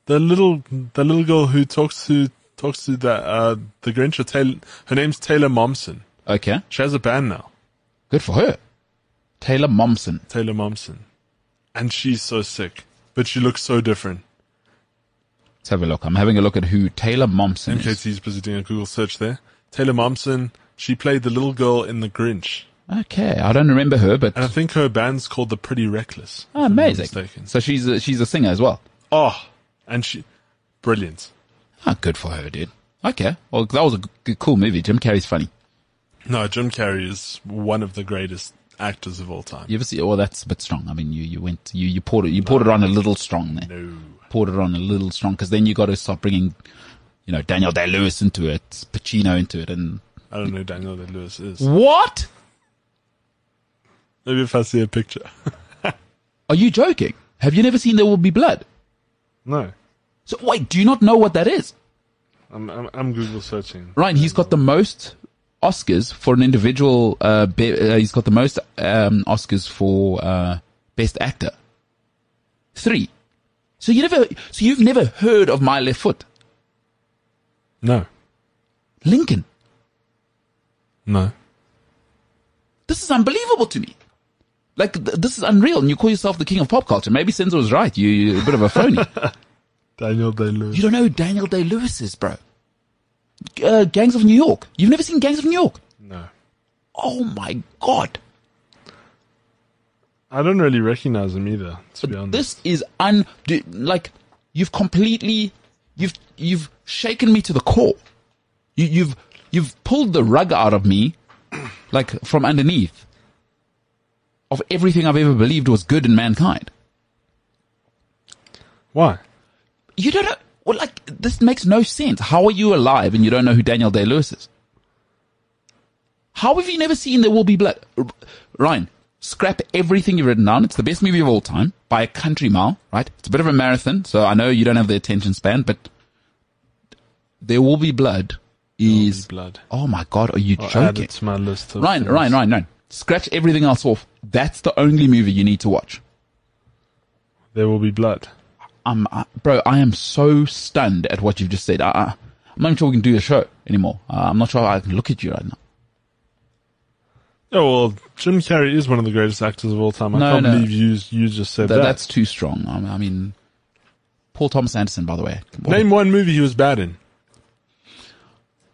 Speaker 3: The little, the little girl who talks to talks to the uh, the Grinch. Or Taylor, her name's Taylor Momsen.
Speaker 2: Okay.
Speaker 3: She has a band now,
Speaker 2: Good for her. Taylor Momsen.
Speaker 3: Taylor Momsen, and she's so sick, but she looks so different.
Speaker 2: Let's have a look. I'm having a look at who Taylor Momsen is.
Speaker 3: MKT's busy doing a Google search there. Taylor Momsen. She played the little girl in the Grinch,
Speaker 2: Okay. I don't remember her, but
Speaker 3: and I think her band's called the Pretty Reckless.
Speaker 2: Oh,
Speaker 3: if I'm not
Speaker 2: amazing.
Speaker 3: mistaken.
Speaker 2: So she's a, she's a singer as well.
Speaker 3: Oh, and she, brilliant.
Speaker 2: Ah, good for her, dude. Okay. Well, that was a g- cool movie. Jim Carrey's funny.
Speaker 3: No, Jim Carrey is one of the greatest actors of all time.
Speaker 2: You ever see? Well, that's a bit strong. I mean, you you went you you poured it you poured it on a little strong there.
Speaker 3: No.
Speaker 2: Poured it on a little strong because then you got to start bringing, you know, Daniel Day Lewis into it, Pacino into it, and
Speaker 3: I don't know who Daniel Day Lewis is.
Speaker 2: what?
Speaker 3: Maybe if I see a picture.
Speaker 2: Are you joking? Have you never seen There Will Be Blood?
Speaker 3: no.
Speaker 2: So wait, do you not know what that is?
Speaker 3: I'm, I'm, I'm Google searching.
Speaker 2: Ryan, he's got the most Oscars for an individual. Uh, be, uh, he's got the most um, Oscars for uh, best actor. Three. So you never. So you've never heard of My Left Foot,
Speaker 3: No.
Speaker 2: Lincoln.
Speaker 3: No.
Speaker 2: This is unbelievable to me. Like th- this is unreal, and you call yourself the king of pop culture. Maybe Senzo was right. You, you're a bit of a phony.
Speaker 3: Daniel Day Lewis.
Speaker 2: you don't know who Daniel Day Lewis is, bro. Uh, Gangs of New York. You've never seen Gangs of New York.
Speaker 3: No.
Speaker 2: Oh my god,
Speaker 3: I don't really recognize him either, to be honest.
Speaker 2: this is un du- like you've completely you've you've shaken me to the core. You, you've you've pulled the rug out of me, like from underneath, of everything I've ever believed was good in mankind.
Speaker 3: Why?
Speaker 2: You don't know. Well, like this makes no sense. How are you alive and you don't know who Daniel Day Lewis is? How have you never seen There Will Be Blood? R- Ryan, scrap everything you've written down. It's the best movie of all time by a country mile, right? It's a bit of a marathon, so I know you don't have the attention span, but There Will Be Blood is.
Speaker 3: Blood.
Speaker 2: Oh my God, are you
Speaker 3: I'll add
Speaker 2: joking?
Speaker 3: it to my list. Of
Speaker 2: Ryan,
Speaker 3: things.
Speaker 2: Ryan, Ryan, Ryan. Scratch everything else off. That's the only movie you need to watch.
Speaker 3: There will be blood.
Speaker 2: I'm, I- bro, I am so stunned at what you've just said. I, I, I'm not even sure we can do the show anymore. Uh, I'm not sure I can look at you right now.
Speaker 3: Oh, well, Jim Carrey is one of the greatest actors of all time. I
Speaker 2: No,
Speaker 3: can't
Speaker 2: no.
Speaker 3: believe you, you just said
Speaker 2: That,
Speaker 3: that.
Speaker 2: That's too strong. I, mean- I mean, Paul Thomas Anderson, by the way. What-
Speaker 3: Name one movie he was bad in.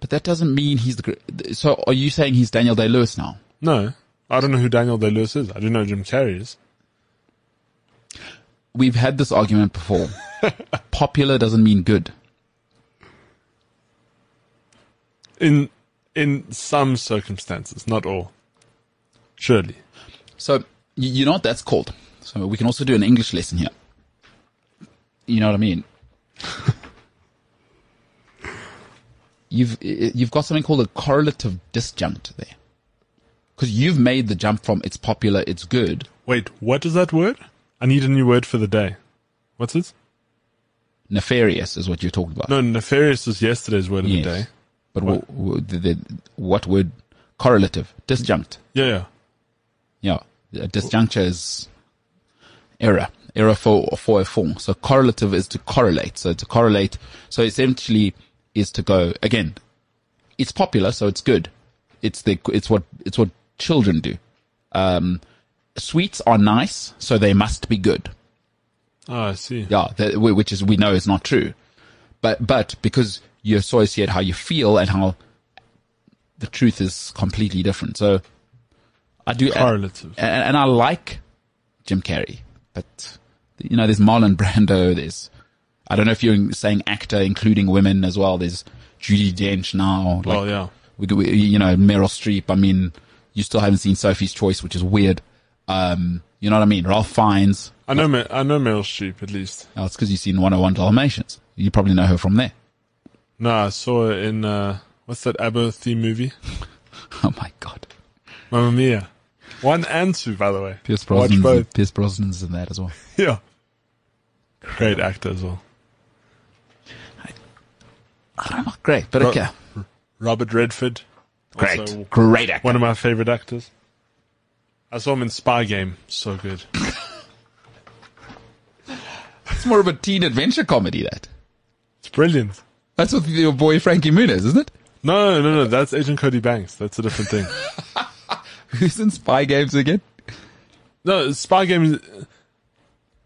Speaker 2: But that doesn't mean he's the. gr- So are you saying he's Daniel Day Lewis now?
Speaker 3: No. I don't know who Daniel Day Lewis is. I do know who Jim Carrey is.
Speaker 2: We've had this argument before. Popular doesn't mean good.
Speaker 3: In in some circumstances, not all. Surely.
Speaker 2: So you, you know what that's called. So we can also do an English lesson here. You know what I mean? you've i- you've got something called a correlative disjunct there, because you've made the jump from it's popular, it's good.
Speaker 3: Wait, what is that word? I need a new word for the day. What's it?
Speaker 2: Nefarious is what you're talking about.
Speaker 3: No, nefarious is yesterday's word of
Speaker 2: Yes.
Speaker 3: the day.
Speaker 2: But what, what, the, the, what word? Correlative disjunct.
Speaker 3: Yeah, yeah.
Speaker 2: Yeah, a disjuncture is error, error for or for a form. So correlative is to correlate. So to correlate, so essentially is to go again. It's popular, so it's good. It's the it's what it's what children do. Um, sweets are nice, so they must be good.
Speaker 3: Oh, I see.
Speaker 2: Yeah, that, wh- which is we know is not true, but but because you associate how you feel and how the truth is completely different. So I do
Speaker 3: Correlative.
Speaker 2: and, and I like Jim Carrey, but you know, there's Marlon Brando. There's I don't know if you're saying actor, including women as well. There's Judy Dench now. Like,
Speaker 3: Oh, yeah.
Speaker 2: we, we, you know, Meryl Streep. I mean, you still haven't seen Sophie's Choice, which is weird. Um, you know what I mean? Ralph Fiennes.
Speaker 3: I know, Ma- I know Meryl Streep at least.
Speaker 2: Oh, it's because you've seen 101 Dalmatians. You probably know her from there.
Speaker 3: No, I saw her in, uh, what's that ABBA theme movie?
Speaker 2: Oh my God.
Speaker 3: Mamma Mia. One and two, by the way.
Speaker 2: Pierce
Speaker 3: Watch both.
Speaker 2: Brosnan's, Pierce Brosnan's in that as well.
Speaker 3: Yeah. Great actor as well.
Speaker 2: I don't know. Oh, Great, but okay.
Speaker 3: Robert Redford.
Speaker 2: Great.
Speaker 3: also
Speaker 2: Great actor.
Speaker 3: One of my favorite actors. I saw him in Spy Game. So good.
Speaker 2: It's more of a teen adventure comedy, that.
Speaker 3: It's brilliant.
Speaker 2: That's with your boy Frankie Muniz, isn't it?
Speaker 3: No, no, no. That's Agent Cody Banks. That's a different thing.
Speaker 2: Who's in Spy Games again?
Speaker 3: No, Spy Game. Is,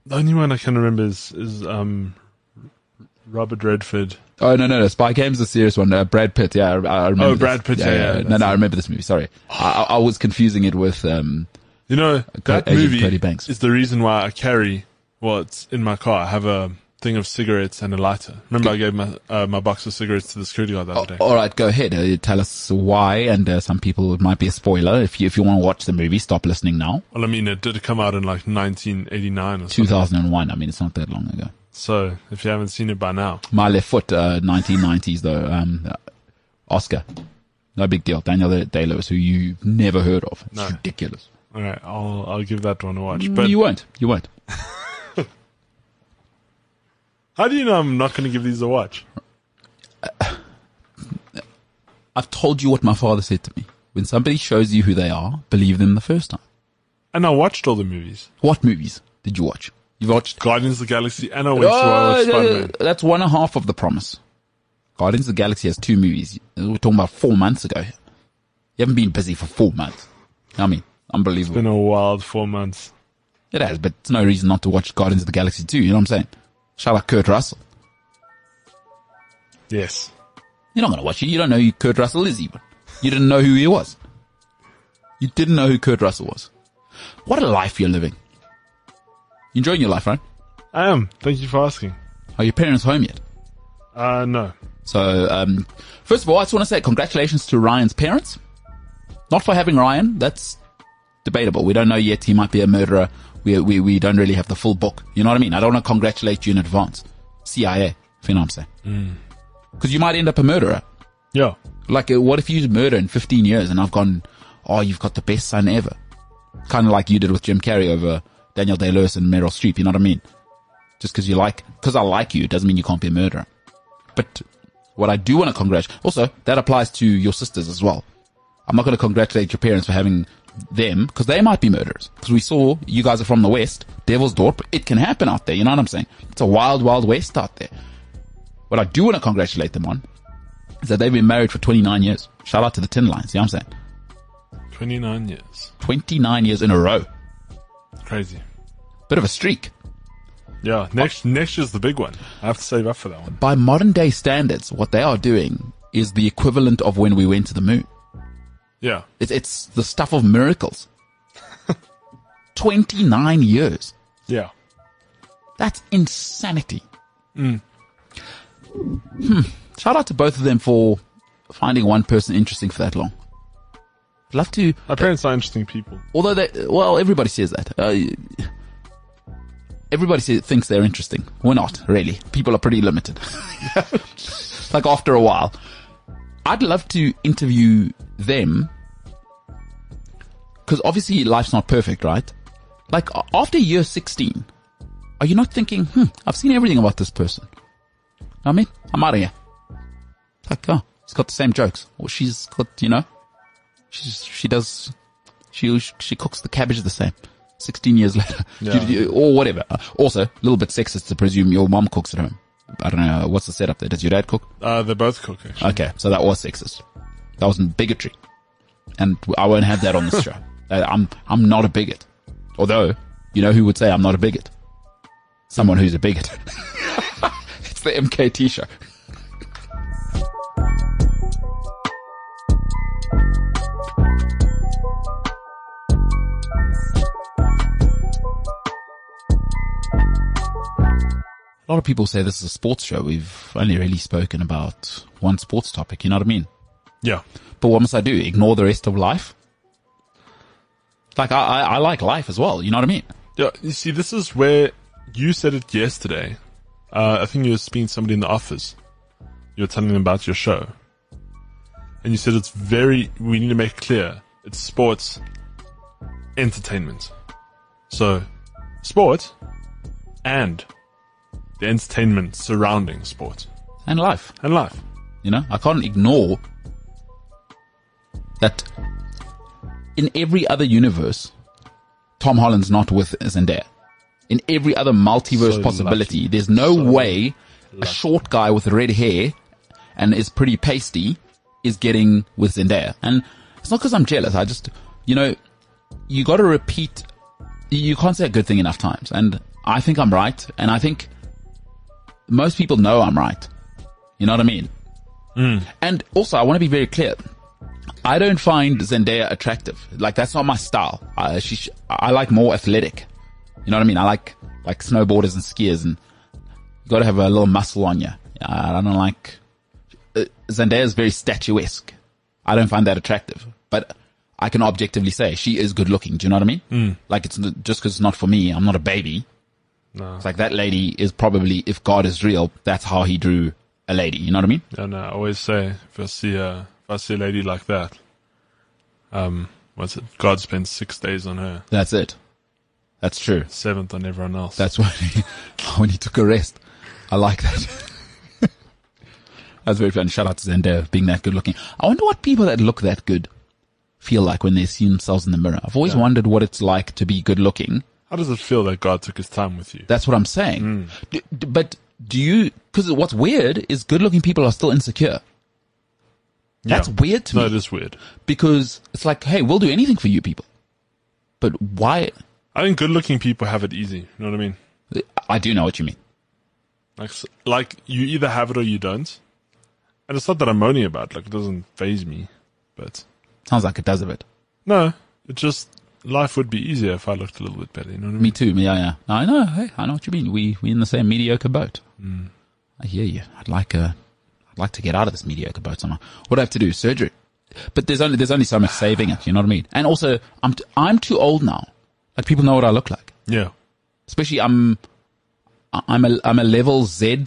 Speaker 3: the only one I can remember is is um, Robert Redford.
Speaker 2: Oh no no no! Spy Games is a serious one. Uh, Brad Pitt, yeah, I, I remember.
Speaker 3: Oh,
Speaker 2: this.
Speaker 3: Brad Pitt, yeah, yeah,
Speaker 2: No,
Speaker 3: that's
Speaker 2: no, I remember this movie. Sorry, I, I I was confusing it with. Um,
Speaker 3: You know that
Speaker 2: Agent
Speaker 3: movie
Speaker 2: Cody Banks.
Speaker 3: is the reason why I carry. Well, it's in my car. I have a thing of cigarettes and a lighter. Remember, I gave my uh, my box of cigarettes to the security guard the other day.
Speaker 2: all right, go ahead. Uh, tell us why, and uh, some people it might be a spoiler. If you if you want to watch the movie, stop listening now.
Speaker 3: Well, I mean, it did come out in like 1989 or
Speaker 2: Two
Speaker 3: something.
Speaker 2: thousand and one. I mean, it's not that long ago.
Speaker 3: So, if you haven't seen it by now,
Speaker 2: My left foot, uh, nineteen nineties though. Um, uh, Oscar, no big deal. Daniel Day Lewis, who you've never heard of. It's
Speaker 3: No.
Speaker 2: ridiculous.
Speaker 3: all right, I'll I'll give that one a watch. But
Speaker 2: Mm. you won't. You won't.
Speaker 3: how do you know I'm not going to give these a watch?
Speaker 2: I've told you what my father said to me. When somebody shows you who they are, believe them the first time.
Speaker 3: And I watched all the movies.
Speaker 2: What movies did you watch? You watched.
Speaker 3: Guardians of the Galaxy, and I went to I
Speaker 2: Oh,
Speaker 3: watched Spider-Man.
Speaker 2: that's one and a half of the promise. Guardians of the Galaxy has two movies. We're talking about four months ago. You haven't been busy for four months. I mean, unbelievable.
Speaker 3: Been a wild four months.
Speaker 2: it has, but it's no reason not to watch Guardians of the Galaxy 2. You know what I'm saying? Shout out Kurt Russell.
Speaker 3: Yes.
Speaker 2: You're not going to watch it. You don't know who Kurt Russell is even. You didn't know who he was. You didn't know who Kurt Russell was. What a life you're living. You enjoying your life, right?
Speaker 3: I am. Thank you for asking.
Speaker 2: Are your parents home yet?
Speaker 3: Uh, no.
Speaker 2: So, um, first of all, I just want to say congratulations to Ryan's parents. Not for having Ryan. That's debatable. We don't know yet. He might be a murderer. We, we, we don't really have the full book. You know what I mean? I don't want to congratulate you in advance. CIA, if you know what I'm saying. Because you might end up a murderer.
Speaker 3: Yeah.
Speaker 2: Like, uh, what if you murder in 15 years and I've gone, oh, you've got the best son ever? Kind of like you did with Jim Carrey over Daniel Day Lewis and Meryl Streep. You know what I mean? Just because you like, because I like you doesn't mean you can't be a murderer. But what I do want to congratulate, also, that applies to your sisters as well. I'm not going to congratulate your parents for having them because they might be murderers. Because we saw you guys are from the West, Devil's Dorp. It can happen out there. You know what I'm saying? It's a wild, wild West out there. What I do want to congratulate them on is that they've been married for 29 years. Shout out to the Tin Lines. You know what I'm saying?
Speaker 3: 29 years.
Speaker 2: 29 years in a row.
Speaker 3: Crazy.
Speaker 2: Bit of a streak.
Speaker 3: Yeah. Next, next year's the big one. I have to save up for that one.
Speaker 2: By modern day standards, what they are doing is the equivalent of when we went to the moon.
Speaker 3: Yeah.
Speaker 2: It's, it's the stuff of miracles. 29 years.
Speaker 3: Yeah.
Speaker 2: That's insanity. Hmm. Shout out to both of them for finding one person interesting for that long. I'd love to.
Speaker 3: My parents are interesting people.
Speaker 2: Although they, well, everybody says that. Uh, everybody says, thinks they're interesting. We're not really. People are pretty limited. like after a while, I'd love to interview them because obviously life's not perfect, right? Like a- after year sixteen, are you not thinking, hmm, I've seen everything about this person? I mean, I'm out of here. Like, oh, he's got the same jokes, or she's got, you know, she's she does she she cooks the cabbage the same. Sixteen years later, You-
Speaker 3: Yeah.
Speaker 2: you- or whatever. Uh, Also, a little bit sexist to presume your mom cooks at home. I don't know what's the setup there. Does your dad cook?
Speaker 3: Uh, they both cook, actually.
Speaker 2: Okay, so that was sexist. That was bigotry, and I won't have that on this show. Uh, I'm I'm not a bigot. Although, you know who would say I'm not a bigot? Someone who's a bigot. it's the MKT show. A lot of people say this is a sports show. We've only really spoken about one sports topic. You know what I mean?
Speaker 3: Yeah.
Speaker 2: But what must I do? Ignore the rest of life? Like I, I, I like life as well. You know what I mean?
Speaker 3: Yeah, you see, this is where you said it yesterday. Uh, I think you were speaking to somebody in the office. You were telling them about your show. And you said it's very, we need to make clear, it's sports entertainment. So, sport and the entertainment surrounding sport
Speaker 2: And life.
Speaker 3: and life.
Speaker 2: You know, I can't ignore that. In every other universe, Tom Holland's not with Zendaya. In every other multiverse
Speaker 3: So
Speaker 2: possibility,
Speaker 3: lucky.
Speaker 2: there's no
Speaker 3: So
Speaker 2: way a short guy with red hair and is pretty pasty is getting with Zendaya. And it's not because I'm jealous. I just, you know, you got to repeat. You can't say a good thing enough times. And I think I'm right. And I think most people know I'm right. You know what I mean? And also, I want to be very clear. I don't find Zendaya attractive. Like that's not my style. I, she, sh- I like more athletic. You know what I mean? I like like snowboarders and skiers, and you got to have a little muscle on you. I don't like uh, Zendaya is very statuesque. I don't find that attractive, but I can objectively say she is good looking. Do you know what I mean? Mm. Like it's n- just because it's not for me. I'm not a baby. It's like that lady is probably, if God is real, that's how he drew a lady. You know what I mean?
Speaker 3: And I always say, if I see a, if I see a lady like that, um, what's it? God spends six days on her,
Speaker 2: That's it. That's true.
Speaker 3: seventh on everyone else.
Speaker 2: That's when he, when he took a rest. I like that. That's very fun. Shout out to Zendaya for being that good looking. I wonder what people that look that good feel like when they see themselves in the mirror. I've always wondered what it's like to be good looking.
Speaker 3: How does it feel that God took his time with you?
Speaker 2: That's what I'm saying.
Speaker 3: Hmm.
Speaker 2: D- d- but do you, because what's weird is good looking people are still insecure. That's
Speaker 3: Yeah.
Speaker 2: weird to
Speaker 3: no,
Speaker 2: me.
Speaker 3: it is weird.
Speaker 2: because it's like, hey, we'll do anything for you people. But why?
Speaker 3: I think good-looking people have it easy. You know what I mean?
Speaker 2: I do know what you mean.
Speaker 3: Like, s- like you either have it or you don't. And it's not that I'm moaning about. it, Like, it doesn't phase me. But
Speaker 2: Sounds like it does a bit.
Speaker 3: no, it just life would be easier if I looked a little bit better. You know what I mean?
Speaker 2: Me too. Yeah, yeah. I know. Hey, I know what you mean. We we in the same mediocre boat. I hear you. I'd like a, I'd like to get out of this mediocre boat somehow. What do I have to do? Surgery. But there's only there's only so much saving it. You know what I mean? And also, I'm t- I'm too old now. Like people know what I look like.
Speaker 3: Yeah,
Speaker 2: Especially I'm, I- I'm a I'm a level Z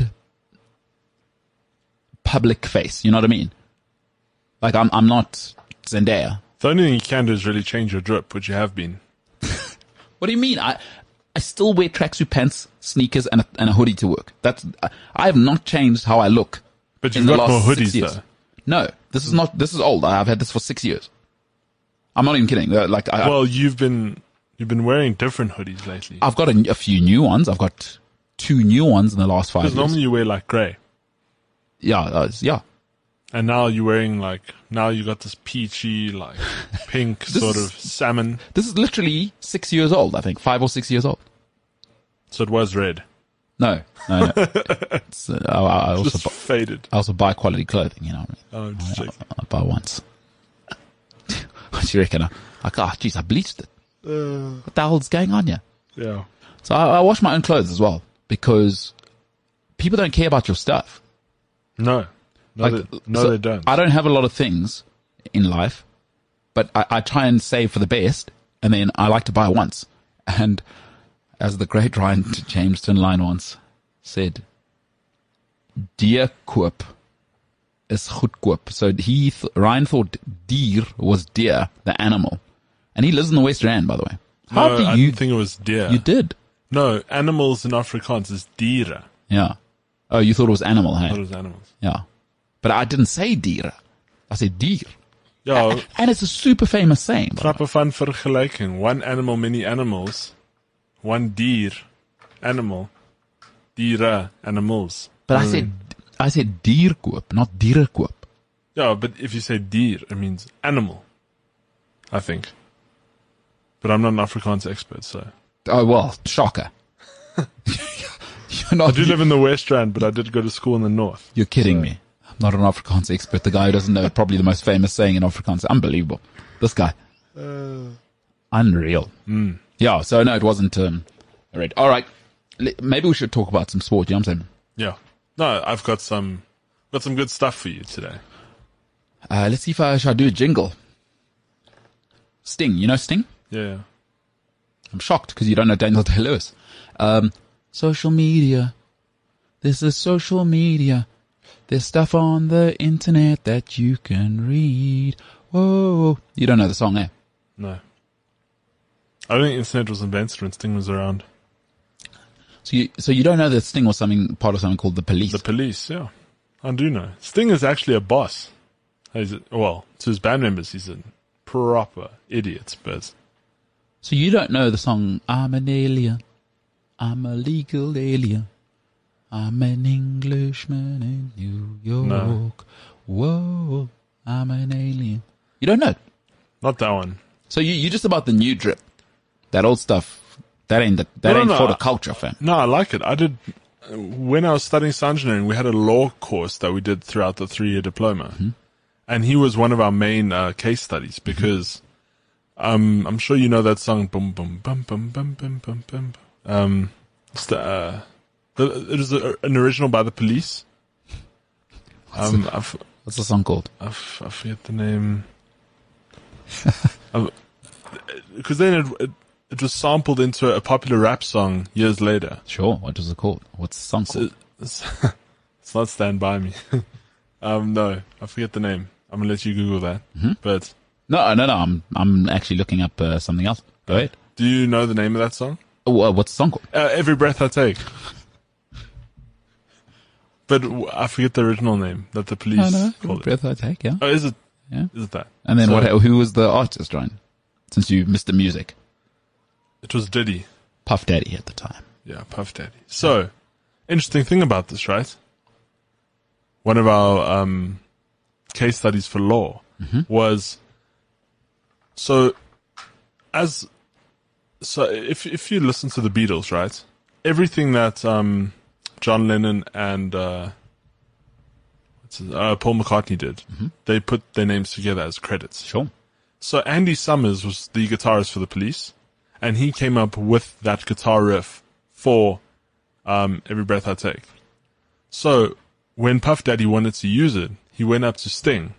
Speaker 2: public face. You know what I mean? Like I'm I'm not Zendaya.
Speaker 3: the only thing you can do is really change your drip, which you have been.
Speaker 2: What do you mean? I I still wear tracksuit pants, sneakers, and a, and a hoodie to work. That's I, I have not changed how I look.
Speaker 3: But
Speaker 2: in
Speaker 3: you've
Speaker 2: the
Speaker 3: got more
Speaker 2: last six
Speaker 3: hoodies
Speaker 2: years.
Speaker 3: though.
Speaker 2: No, this is not. This is old. I- I've had this for six years. I'm not even kidding. Uh, Like I,
Speaker 3: Well, you've been you've been wearing different hoodies lately.
Speaker 2: I've got a, a few new ones. I've got two new ones in the last five years.
Speaker 3: Because normally you wear like grey,
Speaker 2: yeah, uh, yeah.
Speaker 3: and now you're wearing like now you got this peachy like pink sort
Speaker 2: is-
Speaker 3: of salmon.
Speaker 2: This is literally six years old. I think five or six years old.
Speaker 3: So it was red.
Speaker 2: No, no, no. it's, uh, I, I also
Speaker 3: Just
Speaker 2: bu-
Speaker 3: faded.
Speaker 2: I also buy quality clothing. You know what I mean?
Speaker 3: Oh, just
Speaker 2: I,
Speaker 3: check.
Speaker 2: I buy once. what do you reckon? I, like, oh, jeez, I bleached it. what the hell's going on here?
Speaker 3: yeah.
Speaker 2: So I, I wash my own clothes as well because people don't care about your stuff.
Speaker 3: No. No,
Speaker 2: Like,
Speaker 3: they, no
Speaker 2: so
Speaker 3: they don't.
Speaker 2: I don't have a lot of things in life. but I, I try and save for the best, and then I like to buy once. And as the great Ryan James Line once said, "Deer koop is goed koop." So he th- Ryan thought deer was deer, the animal, and he lives in the West Rand, by the way. How
Speaker 3: No,
Speaker 2: do
Speaker 3: I
Speaker 2: you?
Speaker 3: didn't think it was deer.
Speaker 2: you did,
Speaker 3: no, animals in Afrikaans is dieren.
Speaker 2: yeah. Oh, you thought it was animal,
Speaker 3: I thought it
Speaker 2: hey?
Speaker 3: was animals.
Speaker 2: Yeah, but I didn't say deer. I said deer.
Speaker 3: Yeah,
Speaker 2: And it's a super famous saying. by the way.
Speaker 3: grappig van vergelijking. One animal, many animals. One dier, animal. Dieren, animals.
Speaker 2: But I said, I said dierkoop, not dierenkoop.
Speaker 3: Yeah, but if you say dier, it means animal. I think. But I'm not an Afrikaans expert, so.
Speaker 2: Oh well, shocker. you're
Speaker 3: I
Speaker 2: not.
Speaker 3: do live in the West Rand, but I did go to school in the North.
Speaker 2: You're kidding me. I'm not an Afrikaans expert. The guy who doesn't know probably the most famous saying in Afrikaans. Unbelievable. This guy. Unreal. Yeah. So no, it wasn't. Um, all right. All right. Le- Maybe we should talk about some sport. You know what I'm saying?
Speaker 3: Yeah. No, I've got some, got some good stuff for you today.
Speaker 2: Uh, let's see if I shall do a jingle. Sting. You know Sting?
Speaker 3: Yeah.
Speaker 2: I'm shocked because you don't know Daniel Day Lewis. Um, social media. This is social media. There's stuff on the internet that you can read. Whoa. You don't know the song, eh?
Speaker 3: No. I don't think internet was invented when Sting was around.
Speaker 2: So you, so you don't know that Sting was something, part of something called the police.
Speaker 3: The police, yeah. I do know. Sting is actually a boss. He's a, well, to his band members, he's a proper idiot, but
Speaker 2: so you don't know the song, I'm an alien. I'm a legal alien. I'm an Englishman in New York.
Speaker 3: No.
Speaker 2: Whoa. I'm an alien. You don't know it.
Speaker 3: not that one.
Speaker 2: So you you just about the new drip, that old stuff. That ain't the that
Speaker 3: No,
Speaker 2: ain't
Speaker 3: no.
Speaker 2: for the culture, fam.
Speaker 3: No, I like it. I did. When I was studying sound engineering, we had a law course that we did throughout the three year diploma. And he was one of our main uh, case studies because um, I'm sure you know that song. Boom, boom, boom, boom, boom, boom, boom, boom. Um, it's the, uh, the, it is a, an original by the police. Um, I've,
Speaker 2: What's the song called?
Speaker 3: I, f- I forget the name. Because then it, it it was sampled into a popular rap song years later.
Speaker 2: Sure, what was it called? What's the song called?
Speaker 3: It- It's, it's not Stand By Me. um, no, I forget the name. I'm gonna let you Google that.
Speaker 2: Mm-hmm.
Speaker 3: But
Speaker 2: no, no, no. I'm I'm actually looking up uh, something else. Go ahead.
Speaker 3: do you know the name of that song?
Speaker 2: Oh, uh, what's the song called?
Speaker 3: Uh, Every breath I take. But w- I forget the original name that the police called it.
Speaker 2: Oh, breath I take. Yeah.
Speaker 3: Oh, is it?
Speaker 2: Yeah.
Speaker 3: Is it that?
Speaker 2: And then
Speaker 3: So,
Speaker 2: what? Who was the artist, Ryan? Since you missed the music,
Speaker 3: It was Diddy.
Speaker 2: Puff Daddy at the time.
Speaker 3: Yeah, Puff Daddy. So, interesting thing about this, right? One of our um, case studies for law was so as so if if you listen to the Beatles, right? Everything that um, John Lennon and uh, what's his- uh, Paul McCartney did, they put their names together as credits.
Speaker 2: Sure.
Speaker 3: So Andy Summers was the guitarist for the Police, and he came up with that guitar riff for um, "Every Breath I Take." So when Puff Daddy wanted to use it, he went up to Sting,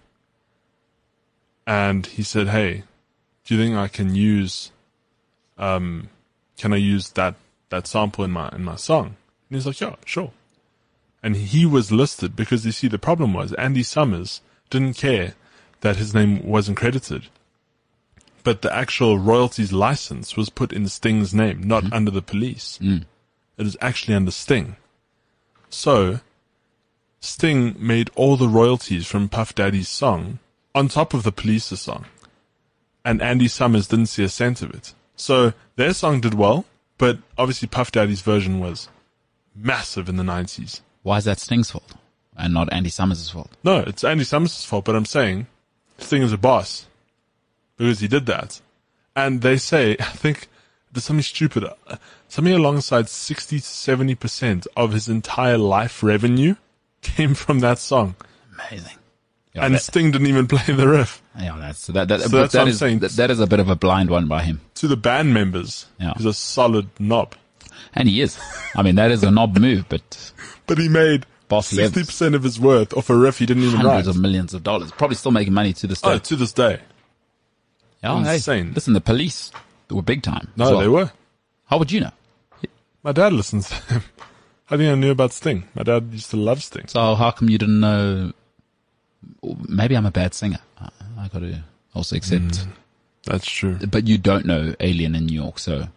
Speaker 3: and he said, "Hey, do you think I can use? Um, can I use that that sample in my in my song?" And he's like, "Yeah, sure." and he was listed because you see the problem was Andy Summers didn't care that his name wasn't credited. But the actual royalties license was put in Sting's name, not under the police. It is actually under Sting. So Sting made all the royalties from Puff Daddy's song on top of the police's song. And Andy Summers didn't see a cent of it. So their song did well, but obviously Puff Daddy's version was massive in the 90s.
Speaker 2: Why is that Sting's fault and not Andy Summers' fault?
Speaker 3: No, it's Andy Summers' fault, but I'm saying Sting is a boss because he did that. And they say, I think there's something stupid, uh, something alongside 60 to 70% of his entire life revenue came from that song.
Speaker 2: Amazing.
Speaker 3: And
Speaker 2: and
Speaker 3: Sting didn't even play the riff.
Speaker 2: yeah, that's that. that,
Speaker 3: So
Speaker 2: but
Speaker 3: that's what
Speaker 2: that
Speaker 3: I'm
Speaker 2: is
Speaker 3: saying.
Speaker 2: that, that is a bit of a blind one by him,
Speaker 3: To the band members,
Speaker 2: Yeah.
Speaker 3: he's a solid knob.
Speaker 2: and he is. I mean, that is a knob move, but
Speaker 3: But he made
Speaker 2: Boss
Speaker 3: 60% of his worth off a riff he didn't even
Speaker 2: hundreds
Speaker 3: write.
Speaker 2: of millions of dollars. Probably still making money to this day.
Speaker 3: Oh, to this day.
Speaker 2: Oh, hey,
Speaker 3: Oh, Insane.
Speaker 2: listen, the police were big time. as
Speaker 3: No,
Speaker 2: well.
Speaker 3: they were.
Speaker 2: How would you know?
Speaker 3: My dad listens to them. I think I knew about Sting. My dad used to love Sting.
Speaker 2: So how come you didn't know? Maybe I'm a bad singer. I, I got to also accept.
Speaker 3: That's true.
Speaker 2: But you don't know Alien in New York, so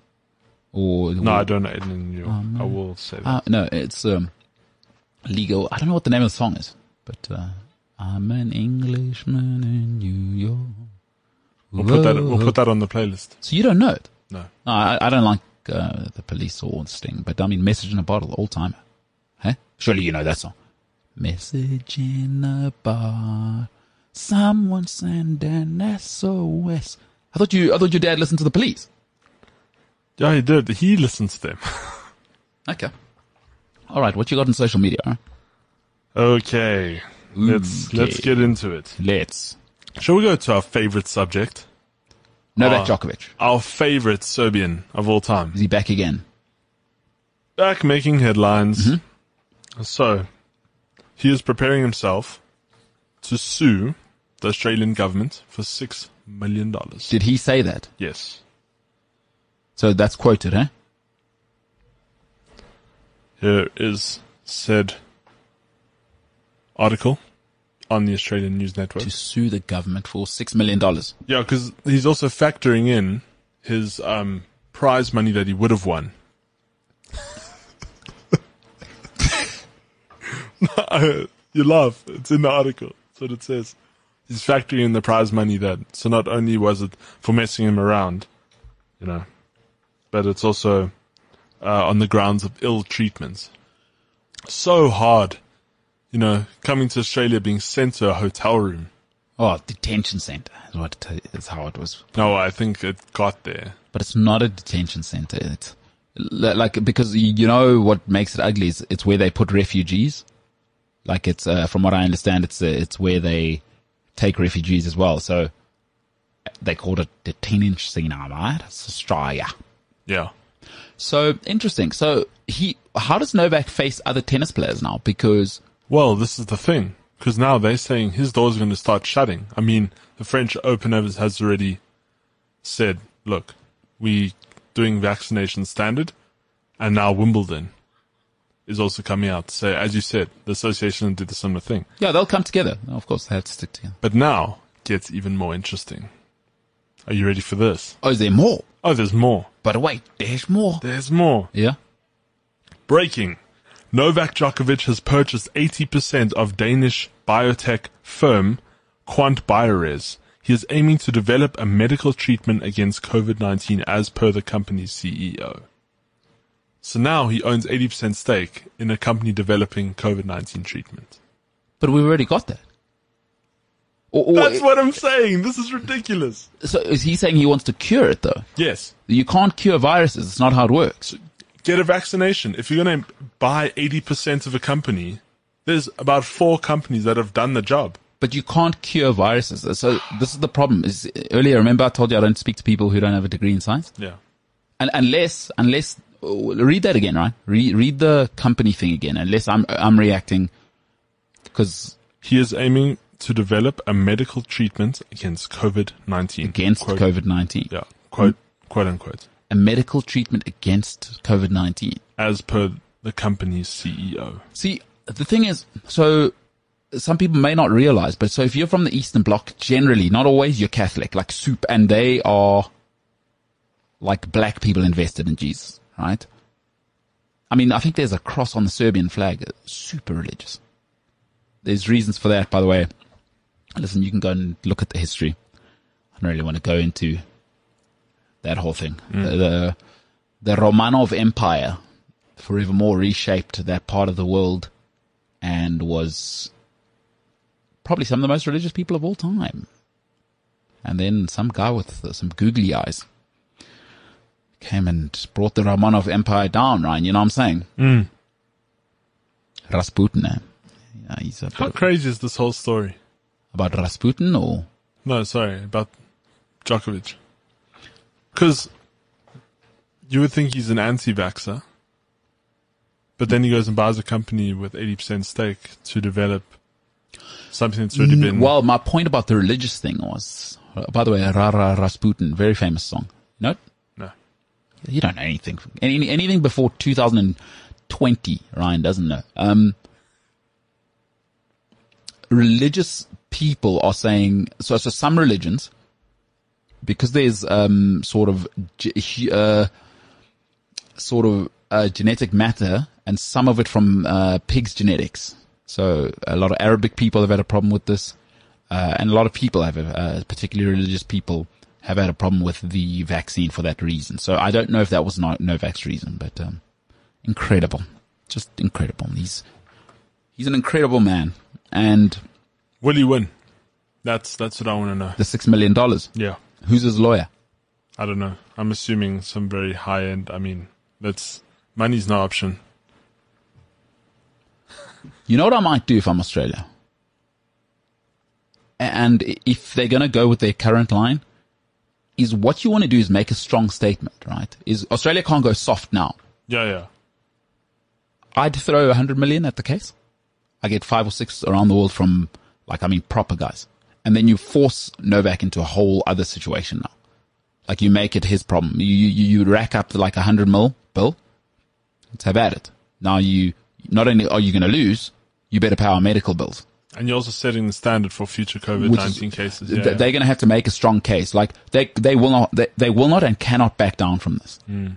Speaker 2: or
Speaker 3: No, I don't know Aiden in New York. I will say that.
Speaker 2: Uh, no, it's um, legal. I don't know what the name of the song is, but uh, I'm an Englishman in New York.
Speaker 3: we'll put that. We'll put that on the playlist.
Speaker 2: So you don't know it.
Speaker 3: No,
Speaker 2: No, I, I don't like uh, the police or Sting, but I mean, Message in a Bottle, all timer. Huh? Surely you know that song. Message in a bar. Someone send an SOS. I thought you, I thought your dad listened to the police.
Speaker 3: yeah, he did. He listens to them.
Speaker 2: Okay. All right. What you got on social media? Huh?
Speaker 3: okay, let's let's get into it.
Speaker 2: Let's.
Speaker 3: Shall we go to our favorite subject?
Speaker 2: Novak Djokovic.
Speaker 3: Our favorite Serbian of all time.
Speaker 2: Is he back again?
Speaker 3: back making headlines. So, he is preparing himself to sue the Australian government for six million dollars.
Speaker 2: Did he say that?
Speaker 3: Yes.
Speaker 2: So that's quoted, huh?
Speaker 3: Here is said article on the Australian News Network.
Speaker 2: To sue the government for six million dollars.
Speaker 3: Yeah, because he's also factoring in his um, prize money that he would have won. No, you laugh. It's in the article. That's what it says. He's factoring in the prize money that. So not only was it for messing him around, you know, but it's also uh, on the grounds of ill treatment. So hard, you know, coming to Australia, being sent to a hotel room.
Speaker 2: Oh, detention center is what it, is how it was
Speaker 3: No, I think it got there.
Speaker 2: but it's not a detention center. It's li- like because you you know what makes it ugly is it's where they put refugees. Like it's uh, from what I understand, it's uh, it's where they take refugees as well. So they called it detention center, right? It's Australia.
Speaker 3: Yeah.
Speaker 2: So interesting. So he, how does Novak face other tennis players now? Because
Speaker 3: Well, this is the thing, because now they're saying his door's going to start shutting. I mean, the French Open has has already said, look, we doing vaccination standard, and now Wimbledon is also coming out. So, as you said, the association did a similar thing.
Speaker 2: yeah, they'll come together. Of course, they have to stick together.
Speaker 3: But now it gets even more interesting. Are you ready for this?
Speaker 2: Oh, is there more?
Speaker 3: Oh, there's more.
Speaker 2: But wait, there's more.
Speaker 3: There's more.
Speaker 2: Yeah.
Speaker 3: Breaking. Novak Djokovic has purchased 80% of Danish biotech firm Quant Biores. He is aiming to develop a medical treatment against COVID-19 as per the company's CEO. So now he owns 80% stake in a company developing COVID-19 treatment.
Speaker 2: But we've already got that. Or, or-
Speaker 3: That's what I'm saying. This is ridiculous.
Speaker 2: so is he saying he wants to cure it though?
Speaker 3: Yes.
Speaker 2: You can't cure viruses. It's not how it works.
Speaker 3: Get a vaccination. If you're going to buy 80% of a company, there's about four companies that have done the job.
Speaker 2: But you can't cure viruses. So this is the problem. Is earlier, remember I told you I don't speak to people who don't have a degree in science,
Speaker 3: Yeah.
Speaker 2: and unless unless oh, read that again, right? Read read the company thing again. Unless I'm I'm reacting because
Speaker 3: He is aiming to develop a medical treatment against COVID nineteen.
Speaker 2: against
Speaker 3: quote,
Speaker 2: COVID nineteen,
Speaker 3: Yeah, quote quote unquote,
Speaker 2: a medical treatment against COVID nineteen.
Speaker 3: as per the company's E CEO.
Speaker 2: See, the thing is, so some people may not realize, but so if you're from the Eastern Bloc, generally, not always, you're Catholic, like soup, and they are like black people invested in Jesus, right? I mean, I think there's a cross on the Serbian flag, super religious. There's reasons for that, by the way. Listen, you can go and look at the history. I don't really want to go into that whole thing. The, the the Romanov Empire forevermore reshaped that part of the world and was probably some of the most religious people of all time. And then some guy with uh, some googly eyes came and brought the Romanov Empire down, Ryan. You know what I'm saying? Rasputin. eh? Yeah, he's a bit
Speaker 3: How
Speaker 2: of-
Speaker 3: crazy is this whole story?
Speaker 2: about Rasputin or
Speaker 3: No, sorry about Djokovic, because you would think he's an anti-vaxer, but then he goes and buys a company with eighty percent stake to develop something that's already been
Speaker 2: Well, my point about the religious thing was uh, By the way, Ra Ra Rasputin, very famous song. No,
Speaker 3: No.
Speaker 2: you don't know anything. Any, anything before 2020, Ryan doesn't know. Um, religious people are saying, so, so some religions, because there's, um, sort of, ge- hu- uh, sort of, uh, genetic matter and some of it from, uh, pigs genetics. So a lot of Arabic people have had a problem with this. Uh, and a lot of people have, uh, particularly religious people, have had a problem with the vaccine for that reason. So I don't know if that was not Novak's reason, but um, incredible, just incredible. He's he's an incredible man, and
Speaker 3: Will he win? That's that's what I want to know.
Speaker 2: the six million dollars.
Speaker 3: Yeah.
Speaker 2: Who's his lawyer?
Speaker 3: I don't know. I'm assuming some very high end. I mean, that's money's no option.
Speaker 2: You know what I might do if I'm Australia? And i- if they're going to go with their current line, is what you want to do is make a strong statement, right? Is Australia can't go soft now.
Speaker 3: Yeah, yeah.
Speaker 2: I'd throw 100 million at the case. I get five or six around the world from, like, I mean, proper guys. And then you force Novak into a whole other situation now. Like, you make it his problem. You, you, you rack up like a 100 mil bill. Let's have at it. Now you, not only are you going to lose, you better pay our medical bills.
Speaker 3: And you're also setting the standard for future COVID
Speaker 2: Which is-
Speaker 3: nineteen cases. Yeah,
Speaker 2: Th- They're going to have to make a strong case. Like, they, they will not, they, they will not and cannot back down from this.
Speaker 3: Hmm.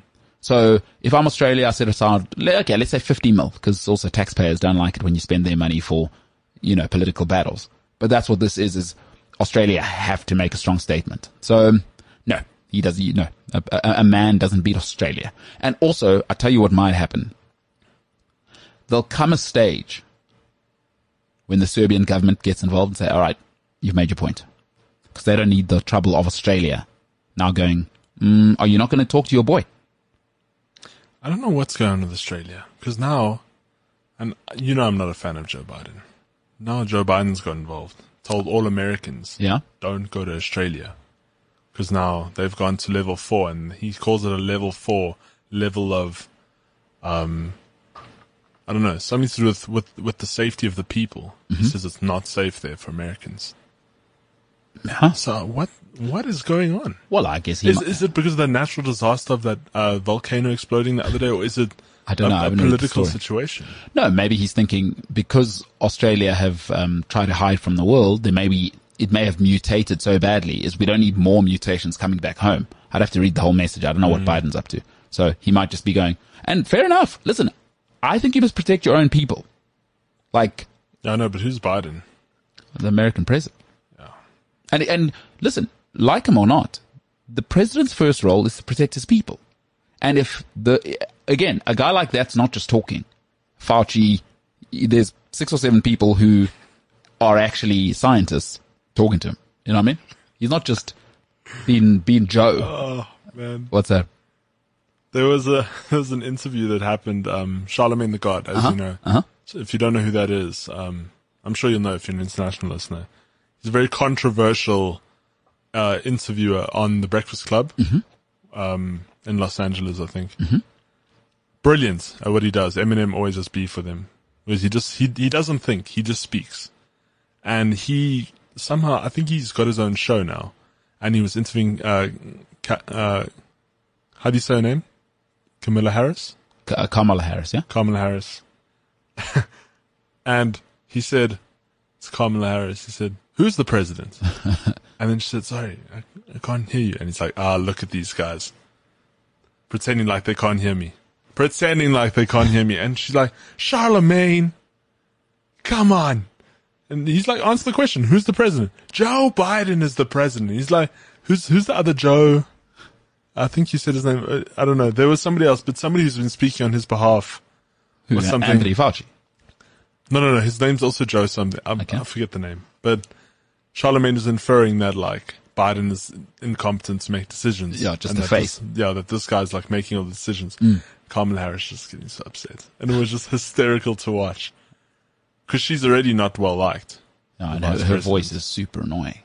Speaker 2: So if I'm Australia, I set aside, le- okay, let's say 50 mil, because also taxpayers don't like it when you spend their money for, you know, political battles. But that's what this is, is Australia have to make a strong statement. So um, no, he does, you know, a, a, a man doesn't beat Australia. And also, I tell you what might happen. There'll come a stage when the Serbian government gets involved and say, all right, you've made your point. Because they don't need the trouble of Australia now going, mm, are you not going to talk to your boy?
Speaker 3: I don't know what's going on with Australia because now, and you know, I'm not a fan of Joe Biden. Now Joe Biden's got involved, told all Americans,
Speaker 2: Yeah.
Speaker 3: don't go to Australia because now they've gone to level four, and he calls it a level four level of, um, I don't know, something to do with with with the safety of the people.
Speaker 2: Mm-hmm.
Speaker 3: He says it's not safe there for Americans.
Speaker 2: Huh?
Speaker 3: So what what is going on?
Speaker 2: Well, I guess he.
Speaker 3: Is
Speaker 2: mi-
Speaker 3: is it because of the natural disaster of that uh, volcano exploding the other day, or is it
Speaker 2: I don't
Speaker 3: a,
Speaker 2: know, I
Speaker 3: a
Speaker 2: haven't heard the
Speaker 3: political
Speaker 2: story.
Speaker 3: situation?
Speaker 2: no, maybe he's thinking because Australia have um, tried to hide from the world, then maybe it may have mutated so badly is we don't need more mutations coming back home. I'd have to read the whole message. I don't know
Speaker 3: Mm.
Speaker 2: what Biden's up to, so he might just be going. And fair enough. Listen, I think you must protect your own people, like
Speaker 3: I know, but who's Biden?
Speaker 2: the American president. And and listen, like him or not, the president's first role is to protect his people. And if the again, a guy like that's not just talking. Fauci, there's six or seven people who are actually scientists talking to him. You know what I mean? He's not just being being Joe.
Speaker 3: Man,
Speaker 2: What's that?
Speaker 3: there was a there was an interview that happened. Um, Charlemagne the God, as
Speaker 2: Uh-huh.
Speaker 3: you know, So if you don't know who that is, um, I'm sure you'll know if you're an international listener. He's a very controversial uh, interviewer on the Breakfast Club um, in Los Angeles, I think. Brilliant at what he does. Eminem always has beef with him because he just he he doesn't think he just speaks, and he somehow I think he's got his own show now, and he was interviewing uh, Ka- uh, how do you say her name? Camilla Harris.
Speaker 2: K- uh, Kamala Harris, yeah?
Speaker 3: Kamala Harris. and he said, It's Kamala Harris. He said, Who's the president? and then she said, Sorry, I, I can't hear you. And he's like, Ah, look at these guys. Pretending like they can't hear me. Pretending like they can't hear me. And she's like, Charlemagne, come on. And he's like, Answer the question. Who's the president? Joe Biden is the president. He's like, Who's, who's the other Joe? I think you said his name. Uh, I don't know. There was somebody else, but somebody who's been speaking on his behalf.
Speaker 2: Who, uh,
Speaker 3: Or something.
Speaker 2: Anthony Fauci.
Speaker 3: No, no, no. His name's also Joe something. I,
Speaker 2: Okay.
Speaker 3: I forget the name. But Charlemagne is inferring that like Biden is incompetent to make decisions.
Speaker 2: Yeah, just
Speaker 3: And
Speaker 2: the Hmm.
Speaker 3: that
Speaker 2: face.
Speaker 3: this- yeah, that this guy's like making all the decisions. Kamala Harris just getting so upset, and it was just hysterical to watch because she's already not well liked.
Speaker 2: No, I
Speaker 3: The
Speaker 2: know,
Speaker 3: vice
Speaker 2: her
Speaker 3: president.
Speaker 2: voice is super annoying.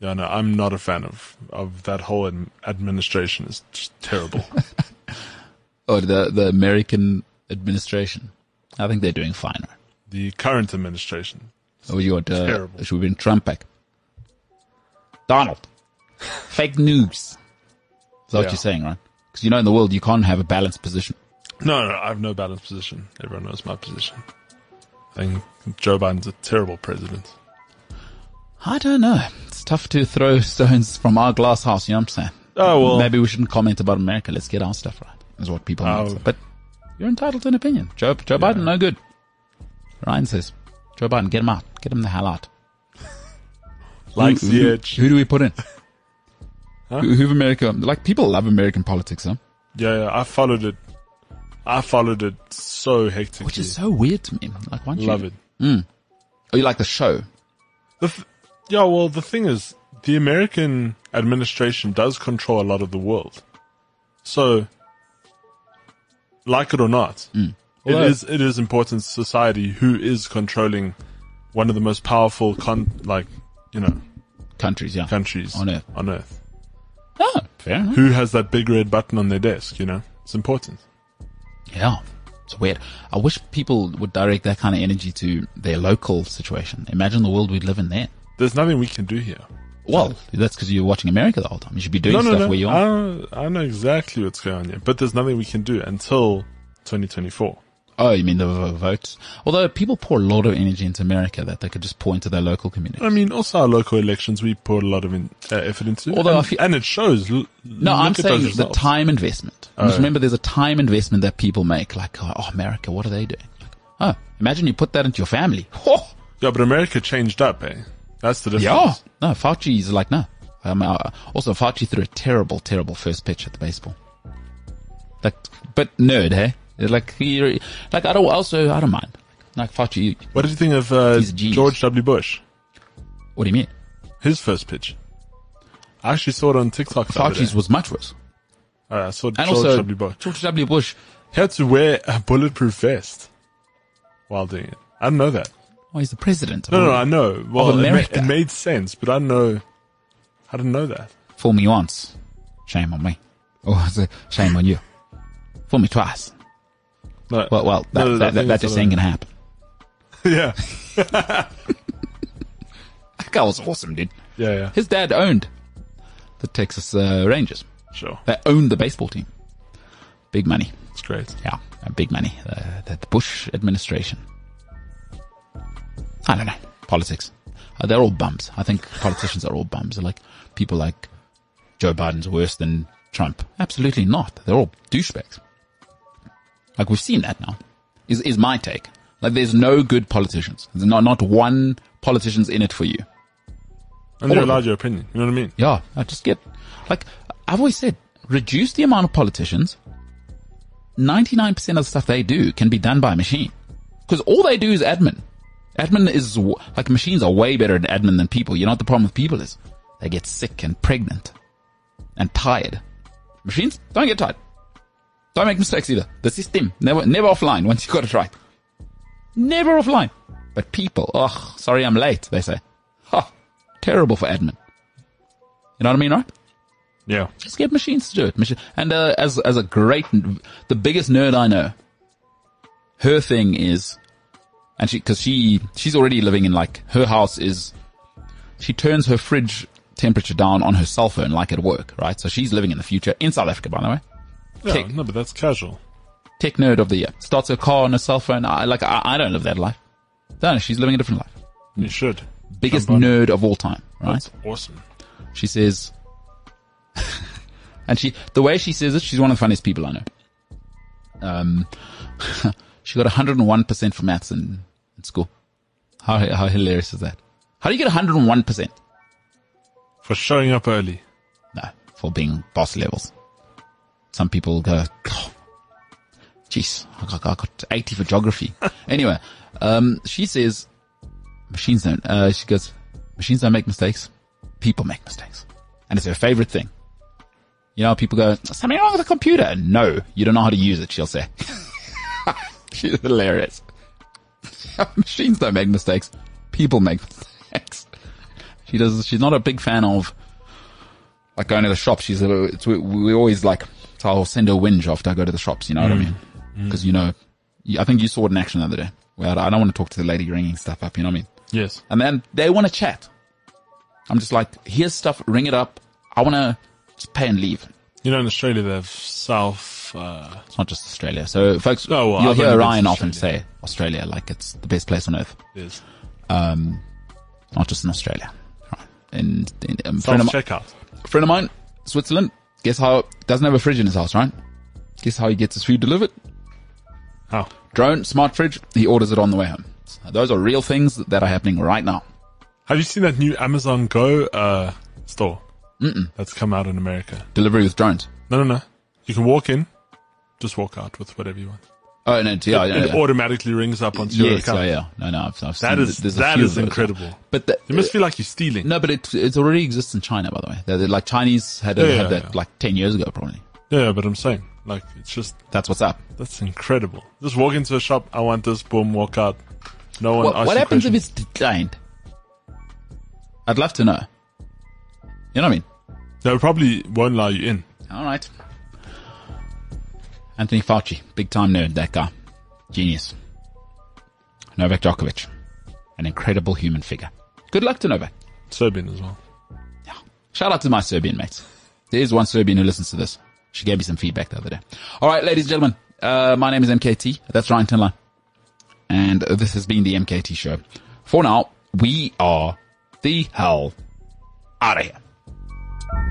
Speaker 3: Yeah, no, I'm not a fan of of that whole ad- administration. It's just terrible.
Speaker 2: Or Oh, the, the American administration. I think they're doing fine. Right?
Speaker 3: the current administration.
Speaker 2: Oh, you want uh,
Speaker 3: Terrible.
Speaker 2: should we bring Trump back? Donald, Fake news. Is that what
Speaker 3: Yeah.
Speaker 2: you're saying, right? Because you know in the world you can't have a balanced position.
Speaker 3: No, no, I have no balanced position. Everyone knows my position. I think Joe Biden's a terrible president.
Speaker 2: I don't know. It's tough to throw stones from our glass house. You know what I'm saying?
Speaker 3: Oh, well.
Speaker 2: Maybe we shouldn't comment about America. Let's get our stuff right. Is what people.
Speaker 3: Oh.
Speaker 2: Mean. But you're entitled to an opinion. Joe Joe Biden, no good. Ryan says, Joe Biden, get him out. Get him the hell out.
Speaker 3: Like
Speaker 2: who, who,
Speaker 3: CH.
Speaker 2: who do we put in? Who, who of America? Like people love American politics, huh?
Speaker 3: Yeah, yeah, I followed it. I followed it so hectically.
Speaker 2: Which is so weird to me. Like, why don't
Speaker 3: Love
Speaker 2: you?
Speaker 3: it.
Speaker 2: Oh, you like the show?
Speaker 3: The th- yeah, well, the thing is, the American administration does control a lot of the world. So, like it or not,
Speaker 2: Mm. Although-
Speaker 3: it is it is important to society who is controlling one of the most powerful con like you know
Speaker 2: Countries, yeah.
Speaker 3: countries Hmm.
Speaker 2: On Earth.
Speaker 3: On Earth,
Speaker 2: Oh, fair enough.
Speaker 3: who has that big red button on their desk? You know, it's important.
Speaker 2: Yeah. It's weird. I wish people would direct that kind of energy to their local situation. Imagine the world we'd live in there.
Speaker 3: There's nothing we can do here.
Speaker 2: Well, that's because you're watching America the whole time. You should be doing stuff where
Speaker 3: Uh,
Speaker 2: you are.
Speaker 3: I, I know exactly what's going on here, but there's nothing we can do until 2024.
Speaker 2: oh, you mean the v- votes? Although people pour a lot of energy into America that they could just pour into their local community.
Speaker 3: I mean, also our local elections, we put a lot of in, uh, effort into,
Speaker 2: Although
Speaker 3: and,
Speaker 2: I feel-
Speaker 3: and it shows. L-
Speaker 2: No,
Speaker 3: look
Speaker 2: I'm
Speaker 3: at those
Speaker 2: saying the
Speaker 3: results.
Speaker 2: time investment.
Speaker 3: Oh.
Speaker 2: Just remember, there's a time investment that people make. Like, oh, America, what are they doing? Like, oh, imagine you put that into your family. Oh,
Speaker 3: Yeah, but America changed up, eh? That's the
Speaker 2: yeah.
Speaker 3: difference.
Speaker 2: No, Fauci's like, no. Um, uh, also, Fauci threw a terrible, terrible first pitch at the baseball. Like, but nerd, hey? Like, he, like I don't. Also, I don't mind. Like Fauci,
Speaker 3: What did you think of uh,
Speaker 2: He's a genius.
Speaker 3: George W. Bush?
Speaker 2: what do you mean?
Speaker 3: His first pitch. I actually saw it on TikTok. the other
Speaker 2: Fauci's
Speaker 3: day.
Speaker 2: was much worse.
Speaker 3: Uh, I saw
Speaker 2: And
Speaker 3: George
Speaker 2: also,
Speaker 3: W. Bush.
Speaker 2: George W. Bush.
Speaker 3: He had to wear a bulletproof vest while doing it. I didn't know that.
Speaker 2: Oh, he's the president.
Speaker 3: No, no, I know. Well, it, ma-
Speaker 2: America.
Speaker 3: it made sense, but I didn't know. I didn't know that.
Speaker 2: Fool me once, shame on me. Oh, it's a shame on you. Fool me twice.
Speaker 3: No.
Speaker 2: Well, well, that,
Speaker 3: No, no, no, I
Speaker 2: that, that,
Speaker 3: think
Speaker 2: that
Speaker 3: that's
Speaker 2: just
Speaker 3: what I
Speaker 2: ain't gonna happen.
Speaker 3: yeah,
Speaker 2: That guy was awesome, dude.
Speaker 3: yeah, yeah.
Speaker 2: His dad owned the Texas uh, Rangers.
Speaker 3: Sure,
Speaker 2: They owned the baseball team. Big money.
Speaker 3: it's great.
Speaker 2: Yeah, uh, big money. Uh, the, the Bush administration. I don't know. Politics. Uh, they're all bums. I think politicians are all bums. They're like people like Joe Biden's worse than Trump. Absolutely not. They're all douchebags. Like we've seen that now. Is is my take. Like there's no good politicians. There's not not one politician's in it for you.
Speaker 3: And they're
Speaker 2: All of
Speaker 3: allowed your opinion. You know what I mean?
Speaker 2: Yeah, I just get like I've always said, reduce the amount of politicians. Ninety nine percent of the stuff they do can be done by a machine, because all they do is admin. Admin is w- like machines are way better at admin than people. You know what the problem with people is? They get sick and pregnant, and tired. Machines don't get tired. Don't make mistakes either. The system never never offline once you got it right. Never offline. But people, oh, sorry, I'm late. They say, oh, terrible for admin. You know what I mean, right?
Speaker 3: Yeah.
Speaker 2: Just get machines to do it. Machi- And uh, as as a great, the biggest nerd I know, her thing is, and she because she she's already living in like her house is, she turns her fridge temperature down on her cell phone like at work, right? So she's living in the future in South Africa, by the way.
Speaker 3: Yeah,
Speaker 2: Tech-
Speaker 3: no, but that's casual.
Speaker 2: Tech nerd of the year starts her car on her cell phone. I like I, I don't live that life. No, no, she's living a different life.
Speaker 3: You should.
Speaker 2: Biggest
Speaker 3: Somebody.
Speaker 2: nerd of all time, right?
Speaker 3: That's awesome.
Speaker 2: She says, and she, the way she says it, she's one of the funniest people I know. Um, she got 101% for maths in, in school. How, how hilarious is that? How do you get 101%?
Speaker 3: For showing up early.
Speaker 2: No, for being boss levels. Some people go, "Oh, jeez, I got, I got 80 for geography. anyway, um, she says, machines don't, uh, she goes, machines don't make mistakes. People make mistakes. And it's her favorite thing. You know, people go, something wrong with the computer. No, you don't know how to use it, she'll say. She's hilarious. machines don't make mistakes. People make mistakes. She does, she's not a big fan of like going to the shop, she's a little, it's, we, we always like, so I'll send her a whinge after I go to the shops, you know what
Speaker 3: Mm.
Speaker 2: I mean? Because, you know, you- I think you saw it in action the other day. Well, I don't want to talk to the lady ringing stuff up, you know what I mean?
Speaker 3: Yes.
Speaker 2: And then they want to chat. I'm just like, here's stuff, ring it up. I want to just pay and leave.
Speaker 3: You know, in Australia, they have South. Uh,
Speaker 2: It's not just Australia. So, folks,
Speaker 3: Oh, well,
Speaker 2: you'll
Speaker 3: I've only
Speaker 2: hear
Speaker 3: been to
Speaker 2: Ryan often
Speaker 3: Australia.
Speaker 2: say Australia like it's the best place on earth.
Speaker 3: is
Speaker 2: Um, not just in Australia. Right. And, and um,
Speaker 3: South
Speaker 2: friend, of, mi-
Speaker 3: checkout.
Speaker 2: friend of mine, Switzerland, guess how, doesn't have a fridge in his house, right? Guess how he gets his food delivered?
Speaker 3: How?
Speaker 2: Drone, smart fridge, he orders it on the way home. So those are real things that are happening right now.
Speaker 3: Have you seen that new Amazon Go uh, store that's come out in America?
Speaker 2: Delivery with drones.
Speaker 3: No, no, no. You can walk in, just walk out with whatever you want.
Speaker 2: Oh, no, yeah, yeah,
Speaker 3: it
Speaker 2: yeah.
Speaker 3: automatically rings up onto your
Speaker 2: Yes,
Speaker 3: account.
Speaker 2: yeah, yeah. No, no, I've, I've seen
Speaker 3: That
Speaker 2: th-
Speaker 3: is
Speaker 2: there's a
Speaker 3: that
Speaker 2: few
Speaker 3: is
Speaker 2: of those.
Speaker 3: incredible.
Speaker 2: But the, uh,
Speaker 3: It must feel like you're stealing.
Speaker 2: no, but it it already exists in China, by the way. They- they- like Chinese had, a,
Speaker 3: Yeah,
Speaker 2: had
Speaker 3: yeah,
Speaker 2: that
Speaker 3: yeah.
Speaker 2: like ten years ago, probably.
Speaker 3: Yeah, but I'm saying, like, it's just
Speaker 2: That's what's up.
Speaker 3: that's incredible. Just walk into a shop. I want this. Boom, walk out. No one.
Speaker 2: What,
Speaker 3: asks
Speaker 2: what
Speaker 3: you
Speaker 2: happens if
Speaker 3: questions.
Speaker 2: it's declined? I'd love to know. You know what I mean?
Speaker 3: They probably won't allow you in.
Speaker 2: All right. Anthony Fauci, big time nerd, that guy. Genius. Novak Djokovic, an incredible human figure. Good luck to Novak.
Speaker 3: Serbian as well.
Speaker 2: Shout out to my Serbian mates. There is one Serbian who listens to this. She gave me some feedback the other day. All right, ladies and gentlemen, uh, my name is MKT. That's Ryan Tinler. And this has been the MKT show. For now, we are the hell out of here.